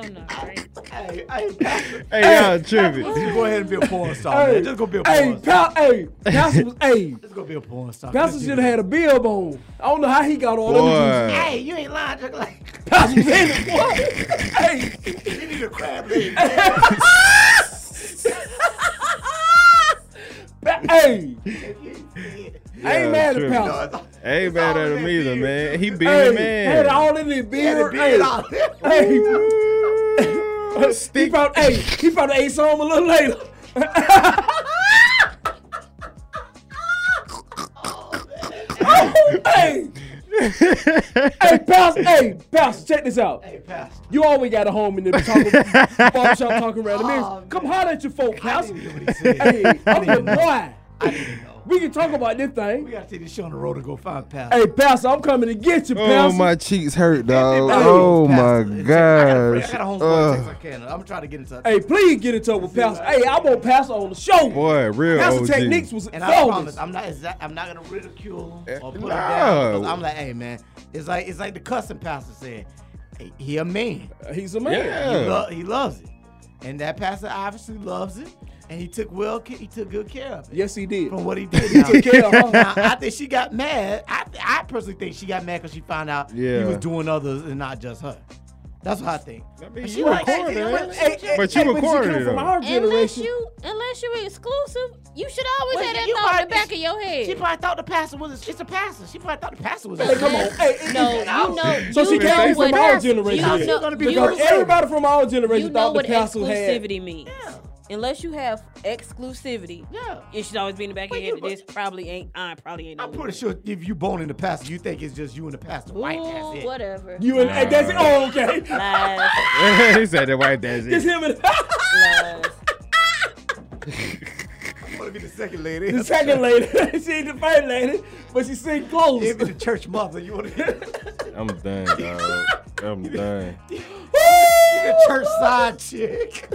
[SPEAKER 5] not right.
[SPEAKER 3] Hey, hey, Pastor,
[SPEAKER 6] Hey, y'all tripping.
[SPEAKER 3] you go ahead and be a porn star,
[SPEAKER 4] Hey,
[SPEAKER 3] man. Just go be a porn
[SPEAKER 4] hey,
[SPEAKER 3] star.
[SPEAKER 4] pa- hey, Pastor was, hey,
[SPEAKER 3] Just go be a porn star.
[SPEAKER 4] Pastor
[SPEAKER 3] Just
[SPEAKER 4] should have
[SPEAKER 3] do
[SPEAKER 4] had a bib on. I don't know how he got all them.
[SPEAKER 3] that.
[SPEAKER 6] Boy.
[SPEAKER 3] Hey, you ain't lying. Just like
[SPEAKER 4] Pastor was in it, boy. Hey,
[SPEAKER 3] you need a crab leg.
[SPEAKER 4] pa- hey. I ain't mad at
[SPEAKER 6] true.
[SPEAKER 4] Pastor.
[SPEAKER 6] Ain't mad at him either, man. He being
[SPEAKER 4] Hey,
[SPEAKER 6] a
[SPEAKER 4] had
[SPEAKER 6] man.
[SPEAKER 4] all in his beard.
[SPEAKER 3] Beard out there.
[SPEAKER 4] Hey, hey. He
[SPEAKER 6] Stick.
[SPEAKER 4] probably, hey, he probably ate some a little later. Oh, hey, hey, Pastor, hey, Pastor, check this out.
[SPEAKER 3] Hey, Pastor.
[SPEAKER 4] You always got a home in there talking, barbershop talking random
[SPEAKER 3] Oh,
[SPEAKER 4] oh, Come holler at your folk, Pastor.
[SPEAKER 3] hear what he said.
[SPEAKER 4] Hey, I'm your boy.
[SPEAKER 3] I didn't know.
[SPEAKER 4] We can talk about this
[SPEAKER 3] We
[SPEAKER 4] thing.
[SPEAKER 3] gotta take this show on the road to go find Pastor.
[SPEAKER 4] Hey, Pastor, I'm coming to get you,
[SPEAKER 6] Oh,
[SPEAKER 4] Pastor.
[SPEAKER 6] my cheeks hurt, dog.
[SPEAKER 3] Hey,
[SPEAKER 6] Oh, my
[SPEAKER 3] Pastor, it's- I got a friend- I
[SPEAKER 6] gosh.
[SPEAKER 3] got a homeboy in
[SPEAKER 6] Ugh.
[SPEAKER 3] Texarkana. I'm trying to get in touch.
[SPEAKER 4] Hey, please get in touch with Pastor. Hey, I want Pastor on the show.
[SPEAKER 6] Boy, real
[SPEAKER 4] Pastor
[SPEAKER 6] OG.
[SPEAKER 4] Techniques was
[SPEAKER 3] And I
[SPEAKER 4] flawless.
[SPEAKER 3] promise, I'm not exact, I'm not gonna ridicule him or put him
[SPEAKER 6] no.
[SPEAKER 3] down. 'cause I'm like, hey man, it's like it's like the cussing pastor said, hey, he a man,
[SPEAKER 4] He's a man.
[SPEAKER 3] he,
[SPEAKER 6] Yeah.
[SPEAKER 3] lo- he loves it, and that pastor obviously loves it, and he took well, ca- he took good care of it.
[SPEAKER 4] Yes, he did.
[SPEAKER 3] From what he did, now,
[SPEAKER 4] took care of her.
[SPEAKER 3] Now, I think she got mad. I, I personally think she got mad because she found out
[SPEAKER 6] Yeah.
[SPEAKER 3] he was doing others and not just her. That's what I think.
[SPEAKER 6] I mean,
[SPEAKER 3] She
[SPEAKER 6] you
[SPEAKER 3] like, hey,
[SPEAKER 6] recorded
[SPEAKER 3] you
[SPEAKER 6] it.
[SPEAKER 3] went- hey, hey,
[SPEAKER 6] But you recorded it,
[SPEAKER 4] From
[SPEAKER 6] though.
[SPEAKER 4] our
[SPEAKER 5] Unless
[SPEAKER 4] generation.
[SPEAKER 5] you, unless you're exclusive, you should always
[SPEAKER 3] Well,
[SPEAKER 5] have that
[SPEAKER 3] you
[SPEAKER 5] thought in
[SPEAKER 3] might-
[SPEAKER 5] the back of your head.
[SPEAKER 3] She probably thought the pastor was a, it's a pastor. She probably thought the pastor was.
[SPEAKER 4] Hey,
[SPEAKER 3] A
[SPEAKER 4] come on. Hey, it-
[SPEAKER 5] no,
[SPEAKER 4] it-
[SPEAKER 5] you know.
[SPEAKER 4] So
[SPEAKER 5] you
[SPEAKER 4] she
[SPEAKER 5] know
[SPEAKER 4] came
[SPEAKER 5] what-
[SPEAKER 4] from our generation.
[SPEAKER 5] You know,
[SPEAKER 3] Gonna be
[SPEAKER 5] you,
[SPEAKER 4] Because everybody from our generation
[SPEAKER 5] you know
[SPEAKER 4] thought the
[SPEAKER 5] what
[SPEAKER 4] pastor had.
[SPEAKER 5] exclusivity means. Unless you have exclusivity,
[SPEAKER 3] Yeah.
[SPEAKER 5] it should always be in the back of
[SPEAKER 3] Well,
[SPEAKER 5] your head.
[SPEAKER 3] you-
[SPEAKER 5] that This probably ain't. I probably ain't.
[SPEAKER 3] I'm
[SPEAKER 5] no
[SPEAKER 3] pretty
[SPEAKER 5] woman.
[SPEAKER 3] sure if you bone in the pastor, you think it's just you and the pastor. White that's
[SPEAKER 5] Ooh,
[SPEAKER 3] it.
[SPEAKER 5] whatever.
[SPEAKER 4] You and, and that's it. Oh, okay.
[SPEAKER 5] lies,
[SPEAKER 6] he said that wife that's
[SPEAKER 4] It's
[SPEAKER 6] it.
[SPEAKER 4] him and
[SPEAKER 5] lies.
[SPEAKER 3] I'm gonna be the second lady.
[SPEAKER 4] the second lady. she ain't the first lady, but she sing close.
[SPEAKER 3] If it's the church mother, you wanna be the
[SPEAKER 6] I'm done, dog. I'm done.
[SPEAKER 3] church side chick.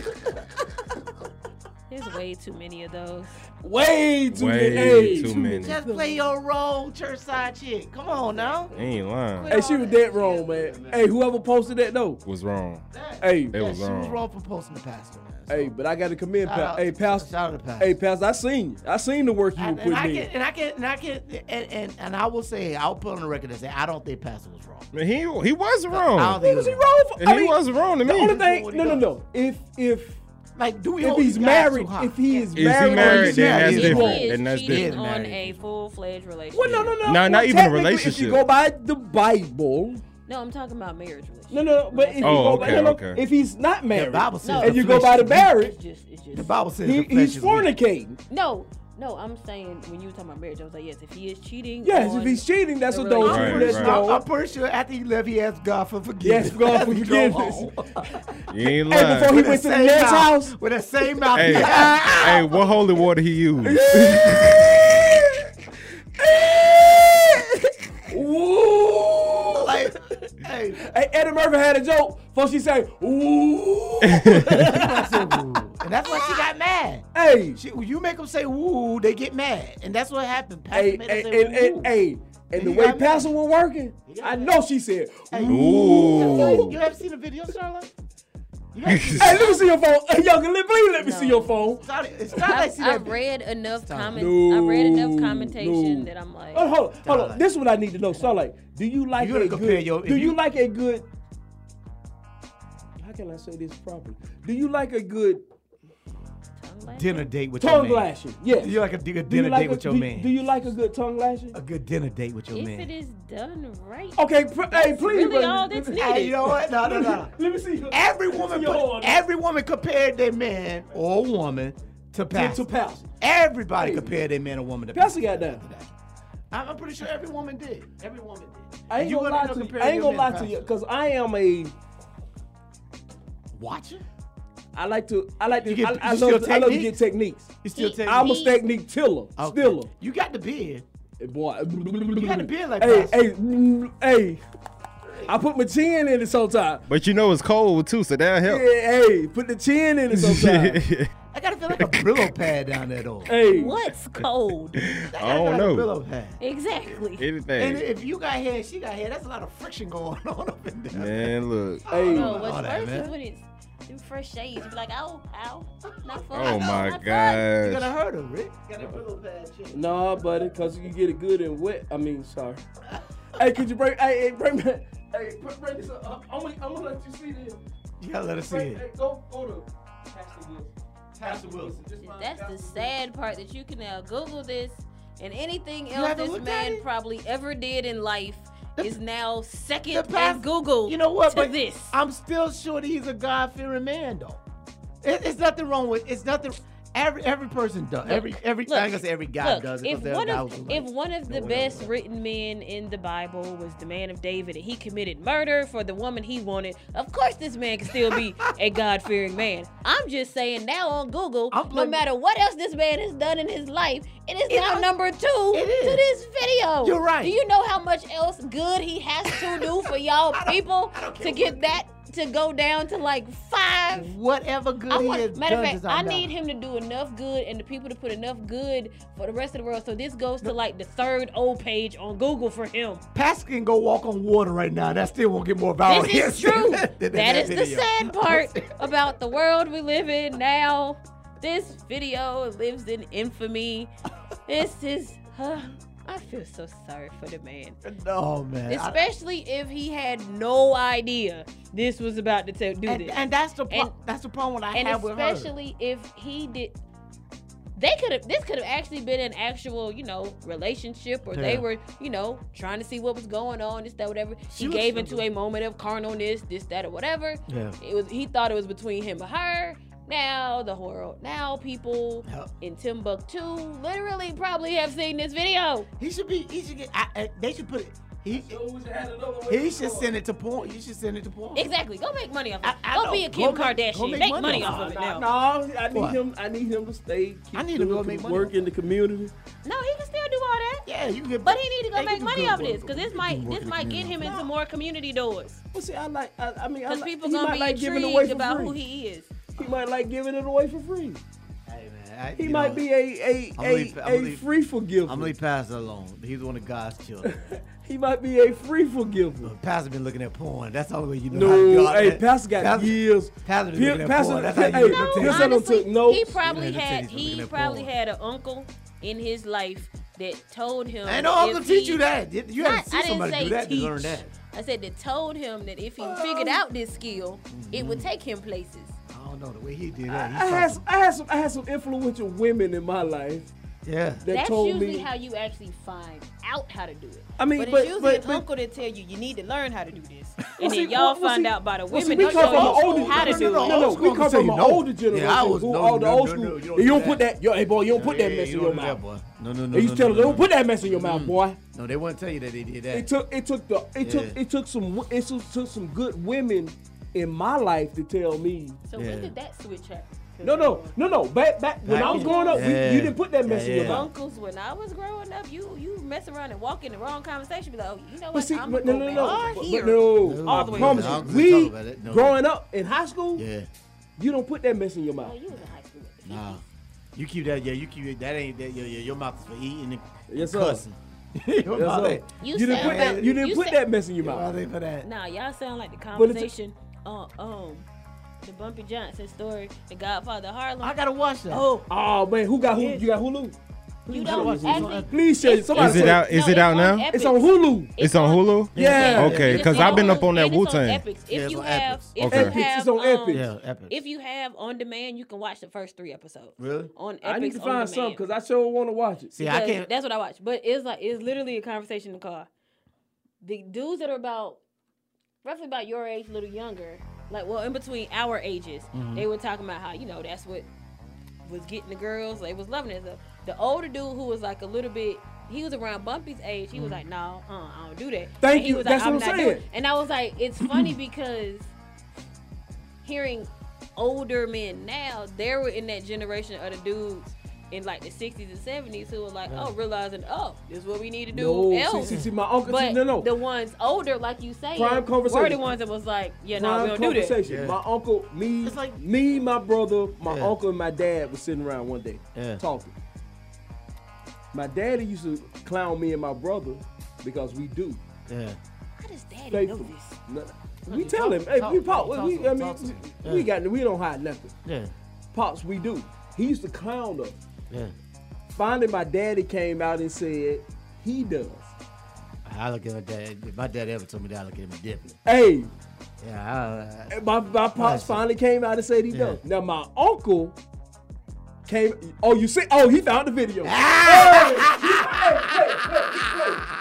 [SPEAKER 5] There's way too many of those.
[SPEAKER 4] Way too many.
[SPEAKER 6] Way
[SPEAKER 4] Hey,
[SPEAKER 6] too many. He
[SPEAKER 3] play your role, church side chick. Come on now.
[SPEAKER 6] ain't lying.
[SPEAKER 4] Hey, she was dead wrong, man. Hey, whoever posted that though.
[SPEAKER 6] Was wrong.
[SPEAKER 4] Hey,
[SPEAKER 6] It
[SPEAKER 3] Yeah,
[SPEAKER 6] was
[SPEAKER 3] she was
[SPEAKER 6] wrong.
[SPEAKER 3] wrong for posting the pastor, man. So,
[SPEAKER 4] hey, but I gotta commend
[SPEAKER 3] shout
[SPEAKER 4] pa-
[SPEAKER 3] out-
[SPEAKER 4] Hey, Pastor.
[SPEAKER 3] Shout out to pastor.
[SPEAKER 4] Hey, Pastor, I seen you. I seen the work you
[SPEAKER 3] I-
[SPEAKER 4] were
[SPEAKER 3] and,
[SPEAKER 4] putting
[SPEAKER 3] I can,
[SPEAKER 4] in.
[SPEAKER 3] and I can, and I can, and, and, and I will say, I'll put on the record and say, I don't think Pastor was wrong.
[SPEAKER 6] Man, he he was
[SPEAKER 3] I don't
[SPEAKER 6] wrong.
[SPEAKER 3] think
[SPEAKER 4] What was he wrong for? I
[SPEAKER 6] He
[SPEAKER 4] mean,
[SPEAKER 6] was wrong to
[SPEAKER 4] The
[SPEAKER 6] me.
[SPEAKER 4] only
[SPEAKER 6] If
[SPEAKER 4] thing, no, no, no. If if
[SPEAKER 3] Like, do we
[SPEAKER 4] if
[SPEAKER 3] hold
[SPEAKER 4] he's
[SPEAKER 3] these guys
[SPEAKER 4] married,
[SPEAKER 3] too high?
[SPEAKER 4] if he is
[SPEAKER 6] he
[SPEAKER 4] married, or
[SPEAKER 6] married,
[SPEAKER 4] he's
[SPEAKER 6] then that's
[SPEAKER 4] married, he
[SPEAKER 5] If
[SPEAKER 6] different.
[SPEAKER 5] he
[SPEAKER 4] won't.
[SPEAKER 5] is
[SPEAKER 6] And that's
[SPEAKER 5] cheating
[SPEAKER 3] different.
[SPEAKER 5] on
[SPEAKER 3] Yeah,
[SPEAKER 5] a
[SPEAKER 3] married.
[SPEAKER 5] full-fledged relationship.
[SPEAKER 4] Well, no, no, no.
[SPEAKER 6] Not-
[SPEAKER 4] well,
[SPEAKER 6] not even
[SPEAKER 4] technically,
[SPEAKER 6] a
[SPEAKER 4] If you
[SPEAKER 6] relationship.
[SPEAKER 4] go by the Bible,
[SPEAKER 5] No, I'm talking about marriage relationship.
[SPEAKER 4] no, no, no. But if you
[SPEAKER 6] Oh,
[SPEAKER 4] go by, no, no,
[SPEAKER 6] okay, okay.
[SPEAKER 4] if he's not married,
[SPEAKER 3] Bible says
[SPEAKER 5] No.
[SPEAKER 4] and you
[SPEAKER 3] the
[SPEAKER 4] go by
[SPEAKER 3] flesh
[SPEAKER 4] the
[SPEAKER 3] is
[SPEAKER 4] marriage,
[SPEAKER 5] It's just, it's just.
[SPEAKER 3] The Bible says
[SPEAKER 4] he,
[SPEAKER 3] the flesh
[SPEAKER 4] he's
[SPEAKER 3] is weak.
[SPEAKER 4] fornicating.
[SPEAKER 5] No, no, I'm saying when you were talking about marriage, I was like, yes, if he is cheating.
[SPEAKER 4] Yes,
[SPEAKER 5] on
[SPEAKER 4] if he's cheating, that's
[SPEAKER 5] the
[SPEAKER 4] adultery.
[SPEAKER 5] relationship-
[SPEAKER 6] Right,
[SPEAKER 4] that's
[SPEAKER 6] right.
[SPEAKER 4] wrong.
[SPEAKER 3] I'm, I'm pretty sure after he left, he asked God for forgiveness.
[SPEAKER 4] Yes, God
[SPEAKER 3] As
[SPEAKER 4] for
[SPEAKER 3] he
[SPEAKER 4] forgiveness.
[SPEAKER 3] drove home.
[SPEAKER 6] You ain't
[SPEAKER 4] Hey, before
[SPEAKER 6] lying.
[SPEAKER 4] he
[SPEAKER 3] With
[SPEAKER 4] went to
[SPEAKER 3] that
[SPEAKER 4] the
[SPEAKER 3] same
[SPEAKER 4] next
[SPEAKER 3] mouth-
[SPEAKER 4] house,
[SPEAKER 3] With that same mouth.
[SPEAKER 6] Hey, hey, what holy water he used?
[SPEAKER 4] Woo!
[SPEAKER 3] Hey.
[SPEAKER 4] Hey, Eddie Murphy had a joke before she say, ooh.
[SPEAKER 3] And that's why she got mad.
[SPEAKER 4] hey,
[SPEAKER 3] She, when you make them say woo, they get mad, and that's what happened. Pastor
[SPEAKER 4] hey,
[SPEAKER 3] made her
[SPEAKER 4] hey,
[SPEAKER 3] say
[SPEAKER 4] and, and,
[SPEAKER 3] woo.
[SPEAKER 4] hey, and the
[SPEAKER 3] You
[SPEAKER 4] way
[SPEAKER 3] got me.
[SPEAKER 4] Pastor was working,
[SPEAKER 3] You got
[SPEAKER 4] I
[SPEAKER 3] me.
[SPEAKER 4] know she said,
[SPEAKER 3] Hey,
[SPEAKER 6] Ooh.
[SPEAKER 3] You haven't seen the video, Charlotte? You haven't seen-
[SPEAKER 4] hey, let me see your phone. Hey, y'all can let- please let me
[SPEAKER 5] No.
[SPEAKER 4] see your phone.
[SPEAKER 3] Charlotte- it's not
[SPEAKER 5] I,
[SPEAKER 3] like she
[SPEAKER 5] I
[SPEAKER 3] that.
[SPEAKER 5] read enough comment. I
[SPEAKER 4] No,
[SPEAKER 5] read enough
[SPEAKER 4] no.
[SPEAKER 5] commentation that I'm like,
[SPEAKER 4] Oh, hold on, hold on.
[SPEAKER 3] Starlight.
[SPEAKER 4] This is what I need to know. Starlight, do you like
[SPEAKER 3] You gotta
[SPEAKER 4] a
[SPEAKER 3] compare
[SPEAKER 4] good?
[SPEAKER 3] your-
[SPEAKER 4] do
[SPEAKER 3] if
[SPEAKER 4] you,
[SPEAKER 3] you-
[SPEAKER 4] like a good? How can I say this properly? Do you like a good
[SPEAKER 5] I'm like,
[SPEAKER 3] dinner date with
[SPEAKER 4] tongue
[SPEAKER 3] your man.
[SPEAKER 4] lashing? Yes.
[SPEAKER 3] You like a, d- a
[SPEAKER 4] Do you
[SPEAKER 3] dinner
[SPEAKER 4] like
[SPEAKER 3] date
[SPEAKER 4] a-
[SPEAKER 3] with your
[SPEAKER 4] do,
[SPEAKER 3] man.
[SPEAKER 4] Do you like a good tongue lashing?
[SPEAKER 3] a good dinner date with your
[SPEAKER 5] if
[SPEAKER 3] man.
[SPEAKER 5] it is done right,
[SPEAKER 4] Okay, pr- hey, please.
[SPEAKER 5] really
[SPEAKER 4] brother.
[SPEAKER 5] all that's
[SPEAKER 4] Let me-
[SPEAKER 5] needed.
[SPEAKER 3] Hey, you know what? No, no, no.
[SPEAKER 4] Let me see. your-
[SPEAKER 3] Every
[SPEAKER 4] let me
[SPEAKER 3] woman,
[SPEAKER 4] see your
[SPEAKER 3] put,
[SPEAKER 4] order.
[SPEAKER 3] every woman compared their man or woman to
[SPEAKER 4] to,
[SPEAKER 3] pastor.
[SPEAKER 4] to Pastor.
[SPEAKER 3] Everybody
[SPEAKER 4] Hey.
[SPEAKER 3] compared their man or woman to
[SPEAKER 4] Pastor
[SPEAKER 3] pastor.
[SPEAKER 4] got down.
[SPEAKER 3] I'm, I'm pretty sure every woman did. Every woman did.
[SPEAKER 4] I ain't
[SPEAKER 3] You
[SPEAKER 4] gonna
[SPEAKER 3] gonna
[SPEAKER 4] lie
[SPEAKER 3] end up
[SPEAKER 4] to you.
[SPEAKER 3] comparing
[SPEAKER 4] I ain't
[SPEAKER 3] your
[SPEAKER 4] gonna
[SPEAKER 3] man
[SPEAKER 4] lie
[SPEAKER 3] to
[SPEAKER 4] to you,
[SPEAKER 3] Pastor.
[SPEAKER 4] cause I am a.
[SPEAKER 3] Watch it.
[SPEAKER 4] I like to. I like to.
[SPEAKER 3] You get-
[SPEAKER 4] I, I
[SPEAKER 3] you
[SPEAKER 4] love.
[SPEAKER 3] still
[SPEAKER 4] To, I love to
[SPEAKER 3] techniques?
[SPEAKER 4] get techniques.
[SPEAKER 3] You still
[SPEAKER 5] He-
[SPEAKER 3] take
[SPEAKER 4] I'm a
[SPEAKER 5] Techniques.
[SPEAKER 4] technique tiller.
[SPEAKER 3] Okay.
[SPEAKER 4] Stiller.
[SPEAKER 3] You got the beard.
[SPEAKER 4] Hey, Boy,
[SPEAKER 3] You got a beard like
[SPEAKER 4] hey,
[SPEAKER 3] Pastor.
[SPEAKER 4] hey, mm, hey. I put my chin in it sometimes.
[SPEAKER 6] But you know it's cold too, so that
[SPEAKER 4] Yeah,
[SPEAKER 6] help.
[SPEAKER 4] hey, put the chin in it sometimes.
[SPEAKER 3] I gotta feel like a Brillo pad down there though.
[SPEAKER 4] hey,
[SPEAKER 5] what's cold?
[SPEAKER 6] I don't
[SPEAKER 3] like a
[SPEAKER 6] know.
[SPEAKER 3] Brillo pad.
[SPEAKER 5] exactly.
[SPEAKER 3] And
[SPEAKER 6] Anything.
[SPEAKER 3] if you got hair and she got hair, that's a lot of friction going on up in there.
[SPEAKER 6] Man, look.
[SPEAKER 4] hey,
[SPEAKER 5] No,
[SPEAKER 3] All
[SPEAKER 5] what's worse
[SPEAKER 3] that,
[SPEAKER 5] is
[SPEAKER 3] man.
[SPEAKER 5] when it's them fresh shades. You be like, oh, ow, not fun.
[SPEAKER 6] Oh my
[SPEAKER 5] not fun.
[SPEAKER 3] You're gonna
[SPEAKER 6] gosh.
[SPEAKER 3] hurt her, Rick. Got a Brillo pad chin.
[SPEAKER 4] nah, buddy, cause you get it good and wet. I mean, sorry. hey, could you bring? Hey, hey, bring me. Hey, br- bring this up. I'm, gonna- I'm gonna let you see this.
[SPEAKER 3] You gotta let her see
[SPEAKER 4] Bring-
[SPEAKER 3] it.
[SPEAKER 4] Hey, go, go to Pastor Wilson. Pastor Wilson. just find
[SPEAKER 5] That's the
[SPEAKER 4] Pastor
[SPEAKER 5] sad part that you can now Google this and anything else
[SPEAKER 3] haven't
[SPEAKER 5] this
[SPEAKER 3] looked at
[SPEAKER 5] man
[SPEAKER 3] it?
[SPEAKER 5] probably ever did in life is now second
[SPEAKER 3] The past-
[SPEAKER 5] in Google.
[SPEAKER 3] You know what?
[SPEAKER 5] To
[SPEAKER 3] but
[SPEAKER 5] this.
[SPEAKER 3] I'm still sure that he's a God fearing man, though. It, it's nothing wrong with. It's nothing. Every every person does. every every.
[SPEAKER 5] look,
[SPEAKER 3] I guess every guy
[SPEAKER 5] Look,
[SPEAKER 3] does. it,
[SPEAKER 5] if
[SPEAKER 3] 'cause they're
[SPEAKER 5] one
[SPEAKER 3] guys
[SPEAKER 5] of
[SPEAKER 3] who
[SPEAKER 5] if
[SPEAKER 3] like-
[SPEAKER 5] one of the
[SPEAKER 3] whatever,
[SPEAKER 5] best
[SPEAKER 3] whatever.
[SPEAKER 5] written men in the Bible was the man of David and he committed murder for the woman he wanted, of course this man can still be a God fearing man. I'm just saying now on Google,
[SPEAKER 3] I'm
[SPEAKER 5] no
[SPEAKER 3] blaming-
[SPEAKER 5] matter what else this man has done in his life, it is now
[SPEAKER 3] is.
[SPEAKER 5] number two
[SPEAKER 3] It
[SPEAKER 5] to
[SPEAKER 3] is.
[SPEAKER 5] this video.
[SPEAKER 3] You're right.
[SPEAKER 5] Do you know how much else good he has to do for y'all people
[SPEAKER 3] I don't care
[SPEAKER 5] to get
[SPEAKER 3] what-
[SPEAKER 5] that to go down to like five?
[SPEAKER 3] whatever good
[SPEAKER 5] I
[SPEAKER 3] he
[SPEAKER 5] want,
[SPEAKER 3] is,
[SPEAKER 5] matter of
[SPEAKER 3] done
[SPEAKER 5] fact,
[SPEAKER 3] is
[SPEAKER 5] I
[SPEAKER 3] undone.
[SPEAKER 5] need him to do enough good and the people to put enough good for the rest of the world. So this goes to like the third old page on Google for him.
[SPEAKER 3] Pastor can go walk on water right now. That still won't get more viral.
[SPEAKER 5] This
[SPEAKER 3] hits
[SPEAKER 5] is true.
[SPEAKER 3] than
[SPEAKER 5] that is the
[SPEAKER 3] video.
[SPEAKER 5] sad part about the world we live in now. This video lives in infamy. This is. huh, I feel so sorry for the man.
[SPEAKER 3] No Oh, man. I-
[SPEAKER 5] Especially if he had no idea this was about to tell do
[SPEAKER 3] and,
[SPEAKER 5] this.
[SPEAKER 3] and that's the pro-
[SPEAKER 5] And-
[SPEAKER 3] that's the problem I
[SPEAKER 5] and
[SPEAKER 3] have with her.
[SPEAKER 5] especially if he did they could have this could have actually been an actual you know relationship or they
[SPEAKER 3] Yeah.
[SPEAKER 5] were you know trying to see what was going on this that whatever
[SPEAKER 3] She
[SPEAKER 5] he
[SPEAKER 3] was
[SPEAKER 5] gave into
[SPEAKER 3] simple.
[SPEAKER 5] a moment of carnalness this that or whatever
[SPEAKER 3] Yeah.
[SPEAKER 5] it was he thought it was between him and her now the world now people
[SPEAKER 3] Yeah.
[SPEAKER 5] in timbuktu literally probably have seen this video
[SPEAKER 3] He should be. He should get. I, I, they should put it. He,
[SPEAKER 4] Wilson. Had another one.
[SPEAKER 3] he should send it to porn. You should send it to porn.
[SPEAKER 5] exactly go make money off it
[SPEAKER 3] I- I
[SPEAKER 5] go
[SPEAKER 3] know.
[SPEAKER 5] be a
[SPEAKER 3] Go
[SPEAKER 5] kim
[SPEAKER 3] make- go
[SPEAKER 5] kardashian
[SPEAKER 3] make
[SPEAKER 5] make money,
[SPEAKER 3] money
[SPEAKER 5] off
[SPEAKER 3] off
[SPEAKER 5] of
[SPEAKER 3] it.
[SPEAKER 5] it now
[SPEAKER 4] No, I need
[SPEAKER 3] What?
[SPEAKER 4] him. I need him to stay. Keep
[SPEAKER 3] I need to
[SPEAKER 4] doing
[SPEAKER 3] go make money.
[SPEAKER 4] work in the community.
[SPEAKER 5] no he can still do all that
[SPEAKER 3] Yeah, you can get.
[SPEAKER 5] But he need to go
[SPEAKER 3] Hey, you
[SPEAKER 5] make
[SPEAKER 3] can
[SPEAKER 5] money
[SPEAKER 3] good
[SPEAKER 5] off of
[SPEAKER 3] work.
[SPEAKER 5] this, cause this might this might get him into more community doors.
[SPEAKER 4] Well, see, I like. I, I mean, I
[SPEAKER 5] Cause
[SPEAKER 4] like,
[SPEAKER 5] people
[SPEAKER 4] he
[SPEAKER 5] gonna
[SPEAKER 4] might
[SPEAKER 5] be
[SPEAKER 4] like giving it away
[SPEAKER 5] intrigued
[SPEAKER 4] for
[SPEAKER 5] about
[SPEAKER 4] free.
[SPEAKER 5] who he is.
[SPEAKER 4] He might like giving it away for free.
[SPEAKER 3] Hey, man, I-
[SPEAKER 4] He
[SPEAKER 3] you
[SPEAKER 4] might
[SPEAKER 3] know,
[SPEAKER 4] be a a
[SPEAKER 3] I'm
[SPEAKER 4] a,
[SPEAKER 3] leave- I'm
[SPEAKER 4] a
[SPEAKER 3] leave-
[SPEAKER 4] free forgiver.
[SPEAKER 3] I'm gonna leave Pastor alone. He's one of God's children.
[SPEAKER 4] he might be a free forgiver.
[SPEAKER 3] Pastor been looking at porn. That's the only way you know.
[SPEAKER 4] No,
[SPEAKER 3] how to
[SPEAKER 4] hey, Pastor got years.
[SPEAKER 3] Pastor been
[SPEAKER 4] Pim-
[SPEAKER 3] looking at
[SPEAKER 4] Pastor-
[SPEAKER 3] porn. That's how you
[SPEAKER 4] hey,
[SPEAKER 3] know
[SPEAKER 4] no,
[SPEAKER 3] them
[SPEAKER 4] His
[SPEAKER 3] tapes.
[SPEAKER 4] son don't
[SPEAKER 5] honestly,
[SPEAKER 4] take notes.
[SPEAKER 5] he probably
[SPEAKER 3] You know,
[SPEAKER 5] had
[SPEAKER 3] his titties looking
[SPEAKER 5] he
[SPEAKER 3] at
[SPEAKER 5] probably
[SPEAKER 3] porn.
[SPEAKER 5] had an uncle in his life that told him.
[SPEAKER 3] Ain't no uncle
[SPEAKER 5] if
[SPEAKER 3] teach
[SPEAKER 5] he-
[SPEAKER 3] you that. You- You had
[SPEAKER 5] Not-
[SPEAKER 3] to
[SPEAKER 5] I
[SPEAKER 3] see
[SPEAKER 5] didn't
[SPEAKER 3] somebody
[SPEAKER 5] say
[SPEAKER 3] do that to
[SPEAKER 5] teach.
[SPEAKER 3] learn that.
[SPEAKER 5] I said that told him that if he figured out this skill, it
[SPEAKER 3] Mm-hmm.
[SPEAKER 5] would take him places.
[SPEAKER 3] I don't know the way he did that.
[SPEAKER 4] I
[SPEAKER 3] He
[SPEAKER 4] had
[SPEAKER 3] fucking-
[SPEAKER 4] some, I had some I had some influential women in my life
[SPEAKER 3] yeah.
[SPEAKER 4] that
[SPEAKER 5] That's
[SPEAKER 4] told
[SPEAKER 5] usually
[SPEAKER 4] me.
[SPEAKER 5] how you actually find out how to do it.
[SPEAKER 4] I mean,
[SPEAKER 5] but,
[SPEAKER 4] but-
[SPEAKER 5] it's usually
[SPEAKER 4] but-
[SPEAKER 5] an
[SPEAKER 4] but-
[SPEAKER 5] uncle that tell you you need to learn how to do this, and
[SPEAKER 4] Well,
[SPEAKER 5] then
[SPEAKER 4] see,
[SPEAKER 5] y'all
[SPEAKER 4] well, well,
[SPEAKER 5] find
[SPEAKER 4] see-
[SPEAKER 5] out by the
[SPEAKER 4] well, see,
[SPEAKER 5] women
[SPEAKER 4] we
[SPEAKER 5] that
[SPEAKER 4] come from an
[SPEAKER 5] show you
[SPEAKER 4] older
[SPEAKER 5] how to do
[SPEAKER 4] generation.
[SPEAKER 5] it.
[SPEAKER 4] No, no, we come from an older generation.
[SPEAKER 3] Yeah, I was
[SPEAKER 4] who
[SPEAKER 3] no,
[SPEAKER 4] all the
[SPEAKER 3] no, no,
[SPEAKER 4] old
[SPEAKER 3] no,
[SPEAKER 4] school.
[SPEAKER 3] you don't
[SPEAKER 4] you
[SPEAKER 3] do
[SPEAKER 4] don't put
[SPEAKER 3] that.
[SPEAKER 4] that. Yo, hey boy, you don't put
[SPEAKER 3] Yeah,
[SPEAKER 4] that
[SPEAKER 3] yeah,
[SPEAKER 4] mess
[SPEAKER 3] you
[SPEAKER 4] in
[SPEAKER 3] don't
[SPEAKER 4] your
[SPEAKER 3] do that,
[SPEAKER 4] mouth.
[SPEAKER 3] boy. No, no, no.
[SPEAKER 4] They used
[SPEAKER 3] no,
[SPEAKER 4] to tell
[SPEAKER 3] no,
[SPEAKER 4] us, don't
[SPEAKER 3] no,
[SPEAKER 4] put
[SPEAKER 3] no.
[SPEAKER 4] that mess in your mouth, boy.
[SPEAKER 3] No, they wouldn't tell you that they did that.
[SPEAKER 4] It took it took the it took
[SPEAKER 3] Yeah.
[SPEAKER 4] it took some wo- it took, took some good women in my life to tell me
[SPEAKER 5] So
[SPEAKER 3] Yeah.
[SPEAKER 5] when did that switch happen?
[SPEAKER 4] No, no, no, no. Back, back when I was growing up, we,
[SPEAKER 3] Yeah.
[SPEAKER 4] you didn't put that mess in your
[SPEAKER 3] Yeah.
[SPEAKER 4] mouth.
[SPEAKER 5] Uncles, when I was growing up, you you mess around and walk in the wrong conversation, be like, oh, you know
[SPEAKER 4] But
[SPEAKER 5] what?
[SPEAKER 4] see,
[SPEAKER 5] I'm
[SPEAKER 4] but no,
[SPEAKER 5] gonna
[SPEAKER 4] no,
[SPEAKER 5] go
[SPEAKER 4] no,
[SPEAKER 5] back
[SPEAKER 4] but
[SPEAKER 5] here.
[SPEAKER 4] no.
[SPEAKER 5] All
[SPEAKER 4] I
[SPEAKER 5] the way
[SPEAKER 4] promise
[SPEAKER 3] down.
[SPEAKER 4] you,
[SPEAKER 3] Talk
[SPEAKER 4] we
[SPEAKER 3] about it. No.
[SPEAKER 4] growing up in high school,
[SPEAKER 3] Yeah.
[SPEAKER 4] you don't put that mess in your mouth.
[SPEAKER 5] Oh, you was in high school.
[SPEAKER 3] Nah. You keep that, yeah, you keep it. That ain't that, yeah, yeah. Your mouth is for eating and
[SPEAKER 4] Yes, sir.
[SPEAKER 3] cussing. your
[SPEAKER 4] Yes,
[SPEAKER 3] mouth
[SPEAKER 4] sir.
[SPEAKER 3] ain't-
[SPEAKER 5] You,
[SPEAKER 4] You
[SPEAKER 5] sound
[SPEAKER 4] didn't put
[SPEAKER 5] like-
[SPEAKER 4] that. You didn't
[SPEAKER 5] you
[SPEAKER 4] put
[SPEAKER 5] sa-
[SPEAKER 4] that mess in your
[SPEAKER 3] your mouth
[SPEAKER 4] mouth.
[SPEAKER 3] ain't for that.
[SPEAKER 5] Nah, y'all sound like the
[SPEAKER 4] it's-
[SPEAKER 5] conversation. Uh, um, the Bumpy Johnson story, the Godfather of Harlem.
[SPEAKER 3] I gotta watch that.
[SPEAKER 5] oh,
[SPEAKER 4] Oh man, who got Hulu? You got Hulu?
[SPEAKER 5] you
[SPEAKER 3] gotta watch this
[SPEAKER 5] don't
[SPEAKER 3] on
[SPEAKER 5] actually.
[SPEAKER 3] Epic.
[SPEAKER 4] Please share. Somebody
[SPEAKER 6] Is it
[SPEAKER 4] say-
[SPEAKER 6] out- is it out now?
[SPEAKER 5] Epic.
[SPEAKER 4] It's on Hulu.
[SPEAKER 6] It's on Hulu?
[SPEAKER 4] Yeah.
[SPEAKER 6] Okay,
[SPEAKER 5] It's
[SPEAKER 6] 'cause
[SPEAKER 5] on
[SPEAKER 6] I've been
[SPEAKER 5] Hulu
[SPEAKER 6] up on that
[SPEAKER 5] and it's
[SPEAKER 6] Wu-Tang.
[SPEAKER 5] Epics.
[SPEAKER 3] Yeah,
[SPEAKER 5] If
[SPEAKER 3] it's
[SPEAKER 5] you
[SPEAKER 3] on
[SPEAKER 5] have,
[SPEAKER 3] Epics.
[SPEAKER 5] if
[SPEAKER 6] Okay.
[SPEAKER 5] you
[SPEAKER 6] Epics.
[SPEAKER 5] have,
[SPEAKER 4] It's on
[SPEAKER 5] um,
[SPEAKER 4] Epics.
[SPEAKER 3] Yeah, epic.
[SPEAKER 5] If you have on demand, you can watch the first three episodes.
[SPEAKER 3] Really?
[SPEAKER 5] On Epics
[SPEAKER 4] I need to
[SPEAKER 5] on
[SPEAKER 4] find
[SPEAKER 5] demand.
[SPEAKER 4] something because I sure want to watch it.
[SPEAKER 3] See, I
[SPEAKER 5] Because
[SPEAKER 3] can't.
[SPEAKER 5] That's what I watch. But it's like it's literally a conversation in the car. The dudes that are about roughly about your age, a little younger, like well in between our ages,
[SPEAKER 4] Mm-hmm.
[SPEAKER 5] they were talking about how you know that's what was getting the girls. They was loving it. The, the older dude who was like a little bit. He was around Bumpy's age. He was like, "No, uh, I don't do that."
[SPEAKER 4] Mm-hmm. Thank
[SPEAKER 5] And he
[SPEAKER 4] you.
[SPEAKER 5] Was
[SPEAKER 4] That's what I'm
[SPEAKER 5] not doing
[SPEAKER 4] saying.
[SPEAKER 5] it." And I was like, "It's funny because hearing older men now, they were in that generation of the dudes in like the 60s and 70s who were like, oh, realizing, oh, this is what we need to do
[SPEAKER 4] No, see,
[SPEAKER 5] else.
[SPEAKER 4] see, see, my uncle.
[SPEAKER 5] but
[SPEAKER 4] see, no, no.
[SPEAKER 5] the ones older, like you say,
[SPEAKER 4] Prime
[SPEAKER 5] were the
[SPEAKER 4] conversation.
[SPEAKER 5] ones that was like, yeah, no,
[SPEAKER 4] Prime
[SPEAKER 5] we don't do that.
[SPEAKER 4] conversation.
[SPEAKER 3] Yeah.
[SPEAKER 4] My uncle, me,
[SPEAKER 3] It's like-
[SPEAKER 4] me, my brother, my
[SPEAKER 3] Yeah.
[SPEAKER 4] uncle, and my dad was sitting around one day
[SPEAKER 3] Yeah.
[SPEAKER 4] talking. My daddy used to clown me and my brother because we do.
[SPEAKER 3] yeah.
[SPEAKER 5] How does daddy know
[SPEAKER 4] faithfully.
[SPEAKER 5] this?
[SPEAKER 4] No- We tell him, hey,
[SPEAKER 3] talk-
[SPEAKER 4] we pop.
[SPEAKER 3] talk
[SPEAKER 4] we,
[SPEAKER 3] to him,
[SPEAKER 4] I mean,
[SPEAKER 3] talk to him.
[SPEAKER 4] we, we
[SPEAKER 3] Yeah.
[SPEAKER 4] got we don't hide nothing.
[SPEAKER 3] Yeah.
[SPEAKER 4] Pops, we do. He used to clown us.
[SPEAKER 3] Yeah.
[SPEAKER 4] Finally, my daddy came out and said he does.
[SPEAKER 3] I look at my dad. If my dad ever told me that, I look at him differently.
[SPEAKER 4] Hey,
[SPEAKER 3] Yeah. I, I,
[SPEAKER 4] And my, my pops
[SPEAKER 3] Nice.
[SPEAKER 4] finally came out and said he does. Now my uncle came. Oh, you see? Oh, he found the video. Hey, hey, hey, hit play,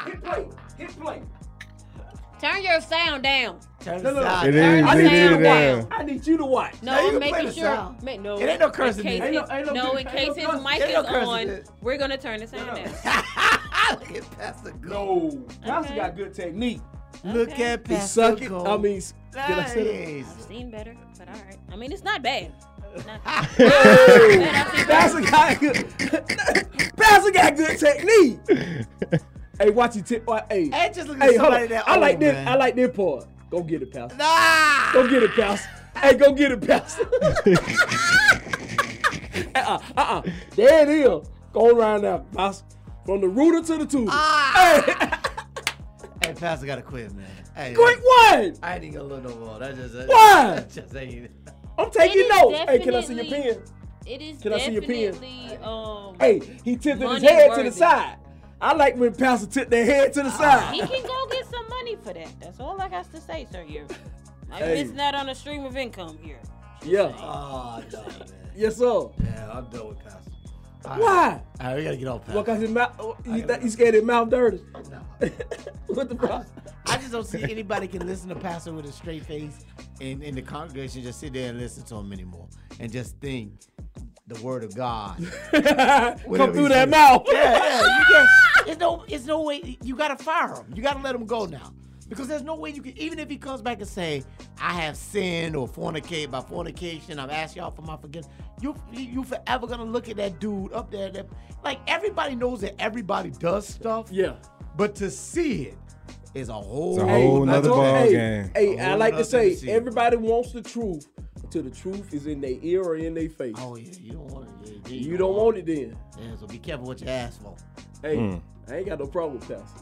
[SPEAKER 4] hit play, hit play.
[SPEAKER 5] Turn your sound down.
[SPEAKER 3] turn
[SPEAKER 4] No, no, no.
[SPEAKER 3] side.
[SPEAKER 6] It is.
[SPEAKER 5] I
[SPEAKER 6] It
[SPEAKER 5] say
[SPEAKER 6] is.
[SPEAKER 5] I'm
[SPEAKER 6] yeah.
[SPEAKER 5] wild.
[SPEAKER 4] I need you to watch.
[SPEAKER 5] No,
[SPEAKER 3] Now you
[SPEAKER 5] I'm
[SPEAKER 3] can play
[SPEAKER 5] making
[SPEAKER 3] the
[SPEAKER 5] sure.
[SPEAKER 3] sound.
[SPEAKER 5] Ma- no,
[SPEAKER 3] It ain't no cursing
[SPEAKER 5] In
[SPEAKER 3] in
[SPEAKER 5] case,
[SPEAKER 3] it.
[SPEAKER 4] Ain't no- ain't no-
[SPEAKER 5] no, in
[SPEAKER 4] ain't no
[SPEAKER 5] case his
[SPEAKER 4] cursing.
[SPEAKER 5] mic
[SPEAKER 3] Ain't no
[SPEAKER 5] is
[SPEAKER 3] cursing in
[SPEAKER 5] on,
[SPEAKER 3] it.
[SPEAKER 5] we're gonna turn the sound down.
[SPEAKER 3] look at Pastor Go.
[SPEAKER 4] No, Pastor
[SPEAKER 5] Okay.
[SPEAKER 4] got good technique.
[SPEAKER 3] Look
[SPEAKER 5] Okay.
[SPEAKER 3] at
[SPEAKER 4] He
[SPEAKER 3] Pastor
[SPEAKER 4] suck it.
[SPEAKER 3] Go.
[SPEAKER 4] I mean, s- did I
[SPEAKER 3] nice.
[SPEAKER 4] say
[SPEAKER 5] I've seen better, but all right. I mean, it's not bad. Not-
[SPEAKER 4] that? Pastor got good. Pastor got good technique. hey, watch your tip. oh, Hey,
[SPEAKER 3] Hey, just look at
[SPEAKER 4] hey, hold
[SPEAKER 3] somebody
[SPEAKER 4] on.
[SPEAKER 3] that
[SPEAKER 4] I
[SPEAKER 3] old,
[SPEAKER 4] like this.
[SPEAKER 3] man.
[SPEAKER 4] I like this part. Go get it, Pastor.
[SPEAKER 3] Ah!
[SPEAKER 4] Go get it, Pastor. Hey, go get it, Pastor. uh-uh, uh-uh. There it is. Go around now, Pastor. From the rooter to the tutor.
[SPEAKER 5] Ah.
[SPEAKER 3] Hey, Pastor gotta quit, man. Hey,
[SPEAKER 4] Quick one.
[SPEAKER 3] I ain't even gonna look no more. That just.
[SPEAKER 4] Why?
[SPEAKER 3] That just ain't.
[SPEAKER 4] I'm taking
[SPEAKER 5] It is
[SPEAKER 4] notes. Hey, can I see your
[SPEAKER 5] definitely-
[SPEAKER 4] pen?
[SPEAKER 5] It is
[SPEAKER 4] Can I see your pen?
[SPEAKER 5] definitely um.
[SPEAKER 4] Hey, he tilted his
[SPEAKER 5] Money
[SPEAKER 4] head to
[SPEAKER 5] worthy. Ah.
[SPEAKER 4] the side. I like when Pastor tilt their head to the side.
[SPEAKER 5] He can go get some money for that. That's all I got to say, sir. You're like,
[SPEAKER 4] Hey.
[SPEAKER 5] it's not on a stream of income here.
[SPEAKER 4] yeah.
[SPEAKER 3] Oh no, man.
[SPEAKER 4] Yes, sir.
[SPEAKER 3] Yeah, I'm done with Pastor. All right.
[SPEAKER 4] Why?
[SPEAKER 3] All right, we gotta get off Pastor.
[SPEAKER 4] What got his mouth? oh, You,
[SPEAKER 3] I-
[SPEAKER 4] th- you scared his mouth dirty?
[SPEAKER 3] No.
[SPEAKER 4] what the fuck?
[SPEAKER 3] I just don't see anybody can listen to Pastor with a straight face and in the congregation just sit there and listen to him anymore and just think the word of God.
[SPEAKER 4] Come
[SPEAKER 3] Whatever
[SPEAKER 4] through
[SPEAKER 3] he
[SPEAKER 4] that
[SPEAKER 3] said.
[SPEAKER 4] mouth.
[SPEAKER 3] Yeah, yeah. You can't, it's no it's no way you gotta fire him. You gotta let him go now. Because there's no way you can even if he comes back and say, I have sinned or fornicate by fornication, I'm asking y'all for my forgiveness, you you forever gonna look at that dude up there that like everybody knows that everybody does stuff.
[SPEAKER 4] Yeah.
[SPEAKER 3] But to see it is a whole, Oh,
[SPEAKER 6] It's a whole
[SPEAKER 4] I
[SPEAKER 6] nother
[SPEAKER 4] told-
[SPEAKER 6] ball
[SPEAKER 4] hey,
[SPEAKER 6] game.
[SPEAKER 4] Hey,
[SPEAKER 3] A
[SPEAKER 4] I
[SPEAKER 3] whole
[SPEAKER 4] like to
[SPEAKER 3] nother
[SPEAKER 4] say
[SPEAKER 3] shit.
[SPEAKER 4] everybody wants the truth until the truth is in their ear or in their face.
[SPEAKER 3] Oh yeah, you don't want it. Yeah,
[SPEAKER 4] you don't want it then.
[SPEAKER 3] Yeah, so be careful what you ask for.
[SPEAKER 4] Hey,
[SPEAKER 6] Hmm.
[SPEAKER 4] I ain't got no problem with Pastor.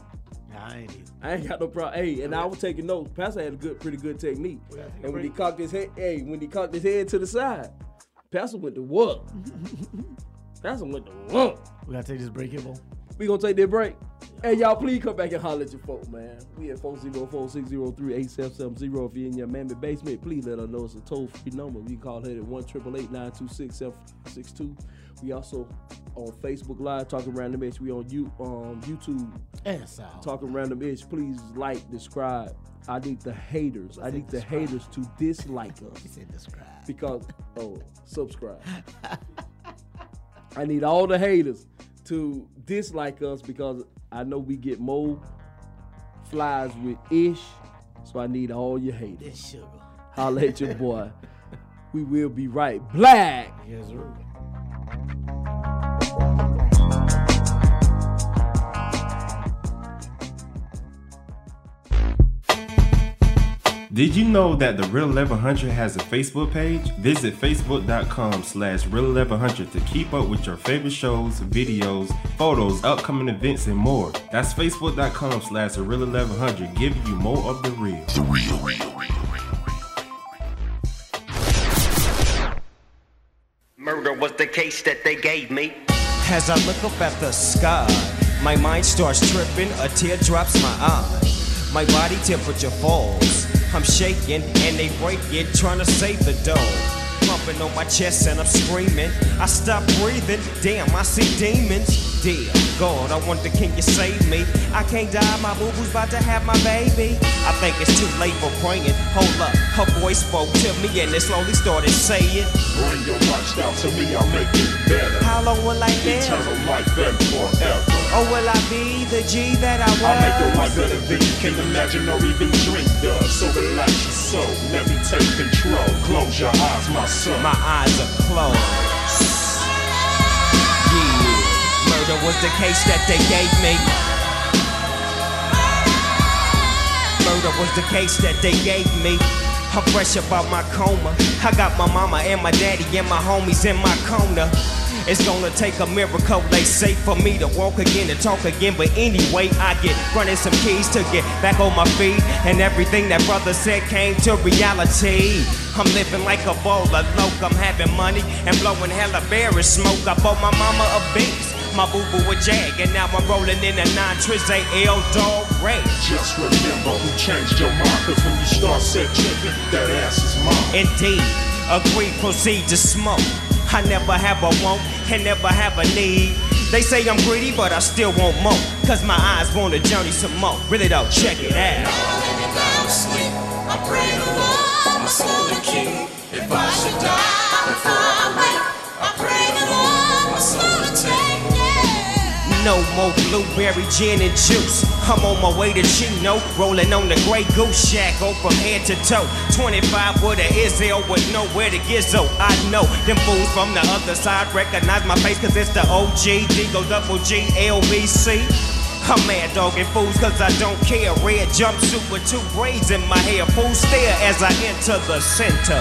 [SPEAKER 3] Nah, I ain't either.
[SPEAKER 4] I ain't got no problem. Hey, and I was taking notes. Pastor had a good, pretty good technique. And when he cocked his head, hey, when he cocked his head to the side, Pastor went to work. Pastor went to work.
[SPEAKER 3] We gotta take this break here, Bo.
[SPEAKER 4] We gonna take that break. Hey y'all, please come back and holler at your folk, man. We at 404-603-8770. If you're in your Miami basement, please let her know it's a toll-free number. You can call her at one 926 762 We also on Facebook Live talking random ish. We on you um YouTube
[SPEAKER 3] And Sal.
[SPEAKER 4] talking random ish. Please like, describe. I need the haters. I need the haters to dislike
[SPEAKER 3] He
[SPEAKER 4] us
[SPEAKER 3] said describe.
[SPEAKER 4] because oh subscribe i need all the haters to dislike us because i know we get more flies with ish so i need all your haters
[SPEAKER 3] It's sugar.
[SPEAKER 4] holla at your boy We will be right black.
[SPEAKER 3] Yes, sir.
[SPEAKER 6] Did you know that the Real 1100 has a Facebook page? Visit facebook.com slash Real 1100 to keep up with your favorite shows, videos, photos, upcoming events, and more. That's facebook.com slash The Real 1100 giving you more of the real.
[SPEAKER 2] Murder was the case that they gave me.
[SPEAKER 10] As I look up at the sky, my mind starts tripping, a tear drops my eye. My body temperature falls. I'm shaking and they break it, trying to save the dough. Pumping on my chest and I'm screaming. I stop breathing, damn, I see demons. Dear God, I wonder can you save me? I can't die, my boo boo's about to have my baby. I think it's too late for praying. Hold up, her voice spoke to me and it slowly started saying,
[SPEAKER 11] Bring your lifestyle to me, I'll make it better.
[SPEAKER 10] How long will I live?
[SPEAKER 11] Eternal life and forever.
[SPEAKER 10] Or will I be the G that I was?
[SPEAKER 11] I'll make your life better than you can imagine or even dream of. So relax your soul, let me take control. Close your eyes, my son.
[SPEAKER 10] My eyes are closed. Yeah. Murder was the case that they gave me. Murder was the case that they gave me. I'm fresh about my coma. I got my mama and my daddy and my homies in my corner. It's gonna take a miracle, they say, for me to walk again and talk again. But anyway, I get running some keys to get back on my feet. And everything that brother said came to reality. I'm living like a baller, loke. I'm having money and blowing hella berry smoke. I bought my mama a Benz, my boo boo a Jag, and now I'm rolling in a non Trizay L Dog Ray.
[SPEAKER 11] Just remember who changed your mind. Cause when you start set tripping, that ass is mine.
[SPEAKER 10] Indeed, agree, proceed to smoke. I never have a want, can never have a need. They say I'm greedy, but I still want more. Cause my eyes wanna journey some more. Really though, check it out. No more blueberry gin and juice. I'm on my way to Chino, rolling on the Grey Goose Shack, go from head to toe. 25 with a Izzo with nowhere to gizzo. I know them fools from the other side recognize my face, cause it's the OG, Digo Double G, LBC. I'm mad dogging fools cause I don't care. Red jumpsuit with two braids in my hair. Fools stare as I enter the center.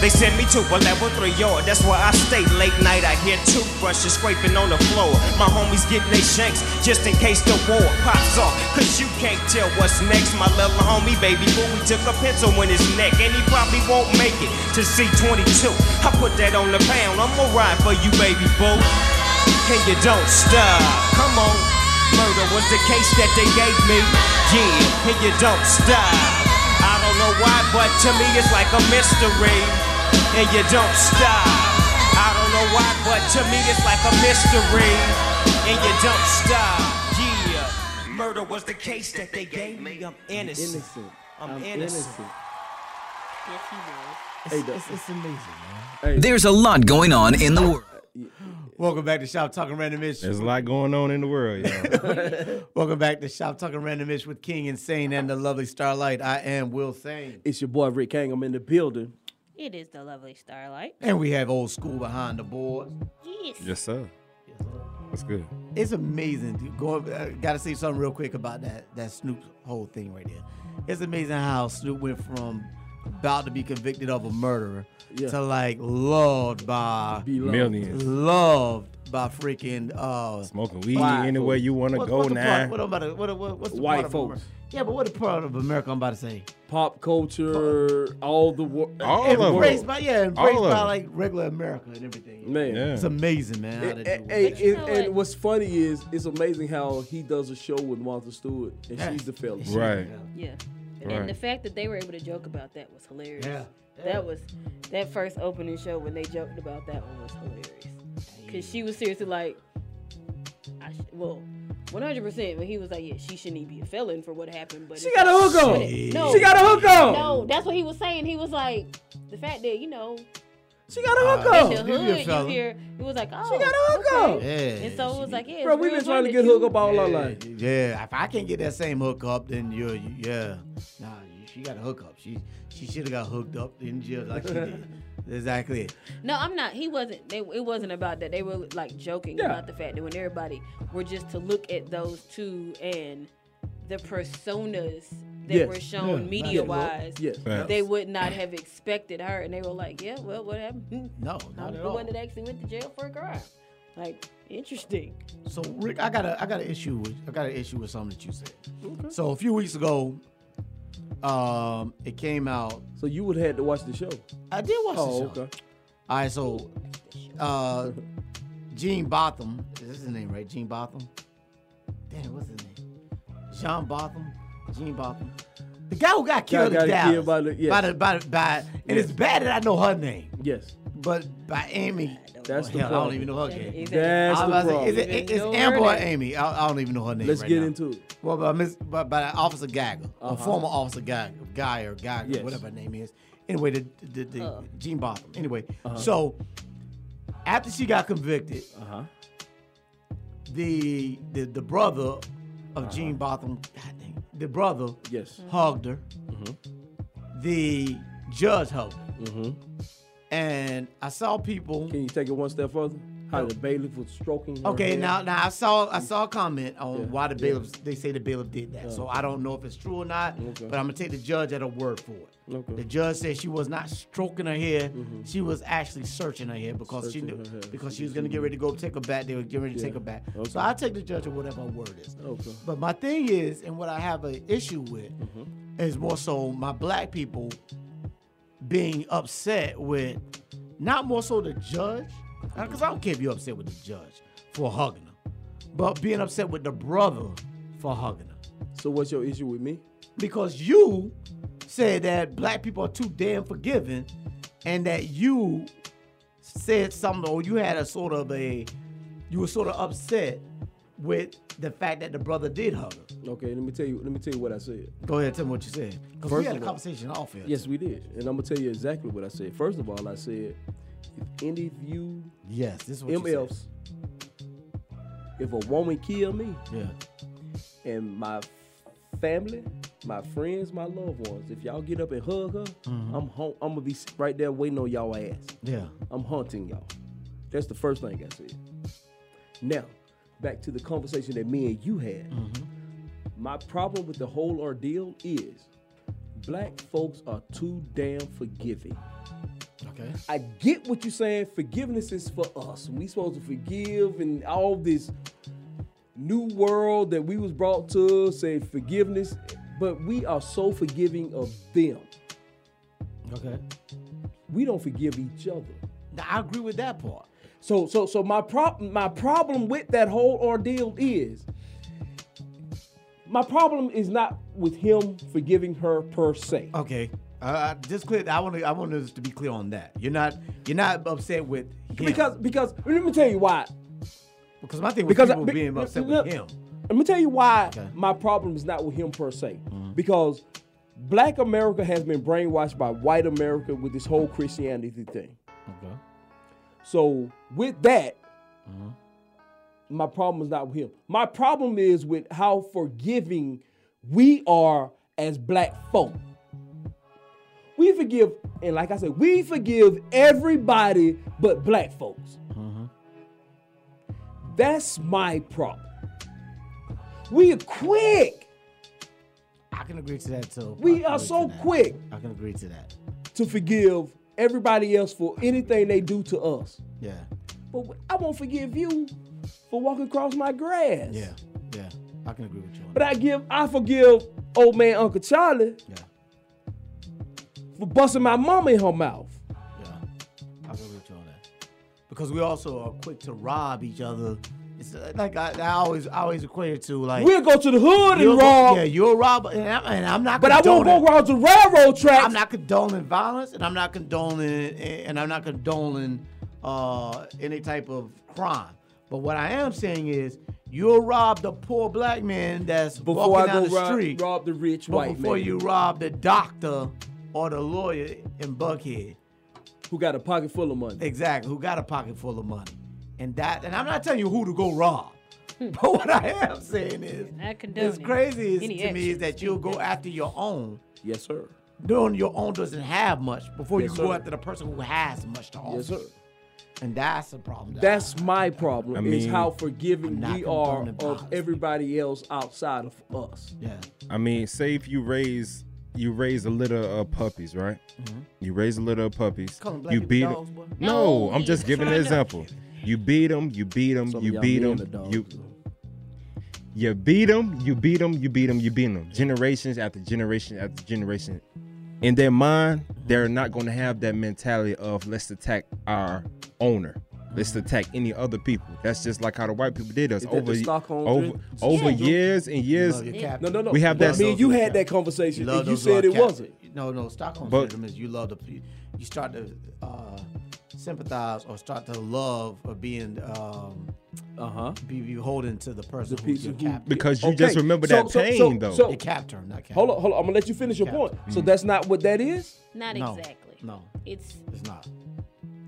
[SPEAKER 10] They send me to a level three yard, that's where I stay late night. I hear toothbrushes scraping on the floor. My homies getting they shanks just in case the war pops off. Cause you can't tell what's next. My little homie, baby boo, he took a pencil in his neck and he probably won't make it to C22. I put that on the pound, I'ma ride for you, baby boo. And you don't stop, come on. Murder was the case that they gave me. Yeah, and you don't stop. I don't know why, but to me it's like a mystery. And you don't stop. I don't know why, but to me it's like a mystery. And you don't stop. Yeah, murder was the case that they gave me. I'm innocent.
[SPEAKER 4] Innocent.
[SPEAKER 10] I'm
[SPEAKER 4] I'm
[SPEAKER 10] innocent.
[SPEAKER 4] innocent.
[SPEAKER 5] Yes, he was.
[SPEAKER 4] Hey, the-
[SPEAKER 3] amazing.
[SPEAKER 12] There's a lot going on in the world.
[SPEAKER 3] Welcome back to Shop Talking Random Ish.
[SPEAKER 6] There's a lot going on in the world, y'all.
[SPEAKER 3] Welcome back to Shop Talking Random Ish with King Insane and the lovely Starlight. I am Will Sane.
[SPEAKER 4] it's your boy Rick Hang. I'm in the building.
[SPEAKER 5] It is the lovely starlight.
[SPEAKER 3] And we have old school behind the boards.
[SPEAKER 5] Yes.
[SPEAKER 6] yes, sir. That's good.
[SPEAKER 3] It's amazing. Dude. Go, uh, gotta say something real quick about that that Snoop whole thing right there. It's amazing how Snoop went from about to be convicted of a murderer
[SPEAKER 4] Yeah.
[SPEAKER 3] to like loved by
[SPEAKER 4] Be loved.
[SPEAKER 6] Millions.
[SPEAKER 3] loved by freaking uh
[SPEAKER 6] Smoking weed
[SPEAKER 3] Why?
[SPEAKER 6] anywhere you want to
[SPEAKER 3] what-
[SPEAKER 6] go
[SPEAKER 3] what's the part-
[SPEAKER 6] now.
[SPEAKER 3] what I'm about to- what- what- what's the
[SPEAKER 4] White
[SPEAKER 3] part of
[SPEAKER 4] folks.
[SPEAKER 3] America- Yeah, but what the part of America I'm about to say?
[SPEAKER 4] Pop culture, all the wor-
[SPEAKER 6] All
[SPEAKER 4] every
[SPEAKER 6] of 'em.
[SPEAKER 4] world.
[SPEAKER 3] Embraced by yeah, embraced
[SPEAKER 6] All of
[SPEAKER 3] by
[SPEAKER 6] it.
[SPEAKER 3] like regular America and everything.
[SPEAKER 4] Man,
[SPEAKER 6] Yeah.
[SPEAKER 3] It's amazing, man. How they do
[SPEAKER 4] And,
[SPEAKER 3] it.
[SPEAKER 4] and-
[SPEAKER 5] you know
[SPEAKER 4] and- and
[SPEAKER 5] what?
[SPEAKER 4] what's funny is it's amazing how he does a show with Martha Stewart and
[SPEAKER 3] Yeah.
[SPEAKER 4] she's the fella.
[SPEAKER 6] Right.
[SPEAKER 5] Yeah.
[SPEAKER 6] Right.
[SPEAKER 5] And the fact that they were able to joke about that was hilarious.
[SPEAKER 3] Yeah.
[SPEAKER 5] That was that first opening show when they joked about that one was hilarious. Cause she was seriously like, I sh- well, 100. percent When he was like, yeah, she shouldn't even be a felon for what happened, but
[SPEAKER 4] She
[SPEAKER 5] it's
[SPEAKER 4] got a
[SPEAKER 5] like,
[SPEAKER 4] hook on.
[SPEAKER 5] shit. No,
[SPEAKER 4] She got a hook on.
[SPEAKER 5] no. That's what he was saying. He was like, the fact that you know
[SPEAKER 4] She got Oh, a
[SPEAKER 5] It's
[SPEAKER 4] hookup.
[SPEAKER 5] your hood, you hear- it was like, oh,
[SPEAKER 4] She got a hookup.
[SPEAKER 5] okay. And so it was like, yeah,
[SPEAKER 4] Bro,
[SPEAKER 5] it's
[SPEAKER 4] we
[SPEAKER 5] real
[SPEAKER 4] been trying to
[SPEAKER 5] women
[SPEAKER 4] get
[SPEAKER 5] that you-
[SPEAKER 4] hooked up all our
[SPEAKER 3] Yeah,
[SPEAKER 4] life.
[SPEAKER 3] Yeah, if I can't get that same hookup, then you're you, yeah. Nah, you- she got a hookup. She she should have got hooked up in jail like she did. Exactly it.
[SPEAKER 5] No, I'm not. He wasn't. They, it wasn't about that. They were like joking
[SPEAKER 3] Yeah.
[SPEAKER 5] about the fact that when everybody were just to look at those two and the personas that
[SPEAKER 4] Yes.
[SPEAKER 5] were shown
[SPEAKER 4] Yeah.
[SPEAKER 5] media wise,
[SPEAKER 4] Yeah. Yes.
[SPEAKER 5] they would not have expected her. And they were like, yeah, well, what happened? Hmm,
[SPEAKER 3] No, not
[SPEAKER 5] I'm
[SPEAKER 3] at
[SPEAKER 5] the
[SPEAKER 3] all.
[SPEAKER 5] one that actually went to jail for a crime. Like, interesting.
[SPEAKER 3] So Rick, I got a I got an issue with I got an issue with something that you said. So a few weeks ago, um, it came out.
[SPEAKER 4] So you would have had to watch the show.
[SPEAKER 3] I did watch
[SPEAKER 4] Oh,
[SPEAKER 3] the show. All right, so uh, Gene Botham, is this his name right? Gene Botham. Damn, what's his name? Sean Botham, Gene Botham. The guy who got killed in
[SPEAKER 4] got
[SPEAKER 3] Dallas.
[SPEAKER 4] killed by the- yes.
[SPEAKER 3] by the, by, the- by- and it's bad that I know her name.
[SPEAKER 4] Yes.
[SPEAKER 3] But by Amy.
[SPEAKER 4] That's
[SPEAKER 3] well, hell,
[SPEAKER 4] the
[SPEAKER 3] I don't
[SPEAKER 4] problem.
[SPEAKER 3] even know her name.
[SPEAKER 4] That's
[SPEAKER 3] I
[SPEAKER 4] the
[SPEAKER 3] was about to
[SPEAKER 4] problem.
[SPEAKER 3] say, Is it, it's
[SPEAKER 4] Even
[SPEAKER 3] Amber
[SPEAKER 4] know
[SPEAKER 3] or
[SPEAKER 4] her name.
[SPEAKER 3] Amy? I, I don't even know her name.
[SPEAKER 4] Let's
[SPEAKER 3] right
[SPEAKER 4] get
[SPEAKER 3] now.
[SPEAKER 4] into it.
[SPEAKER 3] Well, by, Miss, by, by Officer Geiger, or
[SPEAKER 4] Uh-huh.
[SPEAKER 3] former Officer Geiger, Guy or Geiger,
[SPEAKER 4] Yes.
[SPEAKER 3] whatever her name is. Anyway, the, the, the
[SPEAKER 4] Uh.
[SPEAKER 3] Gene Botham. Anyway,
[SPEAKER 4] Uh-huh.
[SPEAKER 3] so after she got convicted,
[SPEAKER 4] uh-huh.
[SPEAKER 3] the, the the brother of Gene Botham, God dang, it, the brother,
[SPEAKER 4] Uh-huh. yes, Mm-hmm.
[SPEAKER 3] hugged her. The judge hugged her. And I saw people.
[SPEAKER 4] Can you take it one step further? How the bailiff was stroking her
[SPEAKER 3] Okay,
[SPEAKER 4] hair.
[SPEAKER 3] now now I saw I saw a comment on
[SPEAKER 4] Yeah,
[SPEAKER 3] why the
[SPEAKER 4] yeah.
[SPEAKER 3] bailiffs they say the bailiff did that. So
[SPEAKER 4] Oh.
[SPEAKER 3] I don't know if it's true or not,
[SPEAKER 4] Okay.
[SPEAKER 3] but I'm gonna take the judge at her word for it. The judge said she was not stroking her hair; she was actually searching her hair because she
[SPEAKER 4] Mm-hmm. Searching
[SPEAKER 3] knew
[SPEAKER 4] her hair.
[SPEAKER 3] because she was gonna get ready to go take her back. They were getting ready to take
[SPEAKER 4] Yeah.
[SPEAKER 3] her back.
[SPEAKER 4] Okay.
[SPEAKER 3] So I take the judge at whatever her word is.
[SPEAKER 4] Okay.
[SPEAKER 3] But my thing is, and what I have an issue with
[SPEAKER 4] Mm-hmm.
[SPEAKER 3] is more so my black people being upset with not more so the judge, because I don't care if you're upset with the judge for hugging her, but being upset with the brother for hugging her.
[SPEAKER 4] So what's your issue with me?
[SPEAKER 3] Because you said that black people are too damn forgiving, and that you said something or you had a sort of a you were sort of upset with the fact that the brother did hug her.
[SPEAKER 4] Okay, let me tell you. Let me tell you what I said.
[SPEAKER 3] Go ahead, tell me what you said. 'Cause we
[SPEAKER 4] First
[SPEAKER 3] had a
[SPEAKER 4] of all-
[SPEAKER 3] conversation off here.
[SPEAKER 4] Yes, we did, and I'm gonna tell you exactly what I said. First of all, I said, if any of you,
[SPEAKER 3] Yes, this is what you said.
[SPEAKER 4] MFs, if a woman kill me,
[SPEAKER 3] Yeah.
[SPEAKER 4] and my family, my friends, my loved ones, if y'all get up and hug her,
[SPEAKER 3] Mhm.
[SPEAKER 4] I'm home. I'm gonna be s- right there waiting on y'all ass.
[SPEAKER 3] Yeah.
[SPEAKER 4] I'm haunting y'all. That's the first thing I said. Now, back to the conversation that me and you had.
[SPEAKER 3] Mm-hmm.
[SPEAKER 4] My problem with the whole ordeal is black folks are too damn forgiving.
[SPEAKER 3] Okay.
[SPEAKER 4] I get what you're saying. Forgiveness is for us. We supposed to forgive and all this new world that we was brought to say forgiveness, but we are so forgiving of them.
[SPEAKER 3] Okay.
[SPEAKER 4] We don't forgive each other.
[SPEAKER 3] I agree with that part.
[SPEAKER 4] So so so my problem my problem with that whole ordeal is my problem is not with him forgiving her per se.
[SPEAKER 3] Okay. Uh, just clear. I want to. I want us to be clear on that. You're not. You're not upset with him.
[SPEAKER 4] Because because let me tell you why.
[SPEAKER 3] Because my thing was people
[SPEAKER 4] be-
[SPEAKER 3] being upset
[SPEAKER 4] look,
[SPEAKER 3] with him.
[SPEAKER 4] Let me tell you why my problem is not with him per se.
[SPEAKER 3] Mm-hmm.
[SPEAKER 4] Because black America has been brainwashed by white America with this whole Christianity thing.
[SPEAKER 3] Okay.
[SPEAKER 4] So with that, my problem is not with him. My problem is with how forgiving we are as black folk. We forgive, and like I said, we forgive everybody but black folks. That's my problem. We are quick.
[SPEAKER 3] I can agree to that too. I
[SPEAKER 4] We
[SPEAKER 3] can
[SPEAKER 4] are
[SPEAKER 3] agree
[SPEAKER 4] so
[SPEAKER 3] to that.
[SPEAKER 4] quick
[SPEAKER 3] I can agree to that.
[SPEAKER 4] to forgive everybody else for anything they do to us.
[SPEAKER 3] Yeah.
[SPEAKER 4] But I won't forgive you for walking across my grass.
[SPEAKER 3] Yeah. Yeah. I can agree with you. On
[SPEAKER 4] But I give, I forgive old man Uncle Charlie for busting my mama in her mouth.
[SPEAKER 3] that. I can agree with you on that. Because we also are quick to rob each other. It's uh, like I, I always, I always equate it to like
[SPEAKER 4] we'll go to the hood
[SPEAKER 3] You'll
[SPEAKER 4] and
[SPEAKER 3] go-
[SPEAKER 4] rob.
[SPEAKER 3] Yeah, you're a robber, and I'm, and I'm not.
[SPEAKER 4] But I won't
[SPEAKER 3] condoning-
[SPEAKER 4] go around the railroad tracks.
[SPEAKER 3] I'm not condoning violence, and I'm not condoning, and I'm not condoning uh, any type of crime. But what I am saying is, you'll rob the poor black man that's
[SPEAKER 4] Before
[SPEAKER 3] walking
[SPEAKER 4] I
[SPEAKER 3] down
[SPEAKER 4] go
[SPEAKER 3] the
[SPEAKER 4] rob-
[SPEAKER 3] street,
[SPEAKER 4] rob the rich
[SPEAKER 3] but
[SPEAKER 4] white
[SPEAKER 3] before
[SPEAKER 4] man.
[SPEAKER 3] you rob the doctor or the lawyer in Buckhead.
[SPEAKER 4] Who got a pocket full of money.
[SPEAKER 3] Exactly. Who got a pocket full of money. And that and I'm not telling you who to go rob. but what I am saying is
[SPEAKER 5] I condone
[SPEAKER 3] it's
[SPEAKER 5] it.
[SPEAKER 3] crazy is,
[SPEAKER 5] Any
[SPEAKER 3] to me
[SPEAKER 5] action.
[SPEAKER 3] is that you'll go after your own.
[SPEAKER 4] Yes, sir.
[SPEAKER 3] Doing your own doesn't have much before
[SPEAKER 4] Yes,
[SPEAKER 3] you go
[SPEAKER 4] sir.
[SPEAKER 3] after the person who has much to offer.
[SPEAKER 4] Yes, sir.
[SPEAKER 3] And that's a problem.
[SPEAKER 4] That's my problem.
[SPEAKER 3] I
[SPEAKER 4] is
[SPEAKER 3] mean,
[SPEAKER 4] how forgiving
[SPEAKER 3] not
[SPEAKER 4] we are
[SPEAKER 3] condoning
[SPEAKER 4] of everybody else outside of us.
[SPEAKER 3] Yeah.
[SPEAKER 6] I mean, say if you raise you raise a litter of puppies, right?
[SPEAKER 4] Mhm.
[SPEAKER 6] You raise a litter of puppies.
[SPEAKER 4] Call 'em black
[SPEAKER 6] you
[SPEAKER 4] people
[SPEAKER 6] beat
[SPEAKER 4] dogs, boy.
[SPEAKER 6] them. No,
[SPEAKER 4] No,
[SPEAKER 6] I'm just
[SPEAKER 4] you
[SPEAKER 6] giving an
[SPEAKER 4] tryna-
[SPEAKER 6] example. You beat them. You beat them.
[SPEAKER 4] Some
[SPEAKER 6] You
[SPEAKER 4] of
[SPEAKER 6] beat
[SPEAKER 4] y'all men are
[SPEAKER 6] them.
[SPEAKER 4] dogs,
[SPEAKER 6] You you beat them. You beat them. You beat them. You beat them. Generations after generation after generation. In their mind, they're not going to have that mentality of let's attack our owner. Let's attack any other people. That's just like how the white people did us
[SPEAKER 4] Is that
[SPEAKER 6] over
[SPEAKER 4] the Stockholm
[SPEAKER 6] over,
[SPEAKER 4] syndrome?
[SPEAKER 6] over
[SPEAKER 4] Yeah.
[SPEAKER 6] years and years.
[SPEAKER 3] Love your captain.
[SPEAKER 4] No, no, no.
[SPEAKER 6] We have that.
[SPEAKER 4] But me and you had that conversation,
[SPEAKER 3] love
[SPEAKER 4] and you
[SPEAKER 3] those who are
[SPEAKER 4] said it
[SPEAKER 3] cap-
[SPEAKER 4] wasn't.
[SPEAKER 3] No, no. Stockholm
[SPEAKER 6] But-
[SPEAKER 3] syndrome is you love the pe- you start to uh, sympathize or start to love or being um,
[SPEAKER 4] uh huh
[SPEAKER 3] be beholden to the person who's your
[SPEAKER 4] who-
[SPEAKER 3] captor.
[SPEAKER 6] Because you just remember that pain, though.
[SPEAKER 3] Your captor, not captor.
[SPEAKER 4] Hold on, hold on. I'm gonna let you finish your point. So
[SPEAKER 6] Mm.
[SPEAKER 4] that's not what that is.
[SPEAKER 5] Not
[SPEAKER 4] No.
[SPEAKER 5] exactly.
[SPEAKER 3] No.
[SPEAKER 5] It's
[SPEAKER 3] It's not.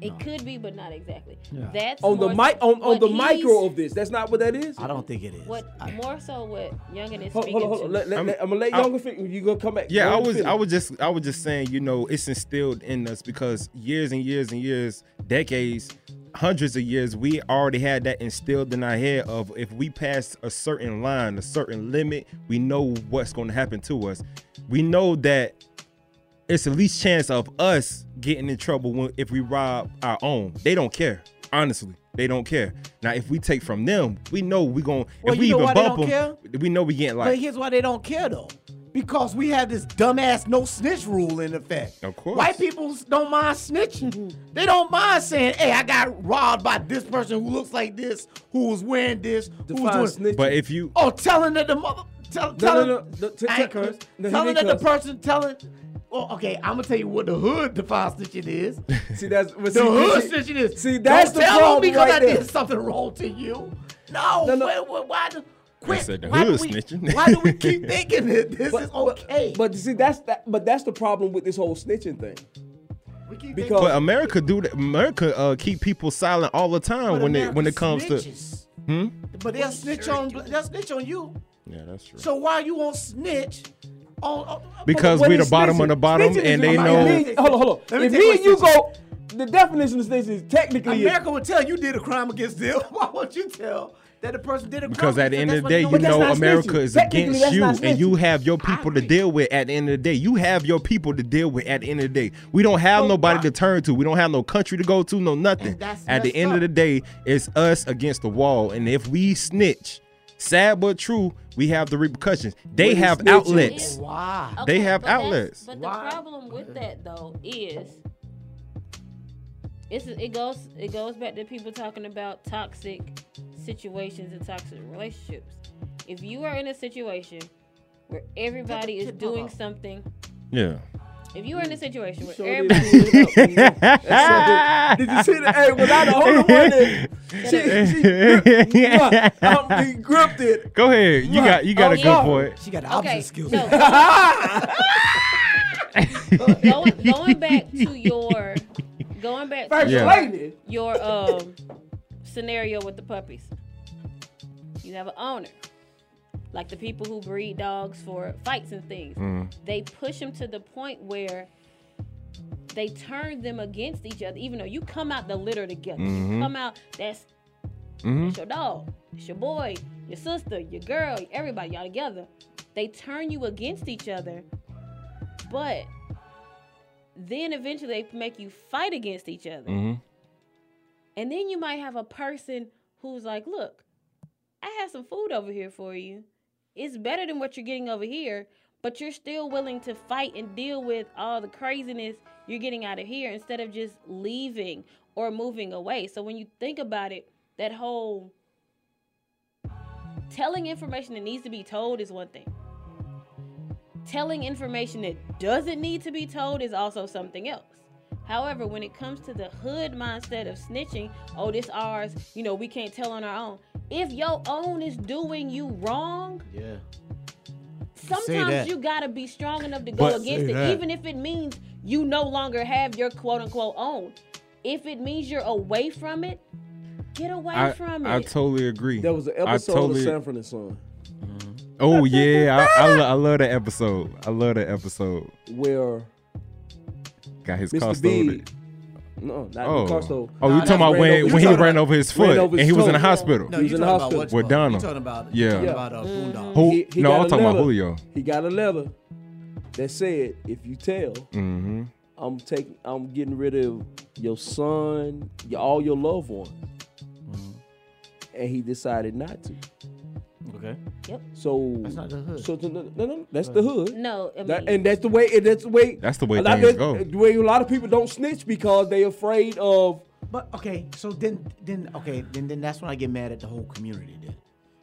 [SPEAKER 5] it could be, but not exactly.
[SPEAKER 4] Yeah.
[SPEAKER 5] That's
[SPEAKER 4] on the
[SPEAKER 5] more
[SPEAKER 4] mic
[SPEAKER 5] so
[SPEAKER 4] on, on
[SPEAKER 5] what
[SPEAKER 4] the
[SPEAKER 5] he's-
[SPEAKER 4] micro of this. That's not what that is. I
[SPEAKER 3] don't think it is.
[SPEAKER 5] What more so what Youngin is
[SPEAKER 4] Hold,
[SPEAKER 5] speaking
[SPEAKER 4] hold on, hold on.
[SPEAKER 5] to.
[SPEAKER 4] Let, let,
[SPEAKER 6] I'm-
[SPEAKER 4] let, I'm gonna let
[SPEAKER 6] I'm-
[SPEAKER 4] Younger finish. You gonna come back?
[SPEAKER 6] Yeah,
[SPEAKER 4] Let
[SPEAKER 6] I
[SPEAKER 4] him
[SPEAKER 6] was
[SPEAKER 4] finish.
[SPEAKER 6] I was just I was just saying, you know, it's instilled in us because years and years and years, decades, hundreds of years, we already had that instilled in our head of if we pass a certain line, a certain limit, we know what's going to happen to us. We know that it's the least chance of us getting in trouble when, if we rob our own. They don't care. Honestly, they don't care. Now, if we take from them, we know we going. to
[SPEAKER 3] Well,
[SPEAKER 6] if
[SPEAKER 3] you
[SPEAKER 6] we
[SPEAKER 3] know
[SPEAKER 6] even
[SPEAKER 3] why they
[SPEAKER 6] bump
[SPEAKER 3] don't
[SPEAKER 6] them, we know we getting
[SPEAKER 3] but
[SPEAKER 6] like.
[SPEAKER 3] here's why they don't care though, because we have this dumbass no snitch rule in effect.
[SPEAKER 6] Of course.
[SPEAKER 3] White people don't mind snitching. They don't mind saying, "Hey, I got robbed by this person who looks like this, who was wearing this, who was doing."
[SPEAKER 6] But if you
[SPEAKER 3] Oh, telling that the mother, tell,
[SPEAKER 4] No,
[SPEAKER 3] telling,
[SPEAKER 4] no, no, no, t-
[SPEAKER 3] I
[SPEAKER 4] t-
[SPEAKER 3] ain't curse.
[SPEAKER 4] no, he
[SPEAKER 3] telling that
[SPEAKER 4] didn't
[SPEAKER 3] the
[SPEAKER 4] curse.
[SPEAKER 3] person telling. Well, okay, I'm gonna tell you what the hood defines snitching is.
[SPEAKER 4] See, that's but
[SPEAKER 3] the
[SPEAKER 4] see,
[SPEAKER 3] hood
[SPEAKER 4] see-
[SPEAKER 3] snitching is.
[SPEAKER 4] See, that's
[SPEAKER 3] Don't
[SPEAKER 4] the
[SPEAKER 3] tell
[SPEAKER 4] problem
[SPEAKER 3] me because
[SPEAKER 4] right
[SPEAKER 3] I
[SPEAKER 4] there.
[SPEAKER 3] did something wrong to you. No, Why, why, why the,
[SPEAKER 6] I
[SPEAKER 3] quit.
[SPEAKER 6] said the
[SPEAKER 3] why do
[SPEAKER 6] hood
[SPEAKER 3] we-
[SPEAKER 6] snitching.
[SPEAKER 3] Why do we keep thinking that this
[SPEAKER 4] But-
[SPEAKER 3] is okay?
[SPEAKER 4] But, see, that's that. But that's the problem with this whole snitching thing.
[SPEAKER 3] We keep
[SPEAKER 4] because
[SPEAKER 6] but America do that. America uh, keep people silent all the time
[SPEAKER 3] But
[SPEAKER 6] when it when it
[SPEAKER 3] America
[SPEAKER 6] comes
[SPEAKER 3] snitches.
[SPEAKER 6] to. Hmm.
[SPEAKER 3] But they'll snitch on. They'll snitch on you.
[SPEAKER 6] Yeah, that's true.
[SPEAKER 3] So why you won't snitch? On, on
[SPEAKER 6] Because
[SPEAKER 3] but
[SPEAKER 6] we
[SPEAKER 3] what
[SPEAKER 6] the
[SPEAKER 3] is
[SPEAKER 6] bottom of
[SPEAKER 3] snitching?
[SPEAKER 6] the bottom,
[SPEAKER 3] Snitching
[SPEAKER 6] and
[SPEAKER 3] is-
[SPEAKER 6] they
[SPEAKER 3] I'm
[SPEAKER 6] know-
[SPEAKER 3] not-
[SPEAKER 4] If me- hold on, hold on.
[SPEAKER 3] Let me
[SPEAKER 4] If
[SPEAKER 3] take
[SPEAKER 4] me
[SPEAKER 3] my
[SPEAKER 4] and you
[SPEAKER 3] snitching.
[SPEAKER 4] go, the definition of snitching is technically is-
[SPEAKER 3] America would tell you did a crime against them. Why won't you tell that the person did a crime?
[SPEAKER 6] Because at the end
[SPEAKER 3] against them?
[SPEAKER 6] of the day,
[SPEAKER 3] That's
[SPEAKER 6] you
[SPEAKER 3] what
[SPEAKER 6] know
[SPEAKER 3] don't-
[SPEAKER 6] America is
[SPEAKER 3] Technically,
[SPEAKER 6] against
[SPEAKER 3] that's
[SPEAKER 6] you,
[SPEAKER 3] not
[SPEAKER 6] and you
[SPEAKER 3] snitching.
[SPEAKER 6] have your people to deal with. At the end of the day, you have your people to deal with. At the end of the day, we don't have nobody to turn to. We don't have no country to go to. No nothing.
[SPEAKER 3] And that's
[SPEAKER 6] At the
[SPEAKER 3] messed
[SPEAKER 6] end of
[SPEAKER 3] up.
[SPEAKER 6] the day, it's us against the wall. And if we snitch, sad but true, we have the repercussions. They
[SPEAKER 3] When you
[SPEAKER 6] have
[SPEAKER 3] snitch, you-
[SPEAKER 6] outlets.
[SPEAKER 3] Why?
[SPEAKER 6] They
[SPEAKER 5] Okay,
[SPEAKER 6] have
[SPEAKER 5] but that's-
[SPEAKER 6] outlets.
[SPEAKER 5] But the problem with that though is it's it goes it goes back to people talking about toxic situations and toxic relationships. If you are in a situation where everybody is doing something,
[SPEAKER 6] Yeah.
[SPEAKER 5] if you are in a situation where
[SPEAKER 4] sure did
[SPEAKER 5] everybody
[SPEAKER 4] Did you see that? Hey, was I the only one that she, she gripped, nah, um, he gripped it?
[SPEAKER 6] Go ahead. You got you got a good point.
[SPEAKER 3] She got the
[SPEAKER 5] Okay,
[SPEAKER 3] opposite skills.
[SPEAKER 5] no. going, going back to your going back
[SPEAKER 4] First
[SPEAKER 5] to your-
[SPEAKER 4] lady.
[SPEAKER 5] your um scenario with the puppies. You have an owner, like the people who breed dogs for fights and things.
[SPEAKER 2] Mhm.
[SPEAKER 5] They push them to the point where they turn them against each other, even though you come out the litter together. You
[SPEAKER 2] Mhm.
[SPEAKER 5] come out. That's
[SPEAKER 2] Mm-hmm.
[SPEAKER 5] it's your dog, it's your boy, your sister, your girl, everybody, y'all together. They turn you against each other, but then eventually they make you fight against each other.
[SPEAKER 2] Mm-hmm.
[SPEAKER 5] And then you might have a person who's like, look, I have some food over here for you. It's better than what you're getting over here, but you're still willing to fight and deal with all the craziness you're getting out of here instead of just leaving or moving away. So when you think about it, that whole telling information that needs to be told is one thing. Telling information that doesn't need to be told is also something else. However, when it comes to the hood mindset of snitching, oh, this ours, you know, we can't tell on our own. If your own is doing you wrong,
[SPEAKER 3] Yeah. say
[SPEAKER 5] sometimes
[SPEAKER 3] that.
[SPEAKER 5] you gotta be strong enough to go
[SPEAKER 3] But
[SPEAKER 5] against
[SPEAKER 3] say
[SPEAKER 5] it,
[SPEAKER 3] that.
[SPEAKER 5] even if it means you no longer have your quote unquote own. If it means you're away from it, get away
[SPEAKER 6] I,
[SPEAKER 5] from
[SPEAKER 6] I
[SPEAKER 5] it.
[SPEAKER 6] totally agree.
[SPEAKER 4] There was an
[SPEAKER 6] I
[SPEAKER 4] episode
[SPEAKER 6] totally,
[SPEAKER 4] of San Francisco
[SPEAKER 6] Oh yeah, I, I, lo- I love that episode. I love that episode.
[SPEAKER 4] where
[SPEAKER 6] Got his car
[SPEAKER 4] Mr.
[SPEAKER 6] stolen.
[SPEAKER 4] B. No, not
[SPEAKER 6] Oh.
[SPEAKER 4] the car stole.
[SPEAKER 6] Oh, you talking about when, when he ran over his foot and he was in the hospital?
[SPEAKER 4] he was in the hospital
[SPEAKER 6] with Donald.
[SPEAKER 3] uh,
[SPEAKER 6] Who-
[SPEAKER 4] He- he
[SPEAKER 6] no,
[SPEAKER 4] got
[SPEAKER 6] I'm
[SPEAKER 4] a
[SPEAKER 6] talking about
[SPEAKER 4] letter.
[SPEAKER 6] Julio.
[SPEAKER 4] He got a letter that said, "If you tell,
[SPEAKER 6] Mm-hmm.
[SPEAKER 4] I'm taking, I'm getting rid of your son, your, all your loved ones,"
[SPEAKER 6] Mm-hmm.
[SPEAKER 4] and he decided not to.
[SPEAKER 3] Okay.
[SPEAKER 5] Yep.
[SPEAKER 4] So
[SPEAKER 5] That's not the hood.
[SPEAKER 4] So to- no, no, no, that's the hood.
[SPEAKER 5] No, I
[SPEAKER 4] That-
[SPEAKER 5] mean-
[SPEAKER 4] and that's the way. And that's the way.
[SPEAKER 6] That's the way
[SPEAKER 4] a lot-
[SPEAKER 6] things
[SPEAKER 4] that's
[SPEAKER 6] go.
[SPEAKER 4] The way a lot of people don't snitch because they afraid of.
[SPEAKER 3] But okay, so then then okay, then then that's when I get mad at the whole community then.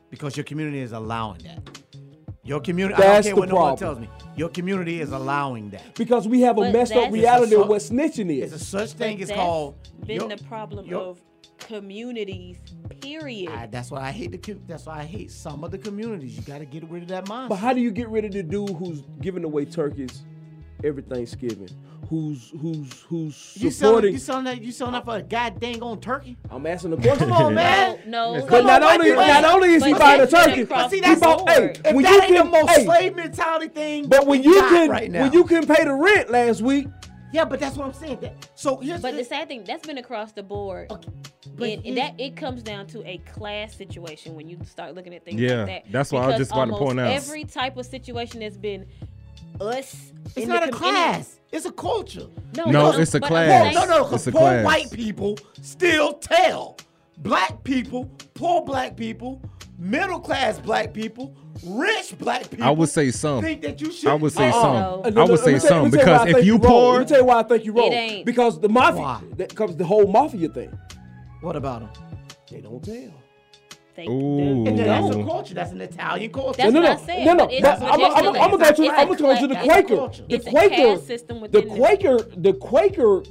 [SPEAKER 3] Because your community is allowing that. Your community I don't
[SPEAKER 4] That's
[SPEAKER 3] care
[SPEAKER 4] the
[SPEAKER 3] what no one tells
[SPEAKER 4] problem.
[SPEAKER 3] me. Your community is allowing that.
[SPEAKER 4] Because we have a
[SPEAKER 5] But
[SPEAKER 4] messed up
[SPEAKER 5] that's-
[SPEAKER 4] reality
[SPEAKER 3] It's a
[SPEAKER 4] of what snitching is.
[SPEAKER 3] It's a such
[SPEAKER 5] But
[SPEAKER 3] thing is
[SPEAKER 5] that's
[SPEAKER 3] called
[SPEAKER 5] been
[SPEAKER 3] yo-
[SPEAKER 5] the problem
[SPEAKER 3] yo-
[SPEAKER 5] of communities. Period.
[SPEAKER 3] I- that's why I hate the com- that's why I hate some of the communities. You gotta get rid of that mindset.
[SPEAKER 4] But how do you get rid of the dude who's giving away turkeys every Thanksgiving? Who's who's who's
[SPEAKER 3] you selling,
[SPEAKER 4] supporting?
[SPEAKER 3] you selling that you selling that for a goddamn on turkey?
[SPEAKER 4] I'm asking the question.
[SPEAKER 3] Come on, man.
[SPEAKER 5] No, no.
[SPEAKER 4] But not
[SPEAKER 3] Come on,
[SPEAKER 4] only
[SPEAKER 3] Mikey,
[SPEAKER 4] not
[SPEAKER 3] wait.
[SPEAKER 4] only is he
[SPEAKER 3] But
[SPEAKER 4] buying a
[SPEAKER 3] that's
[SPEAKER 4] turkey,
[SPEAKER 3] across-
[SPEAKER 4] he
[SPEAKER 3] See, that's
[SPEAKER 4] bought
[SPEAKER 3] the
[SPEAKER 4] hey,
[SPEAKER 3] board. If
[SPEAKER 4] when
[SPEAKER 3] that
[SPEAKER 4] you
[SPEAKER 3] ain't
[SPEAKER 4] can,
[SPEAKER 3] the most
[SPEAKER 4] hey,
[SPEAKER 3] slave mentality thing,
[SPEAKER 4] But when you
[SPEAKER 3] got
[SPEAKER 4] can
[SPEAKER 3] right now.
[SPEAKER 4] when you couldn't pay the rent last week,
[SPEAKER 3] yeah, but that's what I'm saying. That, so here's
[SPEAKER 5] But
[SPEAKER 3] the-
[SPEAKER 5] the sad thing that's been across the board,
[SPEAKER 3] but
[SPEAKER 5] and,
[SPEAKER 3] here's-
[SPEAKER 5] and that it comes down to a class situation when you start looking at things
[SPEAKER 6] Yeah,
[SPEAKER 5] like that.
[SPEAKER 6] that's what I was
[SPEAKER 5] Because
[SPEAKER 6] just about to
[SPEAKER 5] almost
[SPEAKER 6] point out.
[SPEAKER 5] Every type of situation that's been us.
[SPEAKER 3] It's
[SPEAKER 5] in
[SPEAKER 3] not
[SPEAKER 5] the
[SPEAKER 3] a
[SPEAKER 5] com-
[SPEAKER 3] class. It's a culture.
[SPEAKER 5] No,
[SPEAKER 6] No,
[SPEAKER 5] I'm-
[SPEAKER 6] it's a
[SPEAKER 5] but I'm
[SPEAKER 6] class.
[SPEAKER 5] saying-
[SPEAKER 3] No, no,
[SPEAKER 6] It's
[SPEAKER 3] because
[SPEAKER 6] a
[SPEAKER 3] poor
[SPEAKER 6] class.
[SPEAKER 3] white people still tell black people, poor black people, middle class black people, rich black people.
[SPEAKER 6] I would say some.
[SPEAKER 3] Think that you should.
[SPEAKER 6] I would say
[SPEAKER 3] Oh,
[SPEAKER 6] some.
[SPEAKER 3] no.
[SPEAKER 6] I would say some
[SPEAKER 4] uh, let me tell why I
[SPEAKER 6] because
[SPEAKER 4] think
[SPEAKER 6] if you
[SPEAKER 4] wrong.
[SPEAKER 6] poor,
[SPEAKER 4] let me tell you why I think you
[SPEAKER 5] It
[SPEAKER 4] wrong.
[SPEAKER 5] ain't.
[SPEAKER 4] Because the
[SPEAKER 3] Why?
[SPEAKER 4] mafia that comes the whole mafia thing.
[SPEAKER 3] What about them?
[SPEAKER 4] They don't tell.
[SPEAKER 5] They,
[SPEAKER 6] Ooh.
[SPEAKER 3] And then that's a
[SPEAKER 6] No.
[SPEAKER 3] culture. That's an Italian culture.
[SPEAKER 5] That's
[SPEAKER 4] no,
[SPEAKER 5] what
[SPEAKER 4] no,
[SPEAKER 5] I said.
[SPEAKER 4] no, no.
[SPEAKER 5] but it's-
[SPEAKER 4] But
[SPEAKER 5] but
[SPEAKER 4] I'm, I'm, I'm,
[SPEAKER 5] that's what it is.
[SPEAKER 4] gonna go to
[SPEAKER 5] It's
[SPEAKER 4] I'm
[SPEAKER 5] a
[SPEAKER 4] gonna go to the
[SPEAKER 5] class-
[SPEAKER 4] Quaker. The
[SPEAKER 5] it's a caste
[SPEAKER 4] Quaker.
[SPEAKER 5] system
[SPEAKER 4] The
[SPEAKER 5] within the-
[SPEAKER 4] Quaker. The Quaker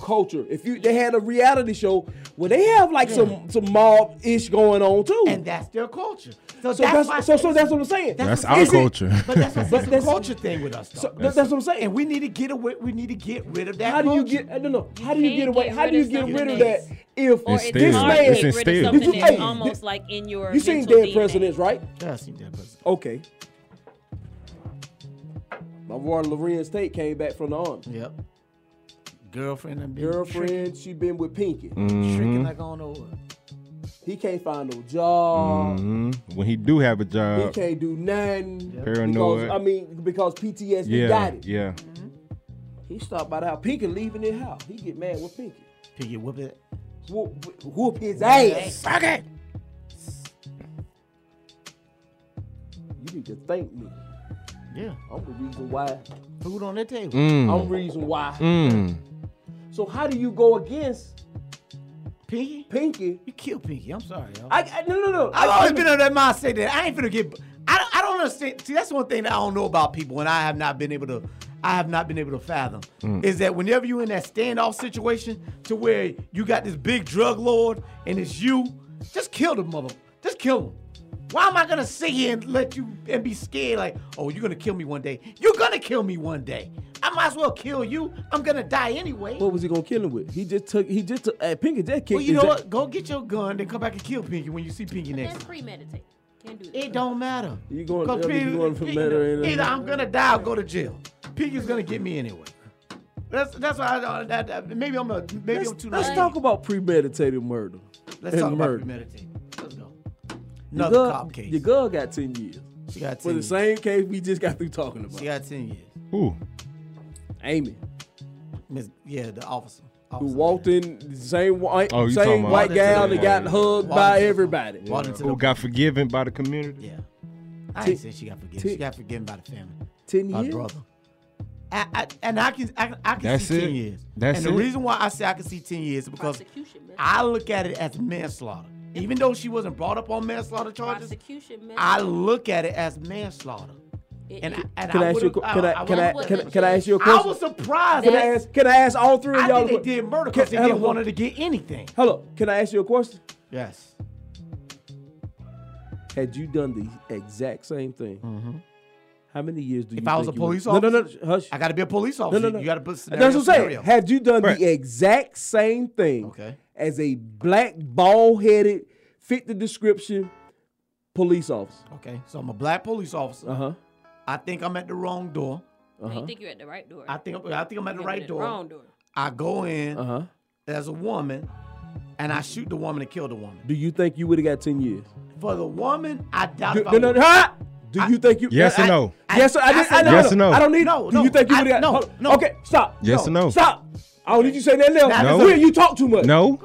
[SPEAKER 4] culture. If you they had a reality show where they have like some some mob ish going on too.
[SPEAKER 3] And that's their culture. So,
[SPEAKER 4] so
[SPEAKER 3] that's,
[SPEAKER 4] that's,
[SPEAKER 3] why-
[SPEAKER 4] so, so that's what I'm saying.
[SPEAKER 6] That's
[SPEAKER 3] what I'm
[SPEAKER 6] our
[SPEAKER 3] saying.
[SPEAKER 6] culture.
[SPEAKER 3] But that's what I'm saying.
[SPEAKER 4] But
[SPEAKER 3] It's
[SPEAKER 4] that's-
[SPEAKER 3] a culture thing with us, though.
[SPEAKER 4] So that's, that's what I'm saying.
[SPEAKER 3] and we need to get away. We need to get rid of that.
[SPEAKER 4] How do you
[SPEAKER 3] culture.
[SPEAKER 4] get? I don't know. How do you
[SPEAKER 5] can't
[SPEAKER 4] get away?
[SPEAKER 5] get
[SPEAKER 4] How
[SPEAKER 5] rid
[SPEAKER 4] do you
[SPEAKER 5] of
[SPEAKER 4] get
[SPEAKER 5] something
[SPEAKER 4] rid of that
[SPEAKER 5] that's-
[SPEAKER 4] if
[SPEAKER 5] Or
[SPEAKER 6] It's
[SPEAKER 5] it's
[SPEAKER 6] still-
[SPEAKER 5] hard
[SPEAKER 6] it's
[SPEAKER 5] to get rid
[SPEAKER 6] instilled.
[SPEAKER 5] of
[SPEAKER 4] Did you-
[SPEAKER 5] something that's
[SPEAKER 4] hey,
[SPEAKER 5] almost
[SPEAKER 4] did-
[SPEAKER 5] like in your
[SPEAKER 4] you seen
[SPEAKER 5] mental
[SPEAKER 4] dead
[SPEAKER 5] DNA.
[SPEAKER 4] presidents, right?
[SPEAKER 3] Yeah, I seen that person.
[SPEAKER 4] Okay. My water Lorenz Tate came back from the army.
[SPEAKER 3] Yep. Girlfriend and
[SPEAKER 4] Girlfriend, she been with Pinky.
[SPEAKER 3] tricking like on over.
[SPEAKER 4] He can't find no job.
[SPEAKER 3] Mm,
[SPEAKER 6] hmm when he do have a
[SPEAKER 4] He
[SPEAKER 6] job,
[SPEAKER 4] can't do nothing.
[SPEAKER 6] Paranoid.
[SPEAKER 4] Because, I mean, because PTSD
[SPEAKER 6] yeah,
[SPEAKER 4] got it.
[SPEAKER 6] yeah.
[SPEAKER 4] He stopped by the house. Pinky leaving his house. He get mad with Pinky.
[SPEAKER 3] Pinky whoop it.
[SPEAKER 4] Whoop, whoop his ass.
[SPEAKER 3] Suck it.
[SPEAKER 4] You need to thank me.
[SPEAKER 3] Yeah.
[SPEAKER 4] I'm the reason why.
[SPEAKER 3] Food on the table.
[SPEAKER 4] I'm
[SPEAKER 6] Mm,
[SPEAKER 4] the reason why.
[SPEAKER 6] mm.
[SPEAKER 4] So how do you go against
[SPEAKER 3] Pinky?
[SPEAKER 4] Pinky?
[SPEAKER 3] You kill Pinky. I'm sorry, y'all.
[SPEAKER 4] I, I no no no.
[SPEAKER 3] I've
[SPEAKER 4] I-
[SPEAKER 3] always been on that mindset that I ain't finna get. I don't, I don't understand. See, that's one thing that I don't know about people, and I have not been able to. I have not been able to fathom is that whenever you in that standoff situation to where you got this big drug lord and it's you, just kill the mother. Just kill him. Why am I gonna sit here and let you and be scared like, oh, you're gonna kill me one day. You're gonna kill me one day. I might as well kill you. I'm gonna die anyway.
[SPEAKER 4] What was he gonna kill him with? He just took. He just took. Uh, Pinky just kicked.
[SPEAKER 3] Well, you
[SPEAKER 4] his
[SPEAKER 3] know
[SPEAKER 4] ass.
[SPEAKER 3] what? Go get your gun, then come back and kill Pinky when you see Pinky next
[SPEAKER 5] That's
[SPEAKER 3] time.
[SPEAKER 5] premeditated. Can't do that.
[SPEAKER 3] It don't matter.
[SPEAKER 4] You going-
[SPEAKER 3] 'Cause
[SPEAKER 4] I think you
[SPEAKER 3] Pinky-
[SPEAKER 4] going for
[SPEAKER 3] Pinky-
[SPEAKER 4] murder ain't it?
[SPEAKER 3] Either I'm gonna die or go to jail. Pinky's gonna get me anyway. That's that's why I don't. That, that- maybe I'm a maybe
[SPEAKER 4] Let's,
[SPEAKER 3] I'm too.
[SPEAKER 4] let's
[SPEAKER 3] naive.
[SPEAKER 4] talk about premeditated murder.
[SPEAKER 3] Let's
[SPEAKER 4] and
[SPEAKER 3] talk about
[SPEAKER 4] murder.
[SPEAKER 3] premeditated. Let's go.
[SPEAKER 4] Your
[SPEAKER 3] Another
[SPEAKER 4] girl-
[SPEAKER 3] cop case.
[SPEAKER 4] Your girl got ten years
[SPEAKER 3] she got
[SPEAKER 4] for
[SPEAKER 3] ten.
[SPEAKER 4] the
[SPEAKER 3] Years.
[SPEAKER 4] same case we just got through talking
[SPEAKER 3] She
[SPEAKER 4] about.
[SPEAKER 3] got ten years.
[SPEAKER 6] Ooh,
[SPEAKER 4] Amy,
[SPEAKER 3] Miss, yeah, the officer.
[SPEAKER 4] who
[SPEAKER 3] officer
[SPEAKER 4] walked in the same white,
[SPEAKER 6] Oh, you talking
[SPEAKER 4] same
[SPEAKER 6] about-
[SPEAKER 4] white gal that got
[SPEAKER 6] Yeah.
[SPEAKER 3] Walked
[SPEAKER 4] hugged by
[SPEAKER 3] into the-
[SPEAKER 4] everybody.
[SPEAKER 3] Walked into the
[SPEAKER 6] who got forgiven by the community?
[SPEAKER 3] Yeah. I
[SPEAKER 4] Ti-
[SPEAKER 3] ain't saying she got forgiven.
[SPEAKER 4] ti-
[SPEAKER 3] She got forgiven by the family.
[SPEAKER 4] Ten
[SPEAKER 3] My
[SPEAKER 4] years.
[SPEAKER 3] brother. I, I, and I can I, can- I can
[SPEAKER 6] That's
[SPEAKER 3] see
[SPEAKER 6] it.
[SPEAKER 3] ten years.
[SPEAKER 6] That's
[SPEAKER 3] and the
[SPEAKER 6] it.
[SPEAKER 3] reason why I say I can see ten years is because
[SPEAKER 5] Prosecution, man.
[SPEAKER 3] I look at it as manslaughter. Even though she wasn't brought up on manslaughter charges,
[SPEAKER 5] Prosecution, man.
[SPEAKER 3] I look at it as manslaughter. And I, and
[SPEAKER 4] Can I ask you? a
[SPEAKER 3] would've-
[SPEAKER 4] que- Can I? Can I?
[SPEAKER 5] would've-
[SPEAKER 4] Can I- can I ask you a
[SPEAKER 3] I
[SPEAKER 4] question?
[SPEAKER 3] was surprised.
[SPEAKER 4] Can I
[SPEAKER 3] that-
[SPEAKER 4] ask? Can I ask all three of
[SPEAKER 3] I
[SPEAKER 4] y'all?
[SPEAKER 3] think
[SPEAKER 4] a
[SPEAKER 3] they
[SPEAKER 4] que-
[SPEAKER 3] did murder
[SPEAKER 4] Can-
[SPEAKER 3] because they
[SPEAKER 4] hold
[SPEAKER 3] didn't
[SPEAKER 4] on.
[SPEAKER 3] want her to get anything.
[SPEAKER 4] Hello, can I ask you a question?
[SPEAKER 3] Yes.
[SPEAKER 4] Had you done the exact same thing, How many years do you
[SPEAKER 3] Mm-hmm. If I was a
[SPEAKER 4] think you would-
[SPEAKER 3] police
[SPEAKER 4] No, no, no.
[SPEAKER 3] officer, I got to be a police officer. You got to put scenario.
[SPEAKER 4] That's what I'm
[SPEAKER 3] scenario.
[SPEAKER 4] saying. Had you done the exact same thing
[SPEAKER 3] Okay.
[SPEAKER 4] as a black, bald headed, fit the description police officer?
[SPEAKER 3] Okay, so I'm a black police officer.
[SPEAKER 4] Uh huh.
[SPEAKER 3] I think I'm at the wrong door.
[SPEAKER 4] Uh-huh.
[SPEAKER 5] You think you're at the right door?
[SPEAKER 3] I think I think I'm at the
[SPEAKER 5] You're
[SPEAKER 3] right
[SPEAKER 5] at
[SPEAKER 3] door.
[SPEAKER 5] Wrong door.
[SPEAKER 3] I go in
[SPEAKER 4] Uh-huh.
[SPEAKER 3] as a woman, and I shoot the woman and kill the woman.
[SPEAKER 4] Do you think you would have got 10 years?
[SPEAKER 3] For the woman, I doubt.
[SPEAKER 4] Do,
[SPEAKER 3] if I
[SPEAKER 4] no, no,
[SPEAKER 3] would-
[SPEAKER 4] no, ha! Do you think you.
[SPEAKER 6] Yes or
[SPEAKER 4] I-
[SPEAKER 6] no?
[SPEAKER 4] Yes or I, didn't-
[SPEAKER 3] I
[SPEAKER 4] I,
[SPEAKER 3] said
[SPEAKER 4] no,
[SPEAKER 6] yes or no.
[SPEAKER 4] I don't need.
[SPEAKER 3] No,
[SPEAKER 4] do
[SPEAKER 3] no,
[SPEAKER 4] you think you
[SPEAKER 3] I-
[SPEAKER 4] would have
[SPEAKER 3] no,
[SPEAKER 4] got. No, Okay, stop.
[SPEAKER 6] Yes or no?
[SPEAKER 4] Stop. I don't need you to say that now.
[SPEAKER 6] Now,
[SPEAKER 4] Will,
[SPEAKER 6] no.
[SPEAKER 4] you talk too much.
[SPEAKER 6] No.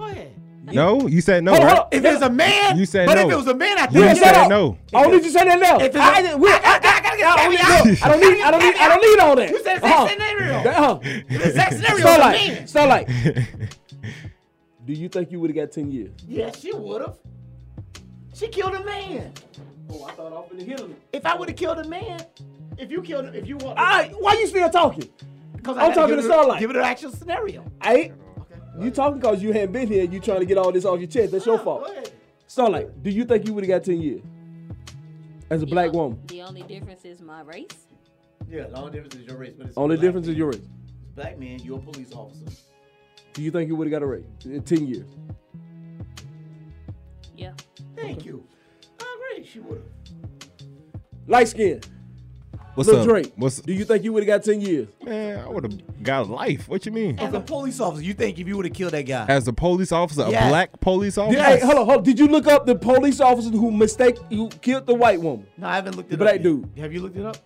[SPEAKER 6] No, you said no.
[SPEAKER 4] Hold on,
[SPEAKER 6] right?
[SPEAKER 4] hold on.
[SPEAKER 3] If it's a man,
[SPEAKER 6] You said
[SPEAKER 3] but
[SPEAKER 6] no.
[SPEAKER 3] if it was a man, I
[SPEAKER 6] You
[SPEAKER 3] think
[SPEAKER 6] said no.
[SPEAKER 4] I don't need you to say that now.
[SPEAKER 3] If it's
[SPEAKER 4] I-
[SPEAKER 3] a-
[SPEAKER 4] I- Will, I- I don't need. I don't need. I don't need all that.
[SPEAKER 3] You said
[SPEAKER 4] Uh-huh.
[SPEAKER 3] that scenario.
[SPEAKER 4] Uh-huh.
[SPEAKER 3] That scenario was a man.
[SPEAKER 4] Starlight. Starlight. Do you think you would have got ten years?
[SPEAKER 3] Yes, she would have. She killed a man.
[SPEAKER 4] Oh, I thought I was gonna hit him.
[SPEAKER 3] If I would have killed a man, if you killed, if you want,
[SPEAKER 4] I. Why you still talking?
[SPEAKER 3] because
[SPEAKER 4] Ah, I'm talking to Starlight.
[SPEAKER 3] Give it an actual scenario.
[SPEAKER 4] I. ain't- You talking because you hadn't been here. You trying to get all this off your chest. That's your fault. Starlight. Do you think you would have got ten years as a black woman?
[SPEAKER 5] The only difference is my race.
[SPEAKER 3] Yeah, the only difference is your race, but it's
[SPEAKER 4] Only
[SPEAKER 3] black
[SPEAKER 4] difference
[SPEAKER 3] man.
[SPEAKER 4] is your race.
[SPEAKER 3] Black man, you're a police officer.
[SPEAKER 4] Do you think you would have got a raise in ten years?
[SPEAKER 5] Yeah.
[SPEAKER 3] Thank you. I agree. She would have.
[SPEAKER 4] Light skin.
[SPEAKER 6] What's
[SPEAKER 4] Lil
[SPEAKER 6] up?
[SPEAKER 4] Drake.
[SPEAKER 6] What's
[SPEAKER 4] Do you think you would have got ten years?
[SPEAKER 6] man? I would have got life. What you mean?
[SPEAKER 3] As a police officer, you think if you would have killed that guy?
[SPEAKER 6] As a police officer, a
[SPEAKER 3] Yes.
[SPEAKER 6] black police officer.
[SPEAKER 4] Did, Hey, hold on, hold on. Did you look up the police officer who mistake who killed the white woman?
[SPEAKER 3] no, I haven't looked it
[SPEAKER 4] The
[SPEAKER 3] up.
[SPEAKER 4] black
[SPEAKER 3] yet.
[SPEAKER 4] dude.
[SPEAKER 3] Have you looked it up?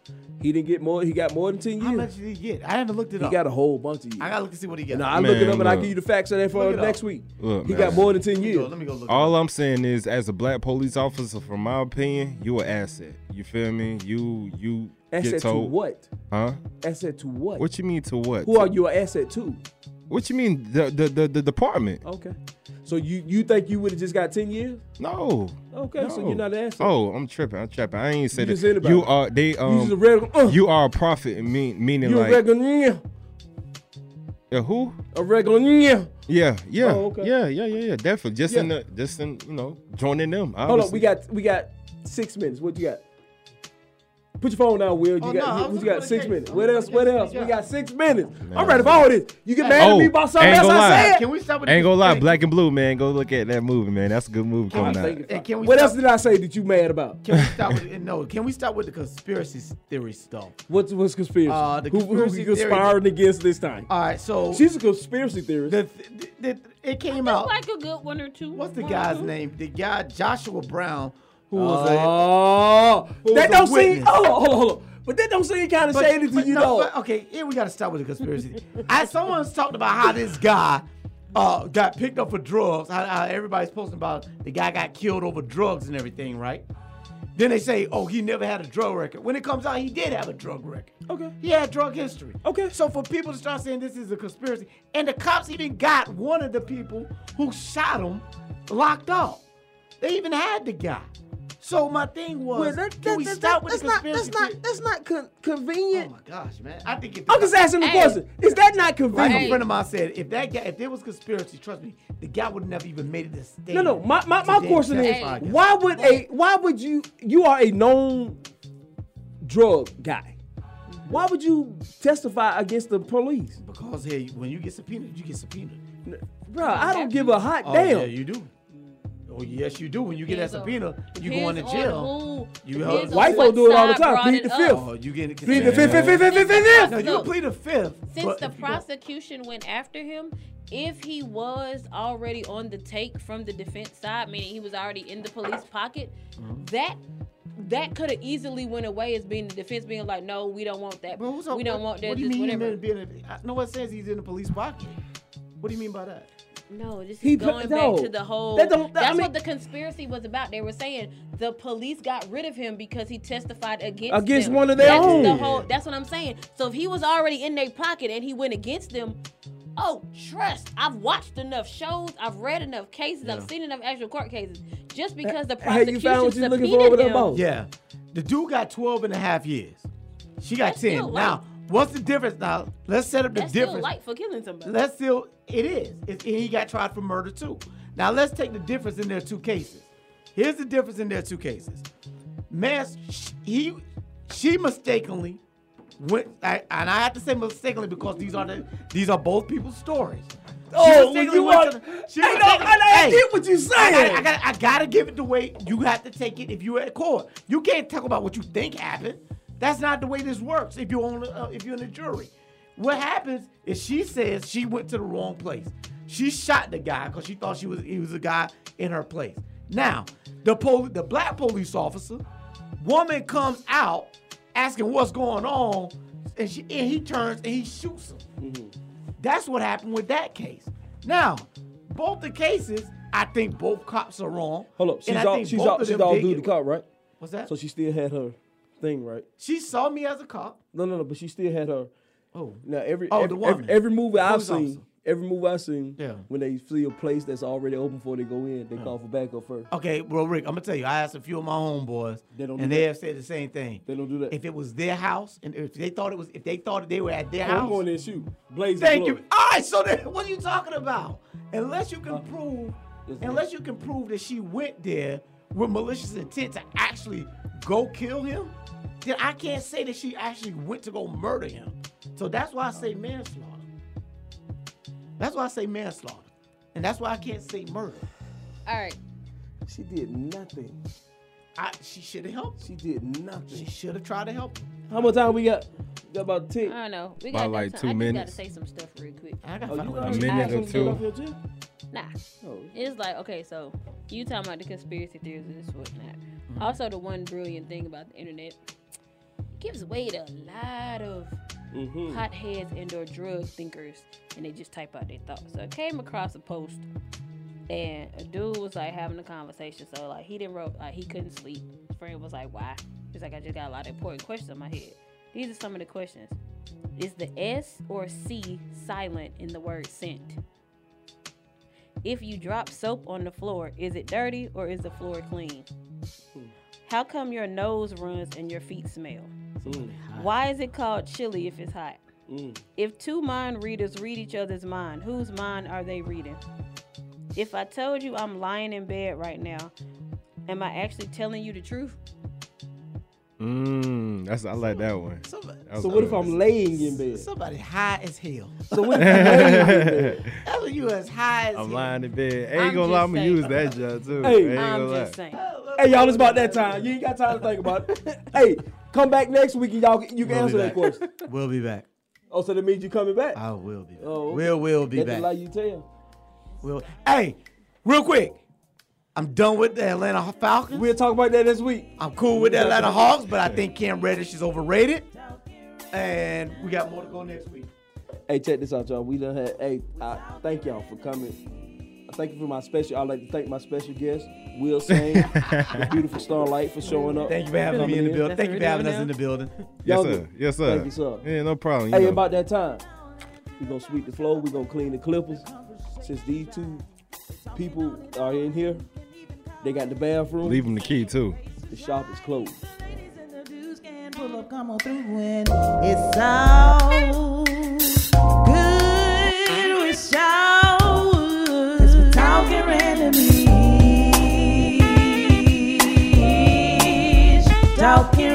[SPEAKER 4] He didn't get more. He got more than ten
[SPEAKER 3] How
[SPEAKER 4] years.
[SPEAKER 3] much did he get? I haven't looked it
[SPEAKER 4] he
[SPEAKER 3] up.
[SPEAKER 4] got a whole bunch of years.
[SPEAKER 3] I gotta look to see what he got.
[SPEAKER 4] Nah, I look it
[SPEAKER 6] Man,
[SPEAKER 4] up and I
[SPEAKER 6] look.
[SPEAKER 4] give you the facts of that for
[SPEAKER 3] Look it
[SPEAKER 4] next
[SPEAKER 3] up.
[SPEAKER 4] week.
[SPEAKER 6] Look,
[SPEAKER 4] he
[SPEAKER 6] man.
[SPEAKER 4] got more than ten
[SPEAKER 3] Let me go-
[SPEAKER 4] years.
[SPEAKER 3] Let me go look. it up.
[SPEAKER 6] All I'm saying is, as a black police officer, from my opinion, you an asset. You feel me? You you
[SPEAKER 4] Asset
[SPEAKER 6] get
[SPEAKER 4] to
[SPEAKER 6] told
[SPEAKER 4] what?
[SPEAKER 6] Huh?
[SPEAKER 4] Asset to what?
[SPEAKER 6] What you mean to what?
[SPEAKER 4] who are you an asset to?
[SPEAKER 6] What you mean the the the, the department?
[SPEAKER 4] Okay. So you you think you would have just got ten years?
[SPEAKER 6] No.
[SPEAKER 4] Okay, so
[SPEAKER 6] No.
[SPEAKER 4] you're not an asset.
[SPEAKER 6] Oh, I'm tripping. I'm tripping. I ain't
[SPEAKER 4] You
[SPEAKER 6] said
[SPEAKER 4] just said
[SPEAKER 6] it.
[SPEAKER 4] about
[SPEAKER 6] You
[SPEAKER 4] it.
[SPEAKER 6] are they
[SPEAKER 4] you
[SPEAKER 6] um
[SPEAKER 4] just a regular. Uh,
[SPEAKER 6] you are a prophet. Mean, meaning
[SPEAKER 4] you
[SPEAKER 6] like
[SPEAKER 4] a regular. yeah,
[SPEAKER 6] Yeah, who?
[SPEAKER 4] A regular. yeah.
[SPEAKER 6] Yeah, yeah,
[SPEAKER 4] Oh, okay.
[SPEAKER 6] yeah, yeah, yeah, yeah. Definitely. Just in
[SPEAKER 4] Yeah.
[SPEAKER 6] the just in you know joining them.
[SPEAKER 4] Hold on, we
[SPEAKER 6] obviously.
[SPEAKER 4] got we got six minutes. What you got? Put your phone down, Will. You
[SPEAKER 3] Oh, no, I
[SPEAKER 4] got
[SPEAKER 3] was
[SPEAKER 4] you, you
[SPEAKER 3] looking for
[SPEAKER 4] got
[SPEAKER 3] the
[SPEAKER 4] six
[SPEAKER 3] case.
[SPEAKER 4] minutes.
[SPEAKER 3] I'm
[SPEAKER 4] What
[SPEAKER 3] looking
[SPEAKER 4] else?
[SPEAKER 3] for the
[SPEAKER 4] What
[SPEAKER 3] case.
[SPEAKER 4] else?
[SPEAKER 3] Yeah.
[SPEAKER 4] We got six minutes. I'm
[SPEAKER 6] Man.
[SPEAKER 4] ready for all this. You get mad
[SPEAKER 6] Oh,
[SPEAKER 4] at me about something
[SPEAKER 6] ain't
[SPEAKER 4] else
[SPEAKER 6] gonna
[SPEAKER 4] I
[SPEAKER 6] lie.
[SPEAKER 4] said?
[SPEAKER 3] Can we stop with
[SPEAKER 6] Ain't
[SPEAKER 3] this?
[SPEAKER 6] gonna lie,
[SPEAKER 3] Hey,
[SPEAKER 6] Black and Blue, man. Go look at that movie, man. That's a good movie coming out.
[SPEAKER 3] Hey, can we
[SPEAKER 4] What
[SPEAKER 3] stop-
[SPEAKER 4] else did I say that you mad about?
[SPEAKER 3] Can we stop with no? Can we stop with the conspiracy theory stuff?
[SPEAKER 4] What's what's conspiracy?
[SPEAKER 3] Uh, the
[SPEAKER 4] who, who
[SPEAKER 3] conspiracy theory- Uh,
[SPEAKER 4] conspiring against this time?
[SPEAKER 3] All right, so
[SPEAKER 4] She's a conspiracy theorist.
[SPEAKER 3] the, the, the it came
[SPEAKER 5] Just
[SPEAKER 3] out.
[SPEAKER 5] like a good one or two.
[SPEAKER 3] Oh. What's the
[SPEAKER 5] one or
[SPEAKER 3] guy's
[SPEAKER 5] two.
[SPEAKER 3] name? The guy Joshua Brown, who was a
[SPEAKER 4] oh,
[SPEAKER 3] who
[SPEAKER 4] that
[SPEAKER 3] was a
[SPEAKER 4] don't seem.
[SPEAKER 3] witness.
[SPEAKER 4] Hold on, hold on, hold on. But that don't seem kind of
[SPEAKER 3] But-
[SPEAKER 4] shady to
[SPEAKER 3] but
[SPEAKER 4] you,
[SPEAKER 3] no,
[SPEAKER 4] though.
[SPEAKER 3] but- okay, here we got to start with the conspiracy. I, someone's talked about how this guy uh, got picked up for drugs. How, how everybody's posting about the guy got killed over drugs and everything, right? Then they say, oh, he never had a drug record. When it comes out, he did have a drug record.
[SPEAKER 4] Okay.
[SPEAKER 3] He had drug history.
[SPEAKER 4] Okay.
[SPEAKER 3] So for people to start saying this is a conspiracy, and the cops even got one of the people who shot him locked up. They even had the guy. So my thing was,
[SPEAKER 4] Well, that-
[SPEAKER 3] can
[SPEAKER 4] that-
[SPEAKER 3] we
[SPEAKER 4] that-
[SPEAKER 3] stop with
[SPEAKER 4] that's
[SPEAKER 3] the
[SPEAKER 4] not
[SPEAKER 3] conspiracy?
[SPEAKER 4] that's not
[SPEAKER 3] theory?
[SPEAKER 4] that's not con-
[SPEAKER 3] Oh
[SPEAKER 4] convenient.
[SPEAKER 3] my gosh, man! I think if
[SPEAKER 4] I'm just asking the
[SPEAKER 5] Hey.
[SPEAKER 4] question. Is that not
[SPEAKER 3] Like
[SPEAKER 4] convenient?
[SPEAKER 3] a friend of mine said, if that guy, if there was conspiracy, trust me, the guy would never even made it this stage.
[SPEAKER 4] No, no. My my, my
[SPEAKER 3] Today,
[SPEAKER 4] question
[SPEAKER 3] that's
[SPEAKER 4] is,
[SPEAKER 3] fine.
[SPEAKER 4] why would a why would you you are a known drug guy? Why would you testify against the police,
[SPEAKER 3] Because hey, when you get subpoenaed, you get subpoenaed.
[SPEAKER 4] bro? I don't give a hot
[SPEAKER 3] Oh,
[SPEAKER 4] damn.
[SPEAKER 3] yeah, you do. Oh yes, you do. When you get that
[SPEAKER 5] Depends on-
[SPEAKER 3] subpoena, you
[SPEAKER 5] depends
[SPEAKER 3] going to
[SPEAKER 5] on
[SPEAKER 3] jail.
[SPEAKER 5] who-
[SPEAKER 3] You
[SPEAKER 5] depends
[SPEAKER 3] heard-
[SPEAKER 5] on
[SPEAKER 4] White
[SPEAKER 5] what
[SPEAKER 4] folk do it all the
[SPEAKER 5] side
[SPEAKER 4] time.
[SPEAKER 5] brought
[SPEAKER 4] Plead
[SPEAKER 5] it
[SPEAKER 4] the
[SPEAKER 5] up.
[SPEAKER 4] fifth.
[SPEAKER 3] Oh, you get
[SPEAKER 4] Plead the fifth, fifth, fifth, fifth, fifth, fifth.
[SPEAKER 3] No, you
[SPEAKER 5] Look,
[SPEAKER 3] plead the fifth.
[SPEAKER 5] Since
[SPEAKER 3] but
[SPEAKER 5] the
[SPEAKER 3] if you don't-
[SPEAKER 5] prosecution went after him, if he was already on the take from the defense side, meaning he was already in the police pocket,
[SPEAKER 3] Mm-hmm.
[SPEAKER 5] that that could have easily went away as being the defense being like, no, we don't want that.
[SPEAKER 3] But who's on-
[SPEAKER 5] we don't
[SPEAKER 3] what-
[SPEAKER 5] want that.
[SPEAKER 3] What do you
[SPEAKER 5] this,
[SPEAKER 3] mean?
[SPEAKER 5] whatever.
[SPEAKER 3] Being, being a, I- no, one says he's in the police pocket. What do you mean by that?
[SPEAKER 5] No, this
[SPEAKER 4] He
[SPEAKER 5] is
[SPEAKER 4] put-
[SPEAKER 5] going
[SPEAKER 4] no.
[SPEAKER 5] back to the whole.
[SPEAKER 4] That don't- that-
[SPEAKER 5] that's
[SPEAKER 4] I mean-
[SPEAKER 5] what the conspiracy was about. They were saying the police got rid of him because he testified against
[SPEAKER 4] Against
[SPEAKER 5] them.
[SPEAKER 4] one of their
[SPEAKER 5] that's
[SPEAKER 4] own.
[SPEAKER 5] The whole, that's what I'm saying. So if he was already in their pocket and he went against them, oh trust. I've watched enough shows. I've read enough cases. I've seen enough actual court cases. Just because the
[SPEAKER 4] have
[SPEAKER 5] prosecution
[SPEAKER 4] you found what you're looking for
[SPEAKER 5] subpoenaed
[SPEAKER 4] over there,
[SPEAKER 5] him,
[SPEAKER 4] Bo?
[SPEAKER 3] Yeah. The dude got 12 and a half years. She got
[SPEAKER 5] That's
[SPEAKER 3] 10.
[SPEAKER 5] still light.
[SPEAKER 3] Now, what's the difference now? Let's set up the
[SPEAKER 5] that's still
[SPEAKER 3] difference.
[SPEAKER 5] light for killing somebody.
[SPEAKER 3] Let's still it is. It's, and he got tried for murder too. Now let's take the difference in their two cases. Here's the difference in their two cases. Mass he She mistakenly went, I, and I have to say mistakenly because these are the, these are both people's stories.
[SPEAKER 2] Oh,
[SPEAKER 3] mistakenly
[SPEAKER 2] you
[SPEAKER 3] went
[SPEAKER 2] are-
[SPEAKER 3] to the- she
[SPEAKER 2] Hey, no,
[SPEAKER 3] mistakenly-
[SPEAKER 2] and I
[SPEAKER 3] Hey,
[SPEAKER 2] get what you
[SPEAKER 3] I gotta-
[SPEAKER 2] saying.
[SPEAKER 3] I gotta, I gotta give it the way you have to take it if you're at court. You can't talk about what you think happened. That's not the way this works. If you're on, uh, if you're in the jury, what happens is she says she went to the wrong place. She shot the guy because she thought she was he was a guy in her place. Now, the poli- the black police officer, woman comes out asking what's going on, and she and he turns and he shoots him. That's what happened with that case. Now, both the cases, I think both cops are wrong.
[SPEAKER 4] Hold up. She's
[SPEAKER 3] and I
[SPEAKER 4] all
[SPEAKER 3] think
[SPEAKER 4] she's
[SPEAKER 3] both
[SPEAKER 4] all
[SPEAKER 3] of
[SPEAKER 4] she's
[SPEAKER 3] them
[SPEAKER 4] all
[SPEAKER 3] did
[SPEAKER 4] due
[SPEAKER 3] it.
[SPEAKER 4] the cop, right?
[SPEAKER 3] What's that?
[SPEAKER 4] So she still had her thing, right?
[SPEAKER 3] She saw me as a cop.
[SPEAKER 4] No, no, no. But she still had her.
[SPEAKER 3] Oh.
[SPEAKER 4] Now every
[SPEAKER 3] Oh,
[SPEAKER 4] every,
[SPEAKER 3] the
[SPEAKER 4] every
[SPEAKER 3] woman.
[SPEAKER 4] every movie I've
[SPEAKER 3] Police
[SPEAKER 4] seen,
[SPEAKER 3] officer.
[SPEAKER 4] every movie I've seen,
[SPEAKER 3] Yeah.
[SPEAKER 4] when they flee a place that's already open before they go in, they call for backup first.
[SPEAKER 3] Okay, well, Rick, I'm gonna tell you. I asked a few of my homeboys,
[SPEAKER 4] They don't do
[SPEAKER 3] and they
[SPEAKER 4] that.
[SPEAKER 3] have said the same thing.
[SPEAKER 4] They don't do that.
[SPEAKER 3] If it was their house, and if they thought it was, if they thought they were at their
[SPEAKER 4] I'm
[SPEAKER 3] house,
[SPEAKER 4] going in and shoot. Blaze. the
[SPEAKER 3] Thank
[SPEAKER 4] glory.
[SPEAKER 3] you. All right, so then what are you talking about? Unless you can prove,
[SPEAKER 4] yes, ma'am.
[SPEAKER 3] unless you can prove that she went there with malicious intent to actually go kill him, then I can't say that she actually went to go murder him. So that's why I say manslaughter. That's why I say manslaughter, and that's why I can't say murder.
[SPEAKER 5] All right.
[SPEAKER 4] She did nothing.
[SPEAKER 3] I she should have helped.
[SPEAKER 4] She did nothing.
[SPEAKER 3] She should have tried to help. him.
[SPEAKER 4] How much time we got? We got about ten.
[SPEAKER 5] I don't know. We
[SPEAKER 6] By
[SPEAKER 5] got no
[SPEAKER 6] like
[SPEAKER 5] time.
[SPEAKER 6] two
[SPEAKER 5] I
[SPEAKER 6] minutes.
[SPEAKER 5] Just gotta say some stuff real quick.
[SPEAKER 3] I
[SPEAKER 4] Oh, you
[SPEAKER 6] A
[SPEAKER 4] got
[SPEAKER 6] minute or two.
[SPEAKER 5] Nah.
[SPEAKER 4] Oh.
[SPEAKER 5] It's like okay, so you talking about the conspiracy theories and this whatnot. Also, the one brilliant thing about the internet it gives way to a lot of
[SPEAKER 4] Mhm.
[SPEAKER 5] hotheads and/or drug thinkers, and they just type out their thoughts. So I came across a post, and a dude was like having a conversation. So like he didn't wrote like he couldn't sleep. His friend was like, "Why?" He's like, "I just got a lot of important questions in my head. These are some of the questions: Is the S or C silent in the word sent?" If you drop soap on the floor, is it dirty or is the floor clean? How come your nose runs and your feet smell? Why is it called chili if it's hot? If two mind readers read each other's mind, whose mind are they reading? If I told you I'm lying in bed right now, am I actually telling you the truth?
[SPEAKER 6] Mm, that's I like that one. That was
[SPEAKER 4] So what if
[SPEAKER 6] good.
[SPEAKER 4] I'm laying in bed?
[SPEAKER 3] Somebody high as hell.
[SPEAKER 4] So what if I'm laying in bed?
[SPEAKER 3] That's what you as high as
[SPEAKER 6] I'm
[SPEAKER 3] hell.
[SPEAKER 6] lying in bed.
[SPEAKER 3] I'm
[SPEAKER 6] Ain't gonna lie, I'm gonna
[SPEAKER 3] just
[SPEAKER 6] use that job too.
[SPEAKER 4] Hey.
[SPEAKER 6] Ain't
[SPEAKER 4] I'm
[SPEAKER 6] gonna lie.
[SPEAKER 5] Just saying.
[SPEAKER 4] Hey, y'all, it's about that time. You ain't got time to think about it. hey, come back next week and y'all can- you can
[SPEAKER 3] We'll be
[SPEAKER 4] answer that
[SPEAKER 3] back.
[SPEAKER 4] question.
[SPEAKER 3] We'll be back.
[SPEAKER 4] Oh, so that means you coming back?
[SPEAKER 3] I will be. Back.
[SPEAKER 4] Oh, okay.
[SPEAKER 3] We'll will be
[SPEAKER 4] That's
[SPEAKER 3] back.
[SPEAKER 4] the lie you tell.
[SPEAKER 3] We'll, hey, real quick. I'm done with the Atlanta Falcons.
[SPEAKER 4] We'll talk about that this week.
[SPEAKER 3] I'm cool with the Atlanta Hawks, but I think Cam Reddish is overrated. And we got more to go next week.
[SPEAKER 4] Hey, check this out, y'all. We done had. Hey, I thank y'all for coming. I thank you for my special. I'd like to thank my special guest, Will Sane, the beautiful Starlight, for showing up.
[SPEAKER 3] Thank you for having
[SPEAKER 4] coming
[SPEAKER 3] me in the building. Thank you for having us in the building.
[SPEAKER 6] Yes,
[SPEAKER 4] Y'all
[SPEAKER 6] sir.
[SPEAKER 4] good?
[SPEAKER 6] Yes, sir.
[SPEAKER 4] Thank you, sir.
[SPEAKER 6] Yeah, no problem. You
[SPEAKER 4] Hey,
[SPEAKER 6] know.
[SPEAKER 4] about that time, we gonna sweep the floor. We gonna clean the clippers. Since these two people are in here, they got the bathroom.
[SPEAKER 6] Leave him the key too.
[SPEAKER 4] The shop is closed.
[SPEAKER 13] Pull up, come on through and it's all good with y'all. Cause we're talking randomly. Talking